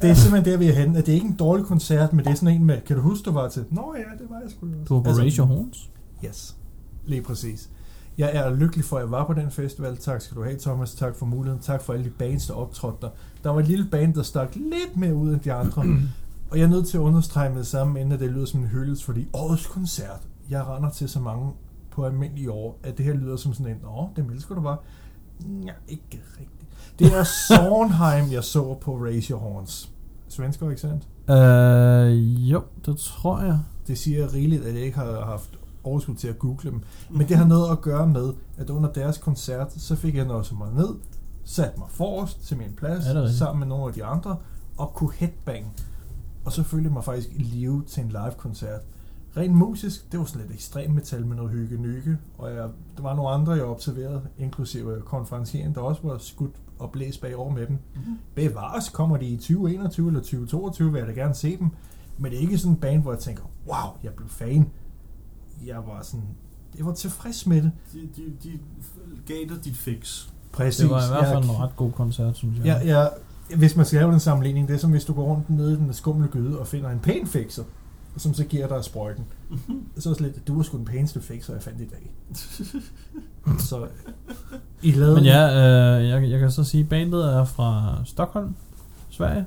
S2: det er simpelthen der, vi er henne, at det er ikke en dårlig koncert, men det er sådan en med, kan du huske, du var til? Nå ja, det var jeg sgu. også."
S1: Du var på
S2: Altså,
S1: Raise Your Horns.
S2: Yes, lige præcis. Jeg er lykkelig for, at jeg var på den festival. Tak skal du have, Thomas. Tak for muligheden. Tak for alle de bands, der optrådte der. Der var et lille band, der stak lidt mere ud end de andre. og jeg er nødt til at understrege med det samme, inden at det lyder som en hyldest, fordi årets koncert, jeg render til så mange på almindelige år, at det her lyder som sådan en, åh, dem elsker du bare. Ja, ikke rigtigt. Det er Sornheim, jeg så på Raise Your Horns. Svensker, ikke sandt?
S1: Øh, jo, det tror jeg.
S2: Det siger rigeligt, at jeg ikke har haft overskud til at google dem. Men det har noget at gøre med, at under deres koncert, så fik jeg noget mig ned, satte mig forrest til min plads,
S1: Er det rigtigt?
S2: sammen med nogle af de andre, og kunne headbang. Og så følte jeg mig faktisk i live til en live-koncert. Rent musisk, det var sådan lidt ekstrem metal med noget hygge nykke, og jeg, der var nogle andre, jeg observerede, inklusive konferencieren, der også var skudt og blæst bagover med dem.
S1: Mhm.
S2: Bevares, kommer de i 2021 eller 2022, vil jeg da gerne se dem. Men det er ikke sådan en band, hvor jeg tænker, wow, jeg blev fan. Jeg var sådan, jeg var tilfreds med det.
S3: De, de, de gav dig dit fix.
S2: Præcis.
S1: Det var i hvert fald
S2: jeg,
S1: en ret god koncert, synes jeg.
S2: jeg, jeg, hvis man skal lave den sammenligning, det er som hvis du går rundt nede i den skumle gyde og finder en pæn fixer, som så giver dig sprøjten. Så er det lidt, du er sgu den pæneste fixer, jeg fandt i dag. så I lavede
S1: Men ja, øh, jeg, jeg kan så sige, at bandet er fra Stockholm, Sverige.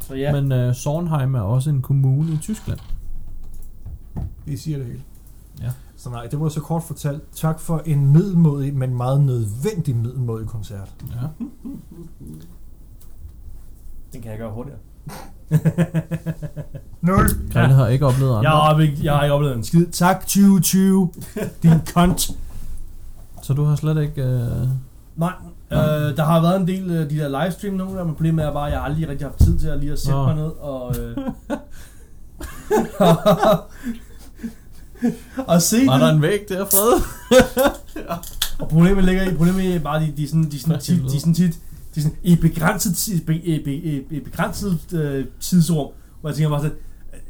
S4: Så
S1: Ja.
S4: ja.
S1: Men øh, Sornheim er også en kommune i Tyskland.
S2: I siger det hele.
S1: Ja.
S2: Så nej, det var så kort fortalt. Tak for en middelmodig, men meget nødvendig middelmodig koncert.
S1: Ja.
S4: Den kan jeg gøre hurtigere.
S2: Nul!
S1: Grille har ikke oplevet andre.
S4: Jeg har, ikke, jeg har ikke oplevet en skid. Tak 2020, din kont.
S1: Så du har slet ikke... Øh...
S4: Nej, øh, der har været en del af de der livestream nu, der men problemet er bare, at jeg aldrig rigtig har haft tid til at lige at sætte
S1: Nå.
S4: mig ned og... Øh, og se
S1: Var
S4: det.
S1: der en væg der, Fred?
S4: Og problemet ligger i, problemet er bare, de, de, er sådan, de, er sådan
S1: For
S4: tit,
S1: helvede.
S4: de er sådan tit, de er sådan, i begrænset, tid- be- i, be- i, i begrænset øh, tidsrum, hvor jeg tænker bare sådan,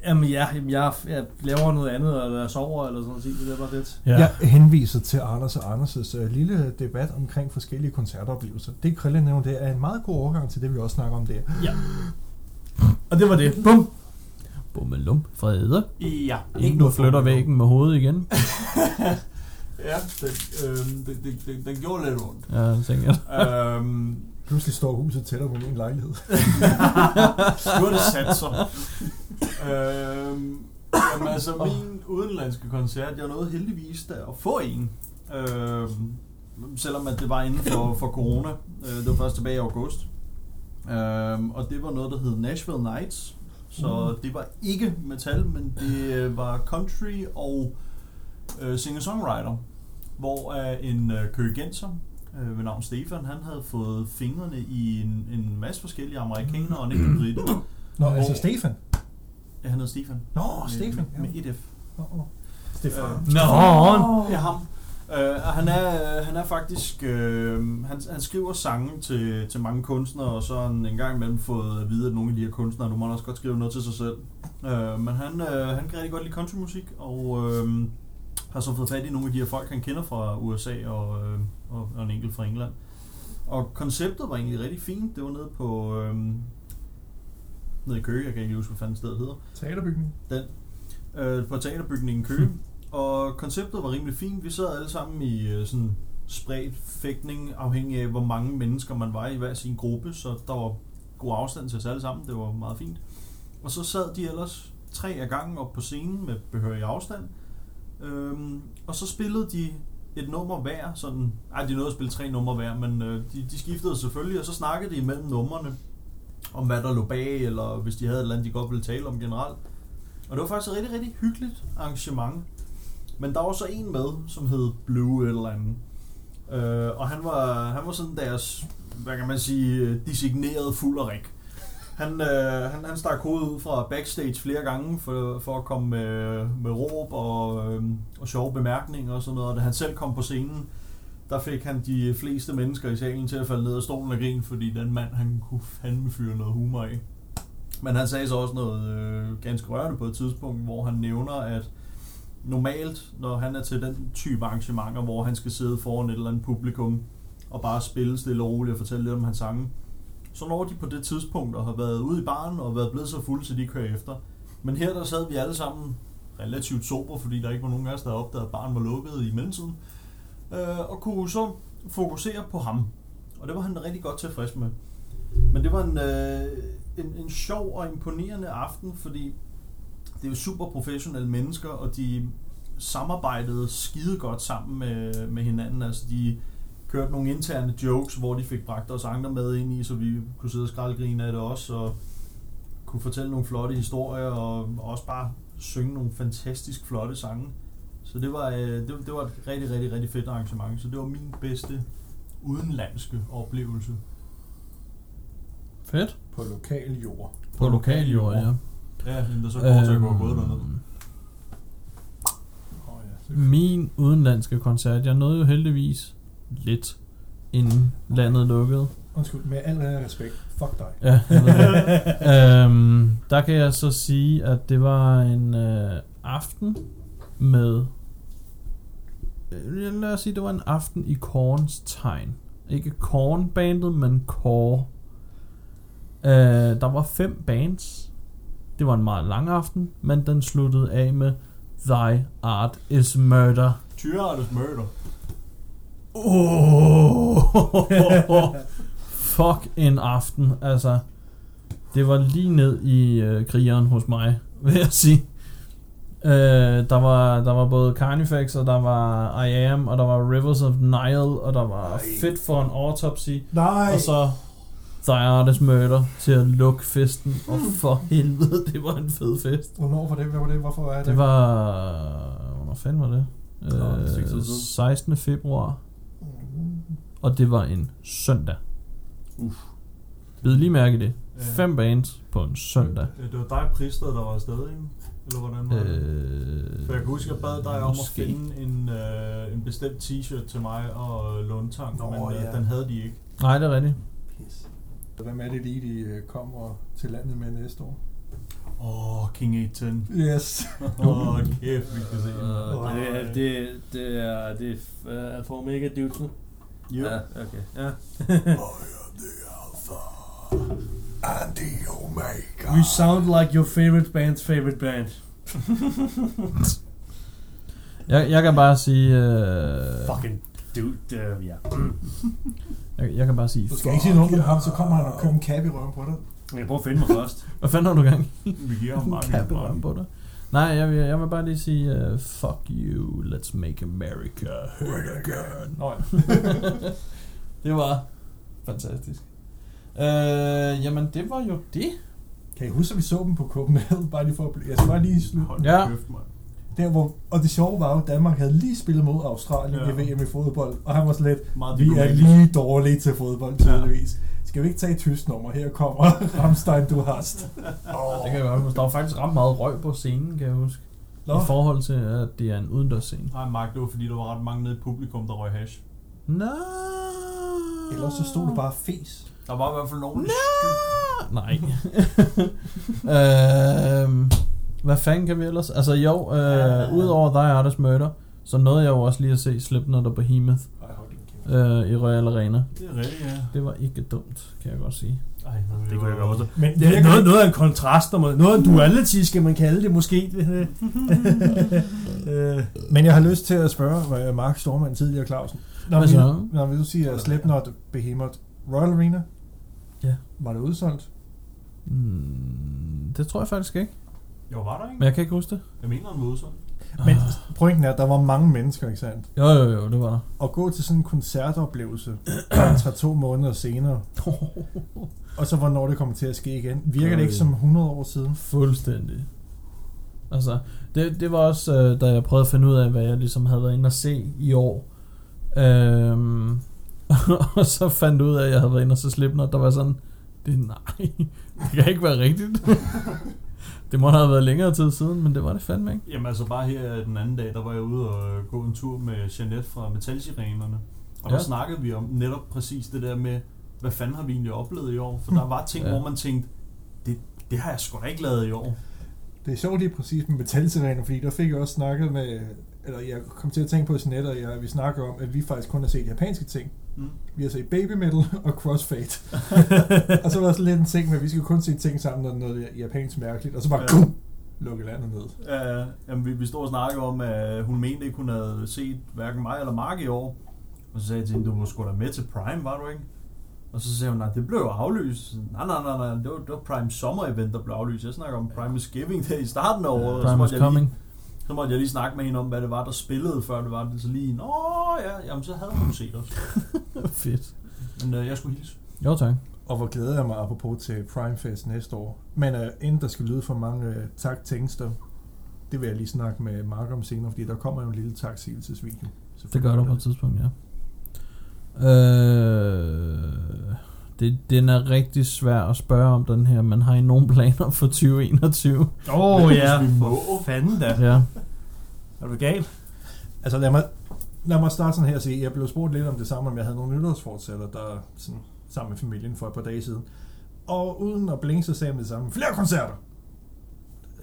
S4: jamen ja, jamen jeg, jeg laver noget andet, eller jeg sover, eller sådan noget, det er bare lidt.
S2: Ja. Jeg henviser til Anders og Anders' øh, lille debat omkring forskellige koncertoplevelser. Det Krille nævnte, det er en meget god overgang til det, vi også snakker om der.
S4: Og det var det. Bum!
S1: Bummelum, Frede.
S3: Ja.
S1: Inden du flytter væggen med hovedet igen.
S3: Ja, den, øh, den, den, den, den gjorde lidt ondt.
S1: Ja, det tænker jeg.
S3: øhm,
S2: Pludselig står huset tættere på min lejlighed.
S3: Skurte satser. øhm, jamen, altså, min udenlandske koncert, jeg nåede heldigvis da at få en. Øhm, selvom at det var inden for, for corona. Øh, det var først tilbage i august. Øhm, og det var noget, der hed Nashville Nights. Så det var ikke metal, men det øh, var country og øh, singer-songwriter. Hvor øh, en øh, køgenser øh, ved navn Stefan, han havde fået fingrene i en, en masse forskellige amerikanere
S2: Mm.
S3: og en enkelt brit.
S2: Nå,
S3: Hvor-
S2: altså Stefan.
S3: Ja, han hedder Stefan.
S2: Nå,
S3: Med-
S2: Stefan. Ja.
S3: Med, med et F.
S2: Nå, nå. Stefan.
S3: Øh,
S4: Nå!
S3: Det er ham. Øh, og han, er, han er faktisk... Øh, han, han skriver sange til, til mange kunstnere, og så har han en gang imellem fået at vide, at nogle af de her kunstnere, nu må han også godt skrive noget til sig selv. Øh, men han, øh, han kan rigtig godt lide countrymusik, og øh, har så fået fat i nogle af de her folk, han kender fra USA og, øh, og, og en enkelt fra England. Og konceptet var egentlig rigtig fint. Det var nede på... Øh, nede i Køge, jeg kan ikke huske, hvad fanden stedet hedder.
S2: Teaterbygning.
S3: øh, på teaterbygningen i Køge. Og konceptet var rimelig fint. Vi sad alle sammen i øh, sådan spredt fægtning, afhængig af hvor mange mennesker man var i hver sin gruppe, så der var god afstand til os alle sammen. Det var meget fint. Og så sad de ellers tre af gangen op på scenen med behørig afstand. Øhm, og så spillede de et nummer hver, sådan, ej, de nåede at spille tre numre hver, men øh, de, de skiftede selvfølgelig, og så snakkede de imellem numrene om, hvad der lå bag, eller hvis de havde et eller andet, de godt ville tale om generelt. Og det var faktisk et rigtig, rigtig hyggeligt arrangement. Men der var så en med, som hed Blue et eller andet. Øh, og han var, han var sådan deres, hvad kan man sige, øh, designerede fulderik. Han, øh, han, han stak hovedet ud fra backstage flere gange for, for at komme med, med råb og, øh, og sjove bemærkninger og sådan noget. Og da han selv kom på scenen, der fik han de fleste mennesker i salen til at falde ned af stolen og grine, fordi den mand, han kunne fandme fyre noget humor af. Men han sagde så også noget øh, ganske rørende på et tidspunkt, hvor han nævner, at normalt, når han er til den type arrangementer, hvor han skal sidde foran et eller andet publikum og bare spille stille og roligt og fortælle lidt om hans sange, så når de på det tidspunkt og har været ude i baren og været blevet så fulde, så de kører efter. Men her der sad vi alle sammen relativt sober, fordi der ikke var nogen af os, der havde opdaget, at baren var lukket i mellemtiden, øh, og kunne så fokusere på ham. Og det var han rigtig godt tilfreds med. Men det var en, øh, en, en sjov og imponerende aften, fordi det er jo super professionelle mennesker, og de samarbejdede skide godt sammen med, med hinanden. Altså de kørte nogle interne jokes, hvor de fik bragt os andre med ind i, så vi kunne sidde og skraldgrine af det også, og kunne fortælle nogle flotte historier, og også bare synge nogle fantastisk flotte sange. Så det var, øh, det, det var et rigtig, rigtig, rigtig fedt arrangement. Så det var min bedste udenlandske oplevelse.
S1: Fedt.
S2: På lokal jord.
S1: På lokal jord, ja.
S3: Ja, men der så kommer til at gå gået dernede.
S1: Øhm,
S2: Oh, ja.
S1: Min udenlandske koncert, jeg nåede jo heldigvis lidt inden landet lukkede.
S2: Undskyld, med al ære og respekt. Fuck dig.
S1: Ja, jeg ved det. øhm, der kan jeg så sige, at det var en øh, aften med... Øh, Lad os sige, det var en aften i Korns tegn. Ikke Korn-bandet, men Kår. Øh, der var fem bands. Det var en meget lang aften, men den sluttede af med Thy Art is Murder.
S3: Tyranus Murder.
S1: Oh. Fuck en aften, altså. Det var lige ned i øh, krigeren hos mig, vil jeg sige. Øh, der, var, der var både Carnifex, og der var I Am, og der var Rivers of Nile, og der var Ej. Fit for en Autopsy,
S2: Nej!
S1: og så The Artist Murder til at lukke festen. Og
S3: Hmm.
S1: for helvede, det var en fed fest.
S2: Hvornår var det? Hvad var det? Hvorfor er det?
S1: Det var... Hvor fanden var det?
S3: Nå, det er et stykke tid
S1: Øh,
S3: siden.
S1: 16. februar.
S2: Mm.
S1: Og det var en søndag. Uff. Bid lige mærke i det.
S3: Ja.
S1: Fem bands på en søndag.
S3: Øh, Det var dig, Prister, der var afsted, ikke? Eller hvordan var det?
S1: Øh,
S3: For jeg kan huske, jeg bad dig om
S1: måske.
S3: at finde en, øh, en bestemt t-shirt til mig og Lundtang,
S2: Nå,
S3: men øh,
S2: ja.
S3: den havde de ikke.
S1: Nej, det er rigtigt.
S2: Pis. Hvem er det lige, de øh, kommer til landet med næste år?
S3: Åh, oh, King 810.
S2: Yes.
S3: Åh, oh, kæft, vi skal se den.
S4: Øh, det, det, det er, det er uh, Alfa Omega Dude.
S3: Jo.
S4: Ja, okay. Ja.
S5: And the Omega.
S4: You sound like your favorite band's favorite band.
S1: Jeg, jeg kan bare sige... Øh,
S4: Fucking dude, uh, yeah.
S1: jeg, jeg kan bare sige...
S2: Du skal ikke sige noget om ham, så kommer han og kører en kap i røven på dig.
S4: Jeg prøver at finde mig først.
S1: Hvad fanden har du gang i?
S3: Vi giver ham mange.
S1: kappe ramme på dig. Nej, jeg vil, jeg vil bare lige sige, uh, fuck you, let's make America great again. Nå, ja. det var fantastisk. Øh, jamen, det var jo det.
S2: Kan I huske, at vi så dem på Copenhagen? Bare lige for at blive... Jeg skal bare lige slutte.
S3: Hold
S1: Ja.
S3: ja. kæft, mand.
S2: Der, hvor, og det sjove var jo, at Danmark havde lige spillet mod Australien ja. i
S3: Ja.
S2: VM i fodbold, og han var sådan lidt,
S3: Meget
S2: vi er
S3: diplomatisk.
S2: lige dårlige til fodbold, tydeligvis. Skal vi ikke tage et tysk nummer? Her kommer Ramstein, du hast.
S1: Oh. Det kan jeg godt huske. Der var faktisk ret meget røg på scenen, kan jeg huske.
S2: Nå.
S1: I forhold til, at det er en udendørs scene.
S3: Nej, Mark, det var fordi, der var ret mange nede i publikum, der røg hash.
S1: Nå.
S2: Ellers så stod du bare og fes.
S3: Der var i hvert fald nogen.
S1: Nå. Nej. øhm, hvad fanden kan vi ellers? Altså jo, øh, udover dig, Artis Murder, så nåede jeg jo også lige at se Slipknot og Behemoth.
S2: Ej, hold din kæft.
S1: øh, i Royal Arena.
S3: Det er rigtigt, ja.
S1: Det var ikke dumt, kan jeg godt sige.
S3: Ej,
S4: Det kunne jeg godt forstå.
S2: Men
S4: Det er noget, noget af en kontrast, når man, noget af en duality, skal man kalde det måske. øh,
S2: Men jeg har lyst til at spørge øh, Mark Stormand tidligere, Clausen. Når,
S1: Hvad
S2: vi,
S1: så?
S2: når vi nu siger Slipknot, Behemoth, Royal Arena,
S1: Ja.
S2: var det udsolgt?
S1: Mm, det tror jeg faktisk ikke,
S3: Jo, var der
S1: men
S3: ikke?
S1: jeg kan ikke huske det. Ah.
S3: Jeg mener, han mødte sig.
S2: Men pointen er, at der var mange mennesker, ikke sandt?
S1: Jo, jo, jo, det var der.
S2: At gå til sådan en koncertoplevelse kontra to måneder senere, og så hvornår det kommer til at ske igen, virker det ikke som 100 år siden?
S1: Fuldstændig. Altså, det, det var også, øh, da jeg prøvede at finde ud af, hvad jeg ligesom havde været inde at se i år. Øhm, og så fandt jeg ud af, at jeg havde været inde og se Slipknot, der var sådan, det nej, det kan ikke være rigtigt. det må have været længere tid siden, men det var det fandme ikke.
S3: Jamen altså bare her den anden dag, der var jeg ude og øh, gå en tur med Jeanette fra Metalsirenerne. Og ja.
S1: Ja.
S3: der snakkede vi om netop præcis det der med, hvad fanden har vi egentlig oplevet i år? For der var ting,
S1: Ja.
S3: ja. hvor man tænkte, det, det har jeg sgu da ikke lavet i år.
S2: Det er sjovt lige præcis med metalsirener, fordi der fik jeg også snakket med, eller jeg kom til at tænke på sådan net, og jeg, vi snakker om, at vi faktisk kun har set japanske ting.
S3: Mm.
S2: Vi har set baby metal og crossfade. og så var der sådan lidt en ting med, at vi skal kun se ting sammen, når noget er japansk mærkeligt, og så bare
S3: Ja.
S2: ja. lukke landet ned.
S3: Ja, jamen, vi, vi stod og snakkede om, at hun mente ikke, hun havde set hverken mig eller Mark i år. Og så sagde jeg til hende, du var sgu da med til Prime, var du ikke? Og så sagde hun, nej, det blev jo aflyst. Nej, nej, nej, nej, det var, det var Prime sommer-event, der blev aflyst. Jeg snakker om Prime is Giving der i starten af året. og så
S1: Prime
S3: måtte
S1: is
S3: jeg lige-
S1: coming.
S3: Så måtte jeg lige snakke med hende om, hvad det var, der spillede, før det var det. Så lige, nå ja, jamen så havde hun set os.
S1: Fedt.
S3: Men øh, jeg skulle hilse.
S1: Jo tak.
S2: Og hvor glæder jeg mig apropos til Primefest næste år. Men øh, inden der skal lyde for mange øh, tak tingster, det vil jeg lige snakke med Mark om senere, fordi der kommer jo en lille taksigelsesvideo.
S1: Det gør der på et tidspunkt, ja. Øh, det, den er rigtig svær at spørge om den her, men har I nogen planer for 2021?
S4: Åh oh, ja,
S3: Hvis vi må.
S4: for fanden da.
S1: Ja.
S4: Er du gal?
S2: Altså lad mig, lad mig starte sådan her og sige, jeg blev spurgt lidt om det samme, om jeg havde nogle nytårsfortsætter, der sådan, sammen med familien for et par dage siden. Og uden at blinke, så sagde jeg med det samme, flere koncerter!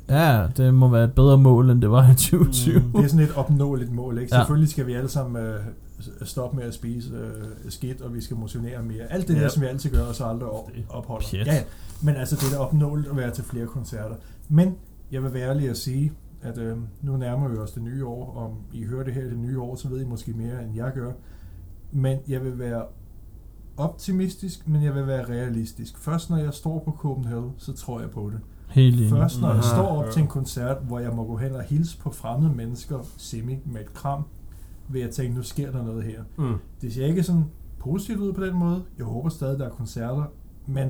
S1: ja, det må være et bedre mål, end det var i 2020.
S3: Mm.
S2: Mm. Det er sådan et opnåeligt mål, ikke?
S1: Ja.
S2: Selvfølgelig skal vi alle sammen øh, stop med at spise øh, skidt, og vi skal motionere mere. Alt det
S4: Ja.
S2: der, som vi altid gør, og så aldrig op,
S4: Det
S2: opholder.
S1: pjat.
S2: Ja, ja. men altså, det er da opnåeligt at være til flere koncerter. Men jeg vil være ærlig at sige, at øh, nu nærmer vi os det nye år. Om I hører det her i det nye år, så ved I måske mere, end jeg gør. Men jeg vil være optimistisk, men jeg vil være realistisk. Først når jeg står på Copenhagen, så tror jeg på det.
S1: Helt enig.
S2: Først når jeg
S3: Aha.
S2: står op til en koncert, hvor jeg må gå hen og hilse på fremmede mennesker, semi med et kram, vil jeg tænke, nu sker der noget her.
S4: Mm.
S2: Det ser ikke sådan positivt ud på den måde. Jeg håber stadig, der er koncerter, men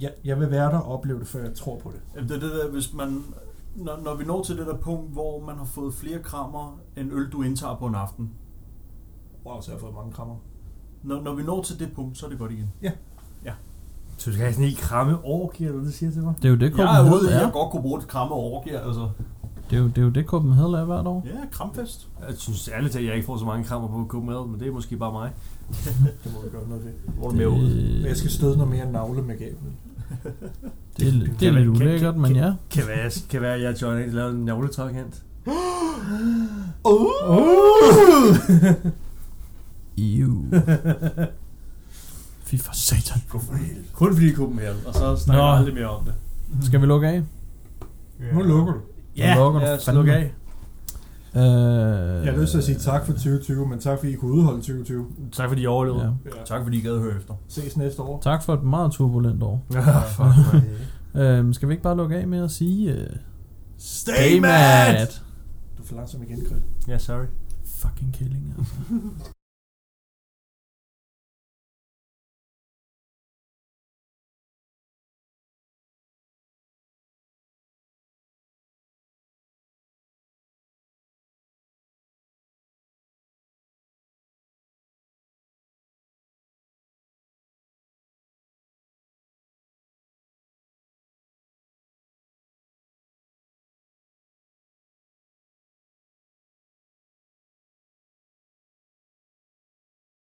S2: jeg, jeg vil være der og opleve det, før jeg tror på det.
S3: Jamen, Det er det der, hvis man, når, når vi når til det der punkt, hvor man har fået flere krammer end øl, du indtager på en aften.
S2: Wow, så har jeg fået mange krammer.
S3: Når, når vi når til det punkt, så er det godt igen.
S4: Så du skal have sådan en kramme ork, eller hvad det siger til mig?
S1: Det er jo det,
S3: Jeg er ude i,
S1: Copenhagen
S3: at
S1: er.
S3: jeg godt kunne bruge et kramme overgiver, altså.
S1: Det er jo det, er jo det Copenhagen er hvert år.
S3: Ja, kramfest.
S4: Jeg synes ærligt, at jeg ikke får så mange krammer på Copenhagen, men det er måske bare mig.
S2: Det må vi gøre noget ved.
S4: Hvor er det med ud?
S2: Men jeg
S1: Det,
S2: skal støde noget mere navle med gablen.
S1: det, er- det er lidt
S4: Kan- kan-
S1: ulækkert,
S4: kan-
S1: men
S4: kan-
S1: ja.
S4: Kan være, jeg, kan være, at jeg og John ikke lavede en navletrækant.
S2: Uh!
S1: Iu. Fy for satan.
S5: For helvede.
S4: Kun fordi Copenhagen, og så snakker
S1: Nå.
S4: jeg aldrig mere om det.
S1: Skal vi lukke af?
S2: Nu lukker du.
S4: Ja,
S1: lukker du
S4: lad os
S1: fandme.
S4: lukke af.
S1: Øh,
S2: Jeg er nødt til at sige tak for 2020, men tak fordi I kunne udholde 2020.
S4: Tak fordi I overlevede.
S1: Ja.
S2: Ja.
S3: Tak fordi I gad at høre efter.
S2: Ses næste år.
S1: Tak for et meget turbulent år.
S4: Ja. fuck mig.
S1: Øhm, skal vi ikke bare lukke af med at sige... Øh,
S3: Stay mad!
S2: Du er for langsom igen, Chris.
S4: Ja, sorry.
S1: Fucking killing, altså.